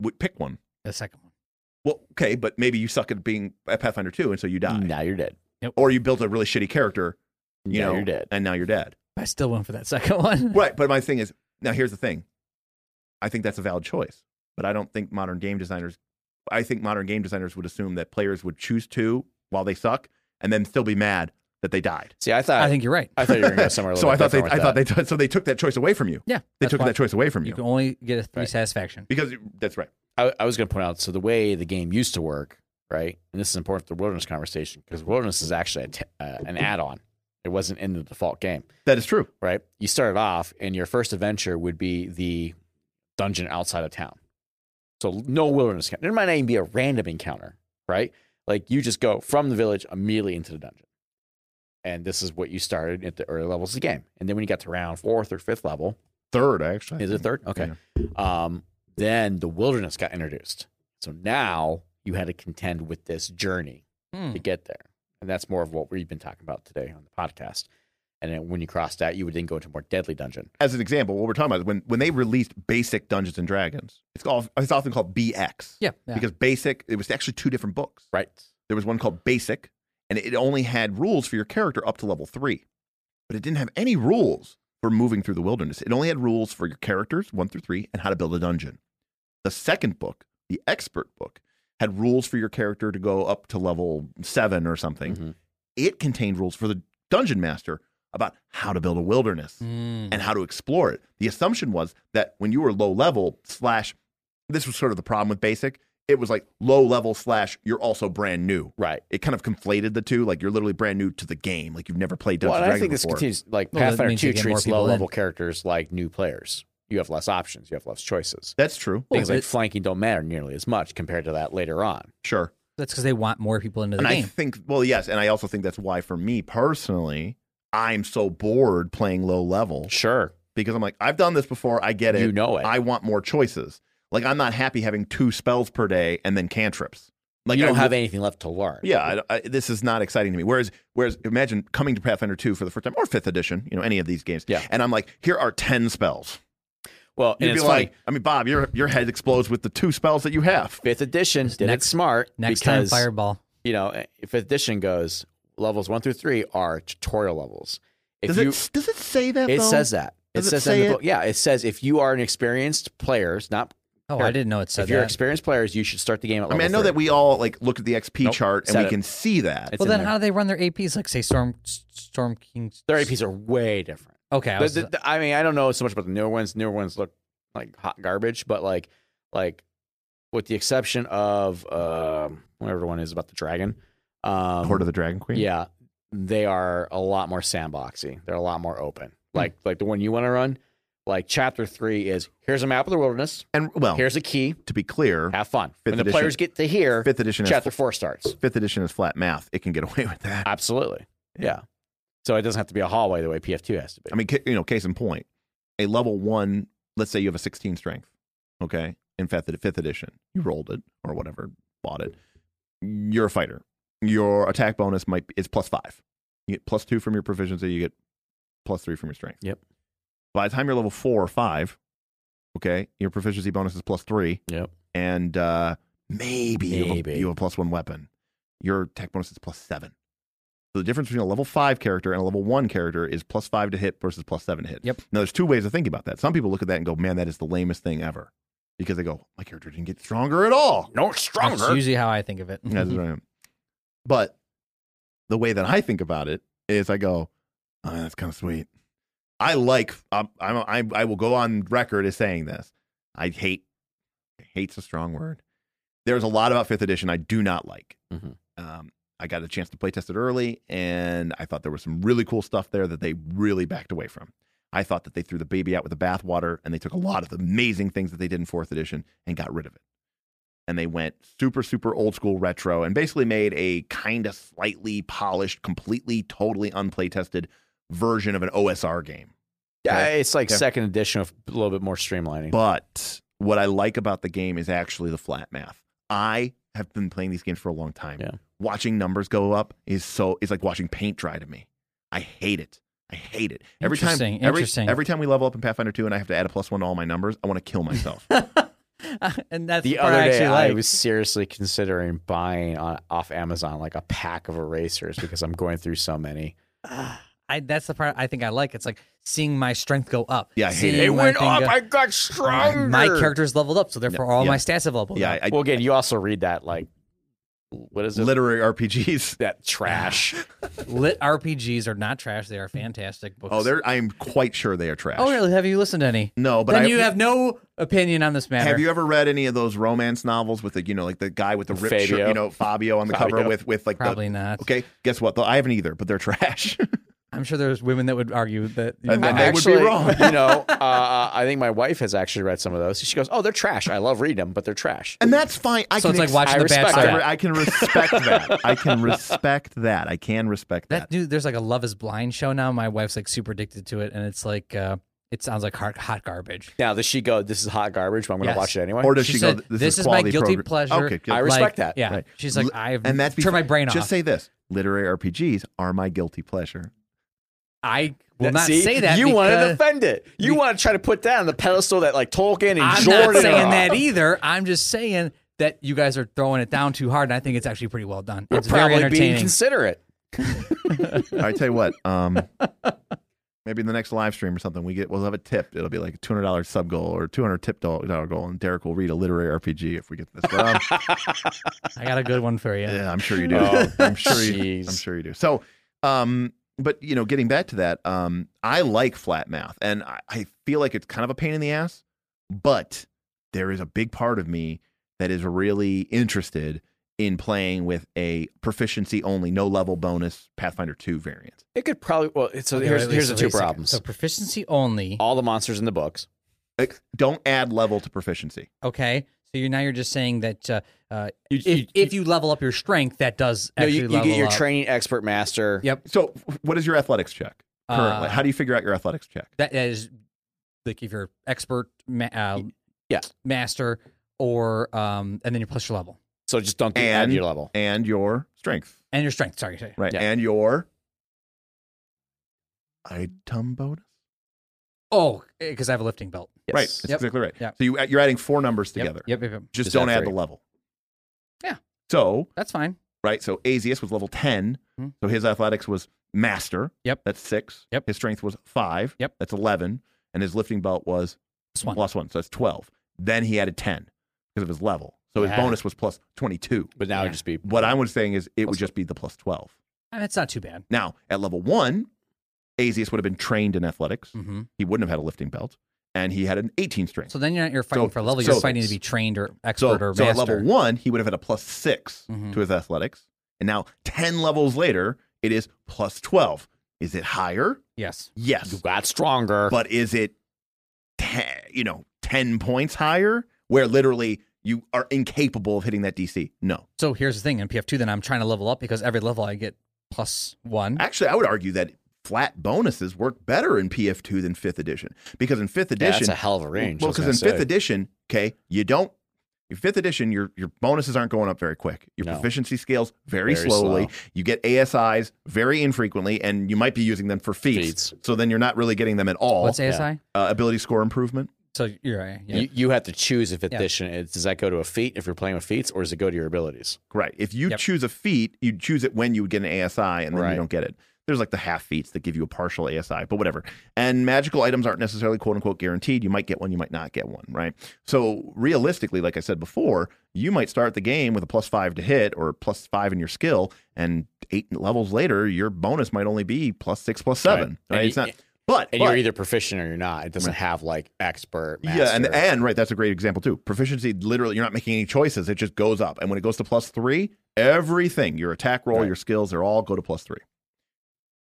A: Would pick one.
B: The second one.
A: Well, okay, but maybe you suck at being at Pathfinder 2 and so you die.
C: Now you're dead.
A: Or you built a really shitty character, you
C: now
A: know,
C: you're dead.
A: and now you're dead.
B: I still went for that *laughs* second one.
A: Right, but my thing is, now here's the thing. I think that's a valid choice, but I don't think modern game designers I think modern game designers would assume that players would choose to while they suck and then still be mad that they
C: *laughs*
A: died.
C: See, I thought
B: I
C: I,
B: think you're right.
C: thought you were going
A: *laughs*
C: to go somewhere. A
A: So I
C: little bit
A: thought they
C: different
A: I
C: with
A: thought
C: that.
A: they so they took that choice away from you.
B: Yeah,
A: They
B: that's
A: took
B: why
A: that choice away from
B: You
A: you.
B: can only get a three
C: Right.
B: satisfaction.
A: Because that's right.
C: I, I was going to point out. So the way the game used to work, right? And this is important for the wilderness conversation because wilderness is actually a t- uh, an add-on. It wasn't in the default game,
A: That is true.
C: right? You started off, and your first adventure would be the dungeon outside of town. So no wilderness encounter. There might not even be a random encounter, right? Like you just go from the village immediately into the dungeon. And this is what you started at the early levels of the game. And then when you got to round fourth or fifth level,
A: Third, actually.
C: Is it third? Okay. Um, then the wilderness got introduced. So now you had to contend with this journey
B: Hmm.
C: to
A: Mm.
C: get there. And that's more of what we've been talking about today on the podcast. And then when you crossed that, you would then go into a more deadly dungeon.
A: as an example, what we're talking about is when, when they released basic Dungeons and Dragons, it's called it's often called BX.
B: Yeah, yeah.
A: Because basic, it was actually two different books.
C: Right.
A: There was one called Basic, and it only had rules for your character up to level three. But it didn't have any rules for moving through the wilderness. It only had rules for your characters, one through three, and how to build a dungeon. The second book, the expert book, had rules for your character to go up to level seven or something.
B: Mm-hmm.
C: Mhm.
A: It contained rules for the dungeon master about how to build a wilderness
B: Hmm.
A: and how to explore it. The assumption was that when you were low level slash, this was sort of the problem with basic. It was like low level slash you're also brand new.
C: Right.
A: It kind of conflated the two. Like you're literally brand new to the game. Like you've never played
C: well,
A: Dungeons and
C: and I think
A: Dragons
C: this
A: before.
C: continues like
B: Well, that
C: Pathfinder
B: means
C: 2
B: you get more
C: treats
B: people
C: low level characters like new players. You have less options, you have less choices.
A: That's true.
B: Well,
C: Things like
B: it-
C: flanking don't matter nearly as much compared to that later on.
A: Sure.
B: That's because they want more people into the
A: And I
B: game.
A: think well, yes, and I also think that's why for me personally, I'm so bored playing low level
C: Sure.
A: because I'm like, I've done this before. I get it.
C: You know it.
A: I want more choices. Like I'm not happy having two spells per day and then cantrips. Like
C: you don't
A: I-
C: have anything left to learn.
A: Yeah, I, I- this is not exciting to me. Whereas, whereas, imagine coming to Pathfinder two for the first time or fifth edition, you know, any of these games.
C: Yeah.
A: and I'm like, here are ten spells.
C: Well,
A: You'd
C: and
A: be
C: it's funny.
A: like, I mean, Bob, your your head explodes with the two spells that you have.
C: Fifth edition did
B: next-
C: it smart
B: Next time,
C: because
B: fireball.
C: you know if edition goes levels one through three are tutorial levels. If
A: Does
C: you,
A: it does it say that?
C: it
A: though?
C: says that
A: Does it
C: says
A: say
C: in
A: it?
C: the book. Yeah, it says if you are an experienced players, not
B: Oh,
C: Here.
B: I didn't know it said
C: if you're
B: that.
C: experienced players, you should start the game at
A: I
C: level.
A: mean, I know
C: three.
A: that we all like look at the XP
C: Nope,
A: chart and
C: said
A: we
C: it.
A: can see that.
C: It's
B: well,
C: in
B: then
C: there.
B: how do they run their APs? Like, say, Storm Storm King's.
C: their APs are way different.
B: Okay, I
C: The-
B: was,
C: the- the- I mean, I don't know so much about the newer ones. Newer ones look like hot garbage, but like, like with the exception of um, whatever one is about the dragon, um,
A: Horde of the Dragon Queen.
C: Yeah, they are a lot more sandboxy. They're a lot more open. Like like the one you want to run. Like chapter three is here's a map of the wilderness.
A: and well,
C: Here's a key.
A: to be clear,
C: Have fun.
A: Fifth
C: when the
A: edition-
C: players get to here,
A: fifth edition is
C: chapter four starts.
A: fifth edition is flat math. It can get *laughs* away with that.
C: Absolutely. Yeah. So it doesn't have to be a hallway the way PF two has to be.
A: I mean, ca- you know, case in point, a level one, let's say you have a 16 strength, okay, in fifth, fifth edition, you rolled it or whatever, bought it. You're a fighter. Your attack bonus might is plus five. You get plus two from your proficiency. You get plus three from your strength.
C: Yep.
A: By the time you're level four or five, okay, your proficiency bonus is plus three,
C: Yep.
A: and uh, maybe, You, have a,
C: Maybe.
A: you have a plus one weapon. Your attack bonus is plus seven. So the difference between a level five character and a level one character is plus five to hit versus plus seven to hit.
B: Yep.
A: Now there's two ways to think about that. Some people look at that and go, "Man, that is the lamest thing ever," because they go, "My character didn't get stronger at all."
C: No
B: that's usually how I think of it. *laughs* Mm-hmm.
A: That's what I am. But the way that I think about it is, I go, oh, "That's kind of sweet." I like. Um, I'm, I'm. I will go on record as saying this. I hate. Hate's a strong word. There's a lot about Fifth Edition I do not like.
C: Mhm.
A: Um, I got a chance to play test it early, and I thought there was some really cool stuff there that they really backed away from. I thought that they threw the baby out with the bathwater, and they took a lot of the amazing things that they did in Fourth Edition and got rid of it and they went super super old school retro and basically made a kind of slightly polished completely totally unplay tested version of an osr game
C: Yeah, it's like
A: Yeah.
C: second edition of a little bit more streamlining.
A: but what i like about the game is actually the flat math i have been playing these games for a long time
C: Yeah.
A: watching numbers go up is so it's like watching paint dry to me i hate it i hate it every time
B: Interesting,
A: every,
B: interesting. *laughs*
A: every time we level up in pathfinder 2 and i have to add a plus one to all my numbers i want to kill myself
B: I and that's
C: The
B: the part
C: other
B: I actually
C: day, I
B: like.
C: was seriously considering buying on off Amazon like a pack of erasers because I'm going through so many.
B: Ah, I that's the part I think I like. It's like seeing my strength go up.
A: Yeah, I hate it.
B: seeing
A: It
B: my thing go-
C: got
B: my, my character's leveled up, so therefore all
A: yeah.
B: my stats have leveled
A: Yeah,
B: up.
A: I, I,
C: Well, again, you also read that like, what is it?
A: literary RPGs.
C: that
A: Ah.
C: trash.
B: Lit RPGs are not trash; they are fantastic books.
A: Oh, they're. I am quite sure they are trash.
B: Oh, really? Have you listened to any?
A: No, but
B: then
A: I,
B: you have no opinion on this matter.
A: Have you ever read any of those romance novels with the you know like the guy with the ripped shirt,
C: Fabio.
A: you know Fabio on the cover
C: Fabio.
A: with with like
B: Probably not.
A: the okay guess what though I haven't either but they're *laughs* trash
B: I'm sure there's women that would argue that. you
A: And
B: know,
A: then they would be wrong.
C: *laughs* you know, uh, I think my wife has actually read some of those. She goes, "Oh, they're trash. I love reading them, but they're trash."
A: and that's fine I
B: so
A: can
B: it's like
A: ex-
B: watching
C: I
B: The
C: respect
B: Bachelor.
A: I,
C: that.
A: re- I can respect that I can respect that I can respect
B: That
A: that,
B: dude, there's like a Love Is Blind show now. My wife's like super addicted to it, and it's like uh, it sounds like hot, hot garbage.
C: Now does she go? This is hot garbage, but I'm going
B: Yes.
C: to watch it anyway.
A: or does she,
B: she
A: go
B: said,
A: this,
B: "This is my
A: quality
B: guilty
A: program."
B: pleasure.
A: okay good.
C: I respect
B: Like,
C: that.
B: Yeah,
A: Right.
B: she's like,
A: L-
B: I've
A: and that's
B: turned my brain off.
A: just say this literary RPGs are my guilty pleasure
B: I will not
C: See?
B: say that.
C: You want to
B: because-
C: defend it. You
B: be-
C: want to try to put that on the pedestal that like Tolkien and
B: I'm
C: Jordan.
B: not saying
C: are
B: that
C: on.
B: either. I'm just saying that you guys are throwing it down too hard, and I think it's actually pretty well done.
C: You're
B: it's very
C: probably being
B: entertaining.
C: considerate.
A: I tell you what um. Maybe in the next live stream or something, we get we'll have a tip. It'll be like a two hundred dollar sub goal or two hundred tip dollar dollar goal, and Derek will read a literary RPG if we get this. But, um,
B: *laughs*
C: *laughs*
B: I got a good one for you.
A: Yeah, I'm sure you do.
C: Oh,
A: *laughs* I'm sure you.
C: jeez.
A: I'm sure you do. So, um, but you know, getting back to that, um, I like flat mouth, and I, I feel like it's kind of a pain in the ass, but there is a big part of me that is really interested in playing with a proficiency only, no level bonus Pathfinder two variant.
C: It could probably. Well, it's, so
B: Okay,
C: here's
B: wait, wait,
C: here's
B: so
C: the two
B: wait a second.
C: problems.
B: So proficiency only.
C: All the monsters in the books.
A: Like, don't add level to proficiency.
B: Okay, so you're now you're just saying that uh, uh,
C: You,
B: if if you level up your strength, that does
C: no,
B: actually
C: you, you
B: level
C: get your
B: up.
C: training expert master.
B: Yep.
A: So, what is your athletics check currently?
B: Uh,
A: How do you figure out your athletics check?
B: That that is like if you're expert, ma- uh,
C: yeah.
B: master, or um, and then your plus your level
C: So just don't do add
A: And-
C: your level.
A: And your strength.
B: and your strength. Sorry, sorry.
A: Right.
C: Yeah.
A: And your item bonus.
B: Oh, because I have a lifting belt.
C: Yes.
A: Right. That's
B: Yep.
A: exactly right.
B: Yep.
A: So you, you're adding four numbers
B: Yep,
A: together.
B: Yep, yep, yep.
A: Just,
C: Just
A: don't
C: add
A: add the
C: three.
A: level.
B: Yeah.
A: So,
B: That's fine.
A: right. So Azius was level 10.
B: Mhm.
A: So his athletics was master.
B: Yep.
A: That's six.
B: Yep.
A: His strength was five.
B: Yep.
A: That's 11. And his lifting belt was
B: This one.
A: plus one. So that's 12. Then he added 10 because of his level. So his
B: Yeah.
A: bonus was plus 22.
C: But now
B: Yeah.
C: it'd just be
A: What I was saying is it would
C: Plus-
A: just be the plus 12.
B: Uh, It's not too bad.
A: Now, at level one, Azius would have been trained in athletics.
B: hmm
A: he wouldn't have had a lifting belt, and he had an 18 strength.
B: So then you're not you're fighting
A: So-
B: for level.
A: so-
B: You're fighting to be trained or
A: So,
B: expert or
A: so
B: master.
A: at level one, he would have had a plus 6
B: Mhm.
A: to his athletics, and now ten levels later, it is plus 12. Is it higher?
B: Yes.
A: Yes,
C: you got stronger.
A: but is it, ten, you know, 10 points higher, where literally you are incapable of hitting that DC? No,
B: So here's the thing in PF2. Then I'm trying to level up because every level I get plus one.
A: actually, I would argue that flat bonuses work better in PF2 than fifth edition because in fifth
C: yeah,
A: edition,
C: that's a hell of a range. I
A: Well,
C: was
A: because
C: gonna
A: in
C: say.
A: fifth edition, okay, you don't. In fifth edition, your your bonuses aren't going up very quick. Your
C: No.
A: proficiency scales very,
C: Very
A: slowly.
C: slow.
A: You get ASIs very infrequently, and you might be using them for feats.
C: Feats.
A: So then you're not really getting them at all.
B: What's
A: Uh,
B: ASI?
A: ability score improvement.
B: So you're right. Yeah.
C: You, you have to choose if
B: Yeah.
C: edition is does that go to a feat if you're playing with feats, or does it go to your abilities?
A: Right. If you
B: Yep.
A: choose a feat, you choose it when you would get an ASI, and then you
C: Right.
A: don't get it. There's like the half feats that give you a partial ASI, but whatever. And magical items aren't necessarily quote unquote guaranteed. You might get one, you might not get one, right? So realistically, like I said before, you might start the game with a plus five to hit or plus five in your skill, and eight levels later, your bonus might only be plus six, plus seven. Right?
C: Right. And
A: It's
C: you-
A: not. But,
C: And
A: but-
C: you're either proficient or you're not. It doesn't have like expert. Master.
A: yeah, and and right, that's a great example too. Proficiency, literally, you're not making any choices; it just goes up. And when it goes to plus three, everything, your attack roll,
C: Right.
A: your skills, they're all go to plus three.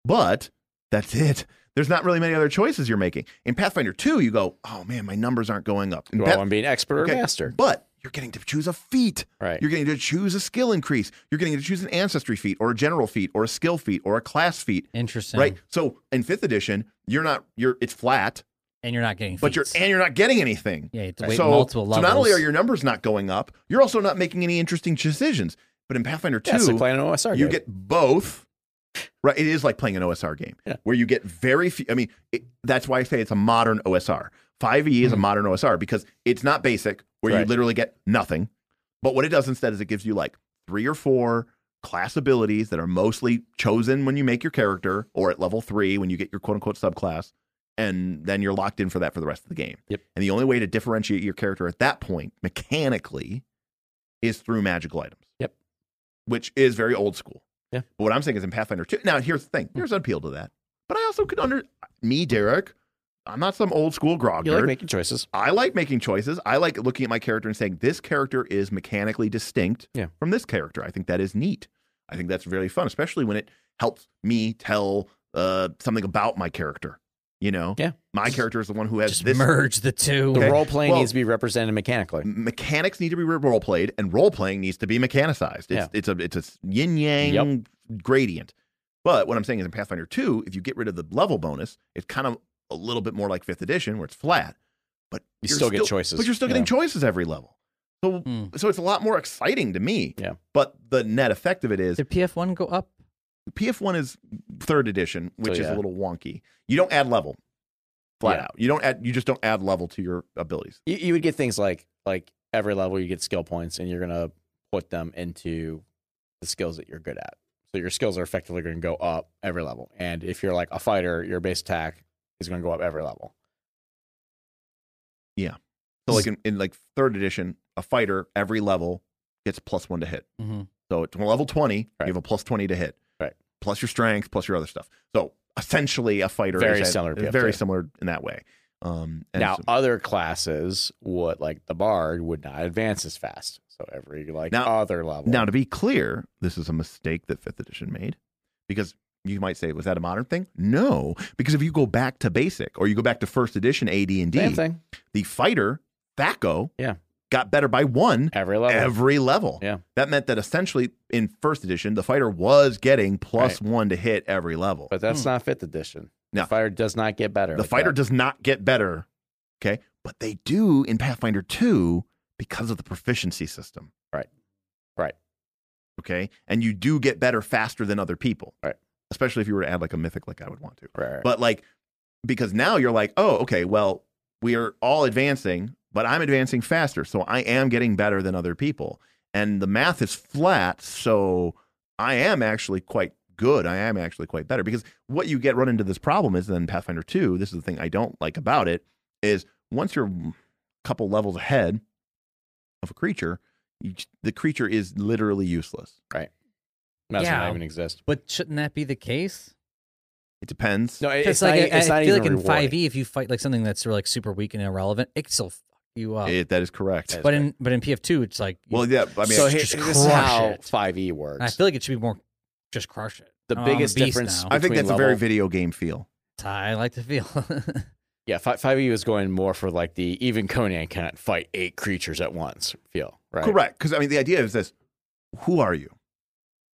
A: But that's it. There's not really many other choices you're making in Pathfinder Two. You go, oh man, my numbers aren't going up. In
C: do I
A: Path-
C: want to be an expert
A: Okay.
C: or master?
A: but you're getting to choose a feat.
C: Right.
A: You're getting to choose a skill increase. You're getting to choose an ancestry feat, or a general feat, or a skill feat, or a class feat.
B: Interesting.
A: Right. So in fifth edition, you're not you're it's flat,
B: And you're not getting.
A: but you're
B: feats.
A: and you're not getting anything.
B: yeah. You have to wait
A: So-
B: multiple levels.
A: So not only are your numbers not going up, you're also not making any interesting decisions. But in Pathfinder
C: Yeah, it's like
A: 2,
C: playing an OSR.
A: you
C: game.
A: get both. Right, it is like playing an OSR game
C: Yeah.
A: where you get very few. I mean, it, that's why I say it's a modern OSR. Five E is a modern OSR because it's not basic where you
C: Mm-hmm. Right.
A: literally get nothing. But what it does instead is it gives you like three or four class abilities that are mostly chosen when you make your character or at level three when you get your quote unquote subclass. And then you're locked in for that for the rest of the game.
C: Yep.
A: And the only way to differentiate your character at that point mechanically is through magical items.
C: Yep.
A: Which is very old school.
C: Yeah. Hmm.
A: But what I'm saying is in Pathfinder 2. Now, here's the thing there's an appeal to that. But I also could under me, Derek. I'm not some old school grog
C: You like
A: nerd.
C: making choices.
A: I like making choices. I like looking at my character and saying, this character is mechanically distinct
C: Yeah.
A: from this character. I think that is neat. I think that's really fun, especially when it helps me tell uh, something about my character. You know,
C: Yeah.
A: my character is the one who has
B: Just
A: this.
B: merge the two.
C: The
A: Okay.
C: role playing
A: Well-
C: needs to be represented mechanically.
A: Mechanics need to be role played, and role playing needs to be mechanicized. It's,
C: Yeah.
A: it's a it's a yin yang gradient. But what I'm saying is, in Pathfinder 2, if you get rid of the level bonus, it's kind of a little bit more like Fifth Edition, where it's flat. But
C: You
A: you're
C: still get choices.
A: but you're still
C: you
A: getting
C: know?
A: choices every level. So
B: Hmm.
A: so it's a lot more exciting to me.
C: Yeah.
A: But the net effect of it is
B: Did PF1 go up?
A: PF1 is third edition, which is
C: Oh,
A: a
C: yeah.
A: little wonky. You don't add level flat
C: Yeah.
A: out. You don't add you just don't add level to your abilities.
C: you, you would get things like like every level you get skill points and you're gonna put them into the skills that you're good at so your skills are effectively going to go up every level and if you're like a fighter your base attack is going to go up every level
A: So like in, in like third edition, a fighter every level gets plus 1 to hit.
B: Mm-hmm.
A: So at level 20, you
C: Right.
A: have a plus 20 to hit.
C: Right.
A: Plus your strength, plus your other stuff. So essentially a fighter
C: Very
A: is at-
C: similar to
A: is
C: PF2.
A: very similar in that way. Um and
C: now uh,
A: so-
C: other classes would like the bard would not advance as fast so every like
A: Now-
C: other level
A: Now, to be clear, this is a mistake that fifth edition made because you might say, was that a modern thing? No, because if you go back to basic or you go back to first edition AD and
C: same
A: D,
C: thing
A: the fighter Thaco,
C: Yeah.
A: got better by one
C: every level
A: every level.
C: Yeah.
A: that meant that essentially in first edition, the fighter was getting plus one to hit every level.
C: but that's
B: Hmm.
C: not fifth edition
A: No.
C: the fighter does not get better
A: the
C: like
A: fighter
C: that.
A: does not get better. Okay, but they do in Pathfinder two because of the proficiency system.
C: Right. Right.
A: Okay, and you do get better faster than other people.
C: Right.
A: Especially if you were to add like a mythic, like I would want to.
C: Right, right.
A: But like, because now you're like, oh, okay, well, we are all advancing, but I'm advancing faster, so I am getting better than other people, and the math is flat, so I am actually quite good. I am actually quite better because what you get run into this problem is then Pathfinder two. This is the thing I don't like about it is once you're a couple levels ahead of a creature, you, the creature is literally useless.
C: that's
B: Yeah.
C: not even exist
B: But shouldn't that be the case?
A: It depends.
C: no it-
B: It's
C: it's
B: like
C: not, e,
B: I,
C: it's
B: I
C: not
B: feel
C: even
B: like in
C: rewarding.
B: 5e, if you fight like something that's really, like super weak and irrelevant, it can still fuck you
C: uh,
B: up.
A: It- that is correct.
C: That is
B: but in but in PF2, it's like
A: Well, yeah, I mean,
C: so
B: it's
C: here-
B: just
C: this is
B: crush
C: how
B: it.
C: five E works.
B: I feel like it should be more just crush it.
C: The
B: Oh, I'm a
C: biggest
B: beast
C: difference-
B: now.
A: I think
C: between
A: that's a very
C: level-
A: video game feel.
B: That's how I like to feel. *laughs*
C: yeah, five E was going more for like the even Conan can't fight eight creatures at once feel. Right.
A: Correct. Because I mean, the idea is this: Who are you?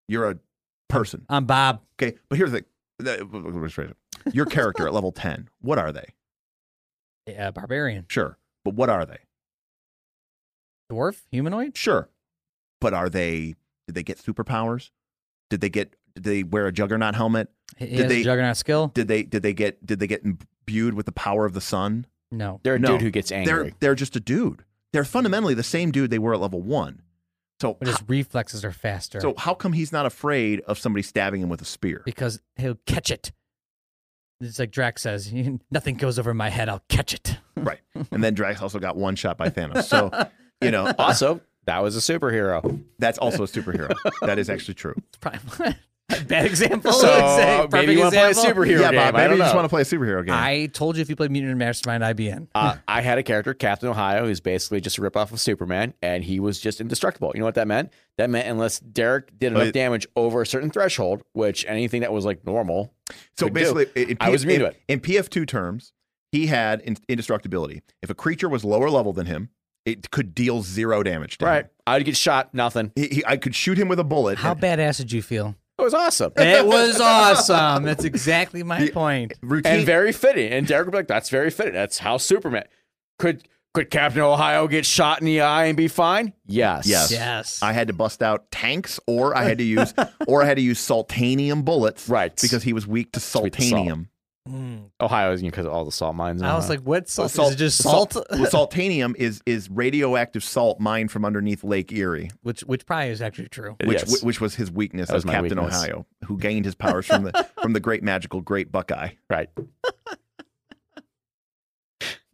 A: You're a person.
B: I'm Bob.
A: Okay, but here's the. the let me rephrase it. Your
C: *laughs*
A: character at level ten. What are they?
B: Yeah, barbarian.
A: Sure, but what are they?
B: Dwarf? Humanoid?
A: Sure, but are they? Did they get superpowers? Did they get? Did they wear a juggernaut helmet?
B: He
A: Did
B: has
A: they-
B: a juggernaut skill?
A: Did they? Did they get? Did they get imbued with the power of the sun?
B: No.
C: They're a
A: No.
C: dude who gets angry.
A: They're they're just a dude. They're fundamentally the same dude they were at level one. So
B: But his reflexes are faster.
A: so how come he's not afraid of somebody stabbing him with a spear?
B: because he'll catch it. It's like Drax says, *laughs* nothing goes over my head, I'll catch it.
A: Right. And then Drax also got one shot by Thanos. So, you
C: *laughs*
A: know,
C: also, that was a
A: *laughs*
C: superhero.
A: that's also a superhero. That is actually true.
B: It's probably *laughs* bad example.
C: So
B: Say,
C: uh, maybe
B: perfect
C: you want to play a
B: example.
C: superhero
A: yeah,
C: game.
A: Bob,
C: I
A: maybe
C: don't
A: you just
C: know.
A: want to play a superhero game.
B: I told you if you played Mutant Mastermind IBN.
C: uh, I had a character, Captain Ohio, who's basically just a ripoff of Superman, and he was just indestructible. You know what that meant? That meant unless Derek did enough
A: But-
C: damage over a certain threshold, which anything that was like normal,
A: so
C: could do.
A: basically, in, in
C: I was immune
A: in,
C: to it.
A: in PF2 terms, he had in, indestructibility. If a creature was lower level than him, it could deal zero damage to him.
C: right? I'd get shot, nothing.
A: He, he, I could shoot him with a bullet.
B: How
A: and
B: badass did you feel?
C: It was awesome.
B: It
C: *laughs*
B: was awesome. That's exactly my point.
A: routine.
C: and very fitting. And Derek would be like, "That's very fitting. That's how Superman could could Captain Ohio get shot in the eye and be fine? Yes,
A: Yes.
B: Yes.
A: I had to bust out tanks, or
C: *laughs*
A: I had to use, or I had to use saltanium bullets,
C: Right.
A: Because he was weak to
C: Sweet salt.
A: saltanium.
B: Mm.
C: Ohio is because of all the salt mines. in
B: I was
C: Ohio.
B: like, what salt?
A: salt-
B: Is it just
A: salt-
B: salt?
A: Well, saltanium is is radioactive salt mined from underneath Lake Erie,
B: which which probably is actually true.
A: which
C: Yes.
A: which was his weakness
C: That was
A: as
C: my
A: Captain
C: weakness.
A: Ohio, who gained his powers from the from the great magical Great Buckeye.
B: *laughs*
C: right.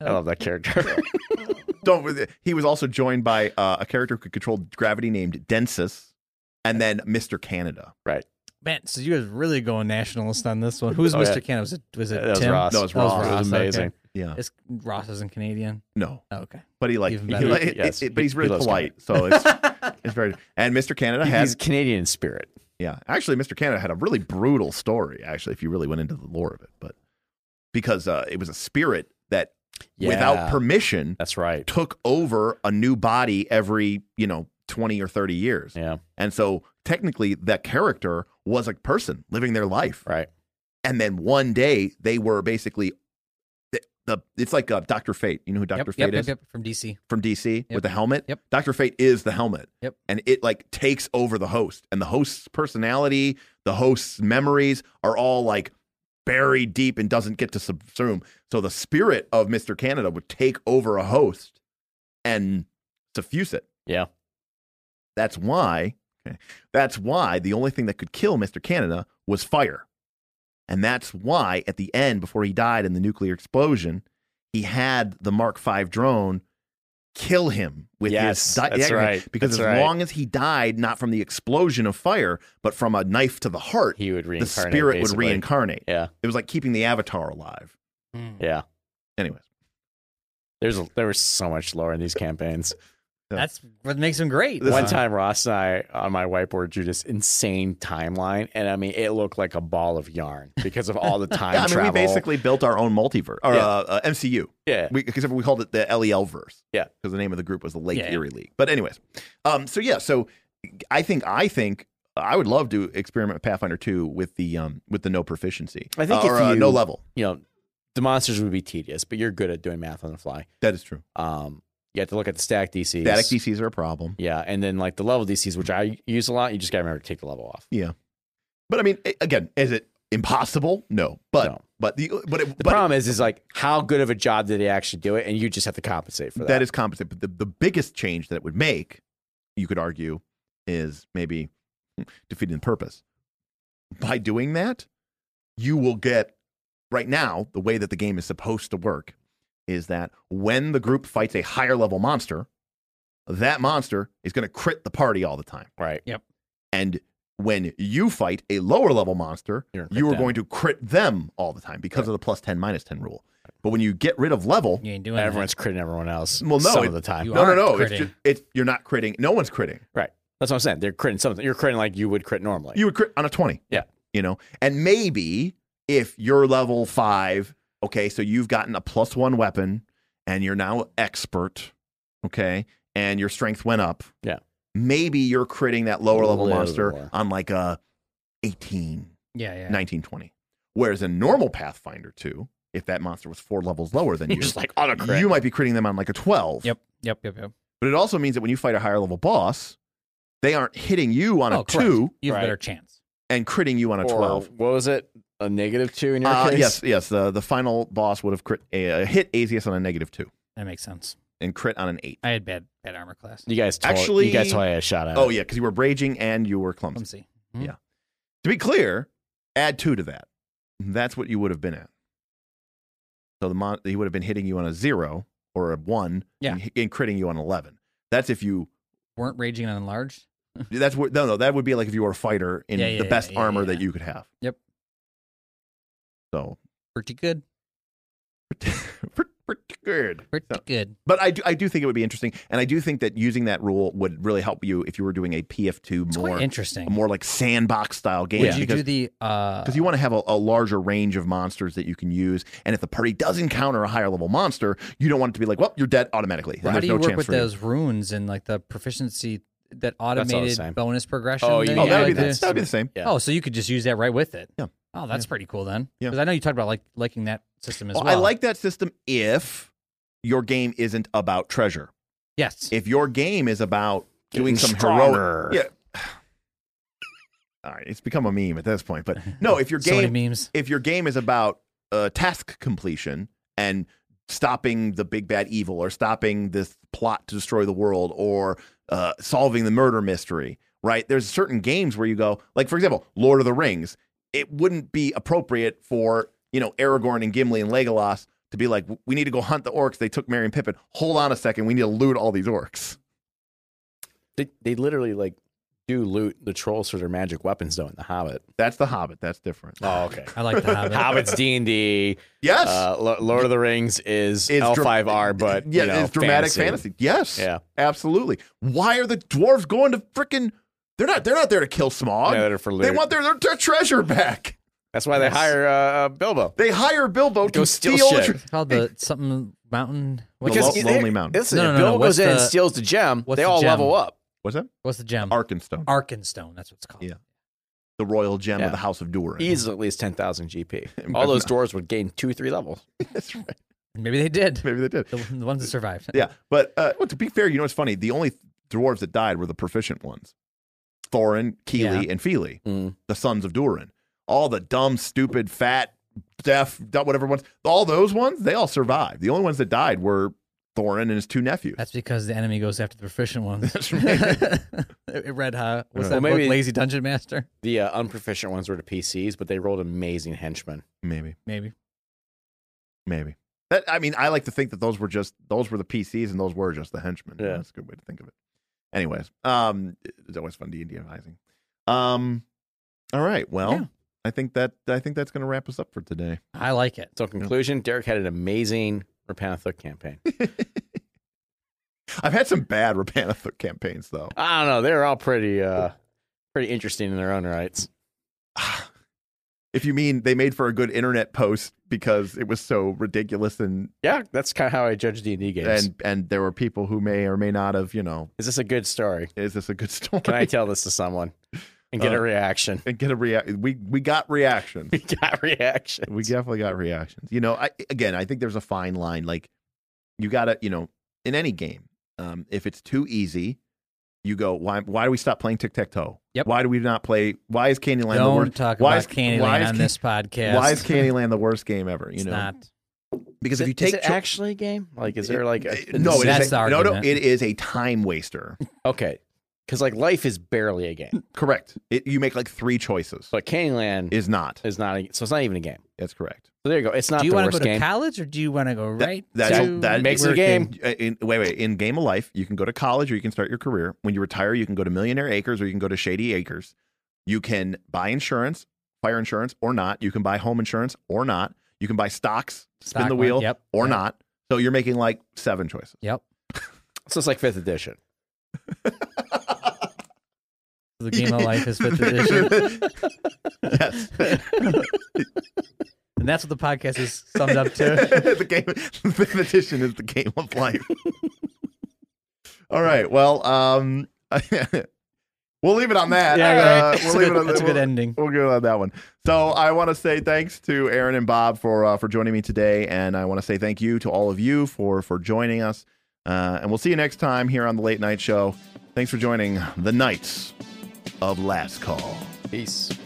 C: I love that character.
A: Don't. He was also joined by uh, a character who could control gravity named Densis, and then Mister Canada.
B: Man, so you guys really going nationalist on this one. Who was
C: Oh,
B: Mr.
C: yeah.
B: Canada? Was it was it
C: *laughs* that was
B: Tim?
C: Ross.
A: That was
B: That was
A: Ross.
C: It was
B: Ross, okay.
C: amazing.
A: Yeah.
B: It's, Ross isn't Canadian.
A: No,
B: Oh, okay.
A: but he like,
B: Even
A: he,
B: better.
A: like- it-
C: Yes,
A: it- but
C: he-
A: he's
C: he
A: really
C: loves
A: polite, so it's it's very. And Mister Canada
C: He-
A: has
C: He's Canadian spirit.
A: Yeah, actually, Mr. Canada had a really brutal story. Actually, if you really went into the lore of it, but because uh, it was a spirit that,
C: Yeah,
A: without permission,
C: That's right.
A: took over a new body every you know twenty or thirty years,
C: Yeah.
A: and so technically that character was a person living their life,
C: Right.
A: and then one day they were basically the, the it's like uh, Doctor Fate. You know who Doctor
B: Yep,
A: Fate
B: yep,
A: is?
B: yep, yep, from DC.
A: from DC
B: Yep.
A: with the helmet.
B: Yep.
A: Doctor Fate is the helmet.
B: Yep.
A: And it like takes over the host, and the host's personality, the host's memories are all like buried deep and doesn't get to subsume. So the spirit of Mister Canada would take over a host and suffuse it.
C: Yeah.
A: That's why. okay, That's why the only thing that could kill Mister Canada was fire. And that's why at the end, before he died in the nuclear explosion, he had the Mark V drone kill him with his
C: Yes,
A: di-
C: that's
A: diagram.
C: right.
A: Because
C: That's
A: as
C: right.
A: long as he died not from the explosion of fire, but from a knife to the heart,
C: He would
A: the
C: reincarnate.
A: spirit would
C: basically.
A: reincarnate.
C: Yeah.
A: It was like keeping the avatar alive.
B: Hmm.
C: Yeah.
A: Anyways,
C: There's a, there was so much lore in these campaigns.
B: That's what makes them great.
A: This
C: One
A: is-
C: time, Ross and I on my whiteboard drew this insane timeline, and I mean, it looked like a ball of yarn because
A: *laughs*
C: of all the time
A: yeah, I mean,
C: travel.
A: we basically built our own multiverse or
C: Yeah.
A: uh, uh, MCU.
C: yeah,
A: we except we called it the LEL verse.
C: Yeah.
A: Because the name of the group was the Lake
B: Yeah.
A: Erie League. But anyways, um, so yeah, so I think I think I would love to experiment with Pathfinder 2 with the um with the no proficiency.
C: I think
A: Uh,
C: if
A: or, uh,
C: you-
A: no level.
C: you know, the monsters would be tedious, but you're good at doing math on the fly.
A: That is true.
C: Um, you have to look at the stack DCs.
A: Static DCs are a problem.
C: Yeah, and then like the level DCs, which I use a lot. You just gotta remember to take the level off.
A: But I mean, a- again, is it impossible? No. But
C: No.
A: but the but it,
C: The
A: but
C: problem is, is like how good of a job did they actually do it, and you just have to compensate for that.
A: that is compensated. But the, the biggest change that it would make, you could argue, is maybe hmm, defeating the purpose. By doing that, you will get right now the way that the game is supposed to work is that when the group fights a higher level monster, that monster is going to crit the party all the time.
C: right.
A: And when you fight a lower level monster,
C: You're gonna
A: you
C: crit
A: are
C: them.
A: going to crit them all the time because of the plus 10 minus 10 rule. But when you get rid of level,
B: You ain't doing that.
C: Everyone's critting everyone else.
A: Well, no,
C: some
A: it-
C: of the time.
B: Mm-hmm. You
A: no, no, no.
B: aren't
A: It's,
B: critting.
A: just, it's you're not critting. No one's critting.
C: That's what I'm saying. They're critting something. You're critting like you would crit normally.
A: You would crit on a twenty.
C: Yeah.
A: you know, and maybe if you're level five, okay, so you've gotten a plus one weapon, and you're now expert, okay, and your strength went up.
C: Yeah.
A: maybe you're critting that lower level
C: Little
A: monster
C: more.
A: on like a 18,
B: Yeah, yeah.
A: 19, 20. Whereas in normal Pathfinder two, if that monster was four levels lower than
C: *laughs* You're
A: you,
C: just like auto crit.
A: you might be critting them on like a twelve.
B: Yep, yep, yep, yep.
A: But it also means that when you fight a higher level boss, they aren't hitting you on
B: Oh,
A: a
B: correct.
A: two
B: You have
C: Right.
B: a better chance.
A: and critting you on a
C: Or
A: twelve.
C: What was it? A negative two in your
A: Uh,
C: case?
A: yes, yes. The the final boss would have crit, uh, hit Azius on a negative two
B: That makes sense.
A: and crit on an eight.
B: I had bad bad armor class.
C: You guys totally,
A: Actually-
C: you guys totally had a shot at.
A: Oh
C: it.
A: yeah, because you were raging and you were clumsy.
B: Let me see.
A: To be clear, add two to that. That's what you would have been at. So the mon- he would have been hitting you on a zero or a one,
B: Yeah.
A: and, and critting you on eleven. That's if you.
B: Weren't raging on enlarged.
A: That's what no no that would be like if you were a fighter in
B: Yeah, yeah,
A: the
B: yeah,
A: best
B: yeah,
A: armor
B: yeah.
A: that you could have.
B: Yep.
A: So *laughs*
B: Pretty good.
A: pretty, pretty good.
B: Pretty
A: So-
B: good.
A: But I do, I do think it would be interesting, and I do think that using that rule would really help you if you were doing a PF2
B: It's
A: more,
B: quite
A: a
B: interesting.
A: more like sandbox style game.
B: Would you
A: because
B: do the uh
A: 'cause you want to have a, a larger range of monsters that you can use, and if the party does encounter a higher level monster, you don't want it to be like, well, you're dead automatically. and
B: how
A: there's
B: do you
A: no
B: work
A: chance
B: with
A: for you.
B: those runes and like the proficiency that
C: was
B: automated
C: saying.
B: bonus progression?
C: Oh,
B: that
C: you
A: Oh,
C: Yeah,
A: that would be
B: had
C: like
A: the,
B: to-
C: this.
A: that would be the same.
C: Yeah.
B: Oh, so you could just use that right with it.
A: Yeah.
B: Oh, that's pretty cool then.
A: Yeah.
B: Because I know you talked about like liking that system as
A: Oh,
B: well.
A: I like that system if your game isn't about treasure.
B: Yes.
A: If your game is about doing
C: Getting
A: some heroic,
C: stronger.
A: yeah.
C: *laughs*
A: All right, it's become a meme at this point, but no, if your
B: so
A: game
B: many memes.
A: if your game is about uh, task completion and stopping the big bad evil or stopping this plot to destroy the world or uh, solving the murder mystery, right? There's certain games where you go, like, for example, Lord of the Rings. It wouldn't be appropriate for, you know, Aragorn and Gimli and Legolas to be like, we need to go hunt the orcs. They took Merry and Pippin. Hold on a second. We need to loot all these orcs.
C: They, they literally like do loot the trolls for their magic weapons though in the Hobbit.
A: That's The Hobbit. That's different.
C: Oh, okay.
B: I like the
A: *laughs*
B: Hobbit.
C: *laughs* Hobbit's D and D.
A: Yes.
C: Lord of the Rings is
A: It's
C: Uh, L
A: dra- *laughs*
C: five R, but
A: yeah,
C: you know,
A: it's dramatic fantasy. Yes.
C: Yeah,
A: Absolutely. Why are the dwarves going to freaking? They're not. They're not there to kill Smog.
C: no, they're for
A: they
C: loot.
A: want their, their their treasure back.
C: That's why they
B: Yes.
C: hire uh, Bilbo.
A: They hire Bilbo
C: Go
A: to
C: steal
A: steal. the
C: shit.
A: tre-
B: It's called the something mountain. What's,
A: The
C: Because
A: Lo-
B: the,
C: it-
A: Lonely Mountain.
C: Listen,
B: No,
C: if
B: no, no,
C: Bilbo
B: no.
C: goes
B: What's
C: in and
B: the-
C: steals the gem,
B: what's
C: they
B: the
C: all
B: gem?
C: level up.
A: What's that?
B: what's the gem?
A: Arkenstone,
B: Arkenstone. That's what's called.
A: Yeah. the royal gem
C: Yeah.
A: of the House of Durin.
C: Easily at least ten thousand GP. All those dwarves would gain two, three levels.
A: *laughs* That's right.
B: Maybe
A: *laughs*
B: they did.
A: Maybe they did.
B: The, the ones that survived.
A: Yeah, but uh, well, to be fair, you know what's funny? The only dwarves that died were the proficient ones: Thorin, Keeley, and Feely,
C: Mm.
A: the sons of Durin. All the dumb, stupid, fat, deaf, dumb, whatever ones. All those ones, they all survived. The only ones that died were Thorin and his two nephews.
B: That's because the enemy goes after the proficient ones.
A: That's
B: *laughs*
A: right.
B: Red Hot. What's that
C: Well,
B: book?
C: maybe-
B: Lazy Dungeon Master.
C: The uh, unproficient ones were the PCs, but they rolled amazing henchmen.
A: Maybe.
B: Maybe.
A: Maybe. That I mean, I like to think that those were just those were the PCs and those were just the henchmen.
C: Yeah.
A: That's a good way to think of it. Anyways, um it's always fun D and D advising. Um all right. Well,
B: Yeah.
A: I think that I think that's gonna wrap us up for today.
B: I like it.
C: So, conclusion: Derek had an amazing Repentanthook campaign. *laughs*
A: I've had some bad Rapanatha campaigns though.
C: I don't know; they're all pretty, uh, pretty interesting in their own rights.
A: *sighs* If you mean they made for a good internet post because it was so ridiculous and
C: Yeah, that's kind of how I judge D and D games.
A: and and there were people who may or may not have, you know,
C: Is this a good story?
A: is this a good *laughs* story?
C: Can I tell this to someone and get
A: Uh,
C: a reaction? *laughs*
A: and get a react we we got reactions.
C: We got reaction.
A: we definitely got reactions. You know, I again, I think there's a fine line. Like you gotta, you know, in any game, um, if it's too easy, you go, why? Why do we stop playing tic tac toe?
B: Yep.
A: Why do we not play? Why is Candyland the
B: Don't
A: worst?
B: talk
A: why
B: about
A: is-
B: Candyland
A: why is
B: on
A: Can-
B: this podcast.
A: Why is
C: *laughs*
A: Candyland the worst game ever? You
B: It's
A: know,
B: not.
A: because if
C: Is
A: you
C: it- is
A: take
C: it
A: cho-
C: actually a game? Like, is there
A: it-
C: like
A: it-
C: a
A: no, it is
B: That's
A: a-
B: the
A: no, no,
B: argument.
A: it is a time waster.
C: okay? Because like life is barely a game,
A: correct. It, you make like three choices.
C: but Candyland is,
A: is not.
C: not. A, so it's not even a game.
A: That's correct.
C: So there you go. It's not
B: Do you
C: the
B: want to
C: worst
B: go to
C: game.
B: college or do you want to go
A: That-
B: right?
A: that's-
B: to
A: that
C: makes it a
B: working?
C: game.
A: Uh, in, wait, wait. In Game of Life, you can go to college or you can start your career. When you retire, you can go to Millionaire Acres or you can go to Shady Acres. You can buy insurance, fire insurance or not. You can buy home insurance or not. You can buy stocks, spin
B: Stock
A: the
B: one,
A: wheel
B: Yep.
A: or
B: yep,
A: not. So you're making like seven choices. *laughs*
B: Yep.
C: So it's like fifth edition.
B: The game of life is fifth edition.
A: *laughs* yes.
B: and that's what the podcast is summed
A: *laughs*
B: up to.
A: the game fifth edition is the game of
B: *laughs*
A: life. All right. Well, um *laughs* we'll leave it on that.
C: Yeah,
A: Uh,
B: That's
A: we'll
B: a
A: leave
B: good-
A: it on
B: that's a
A: that.
B: good ending.
A: We'll go on that one. So I want to say thanks to Aaron and Bob for uh, for joining me today, and I want to say thank you to all of you for for joining us. Uh, and we'll see you next time here on the Late Night Show. Thanks for joining the Knights of Last Call.
C: Peace.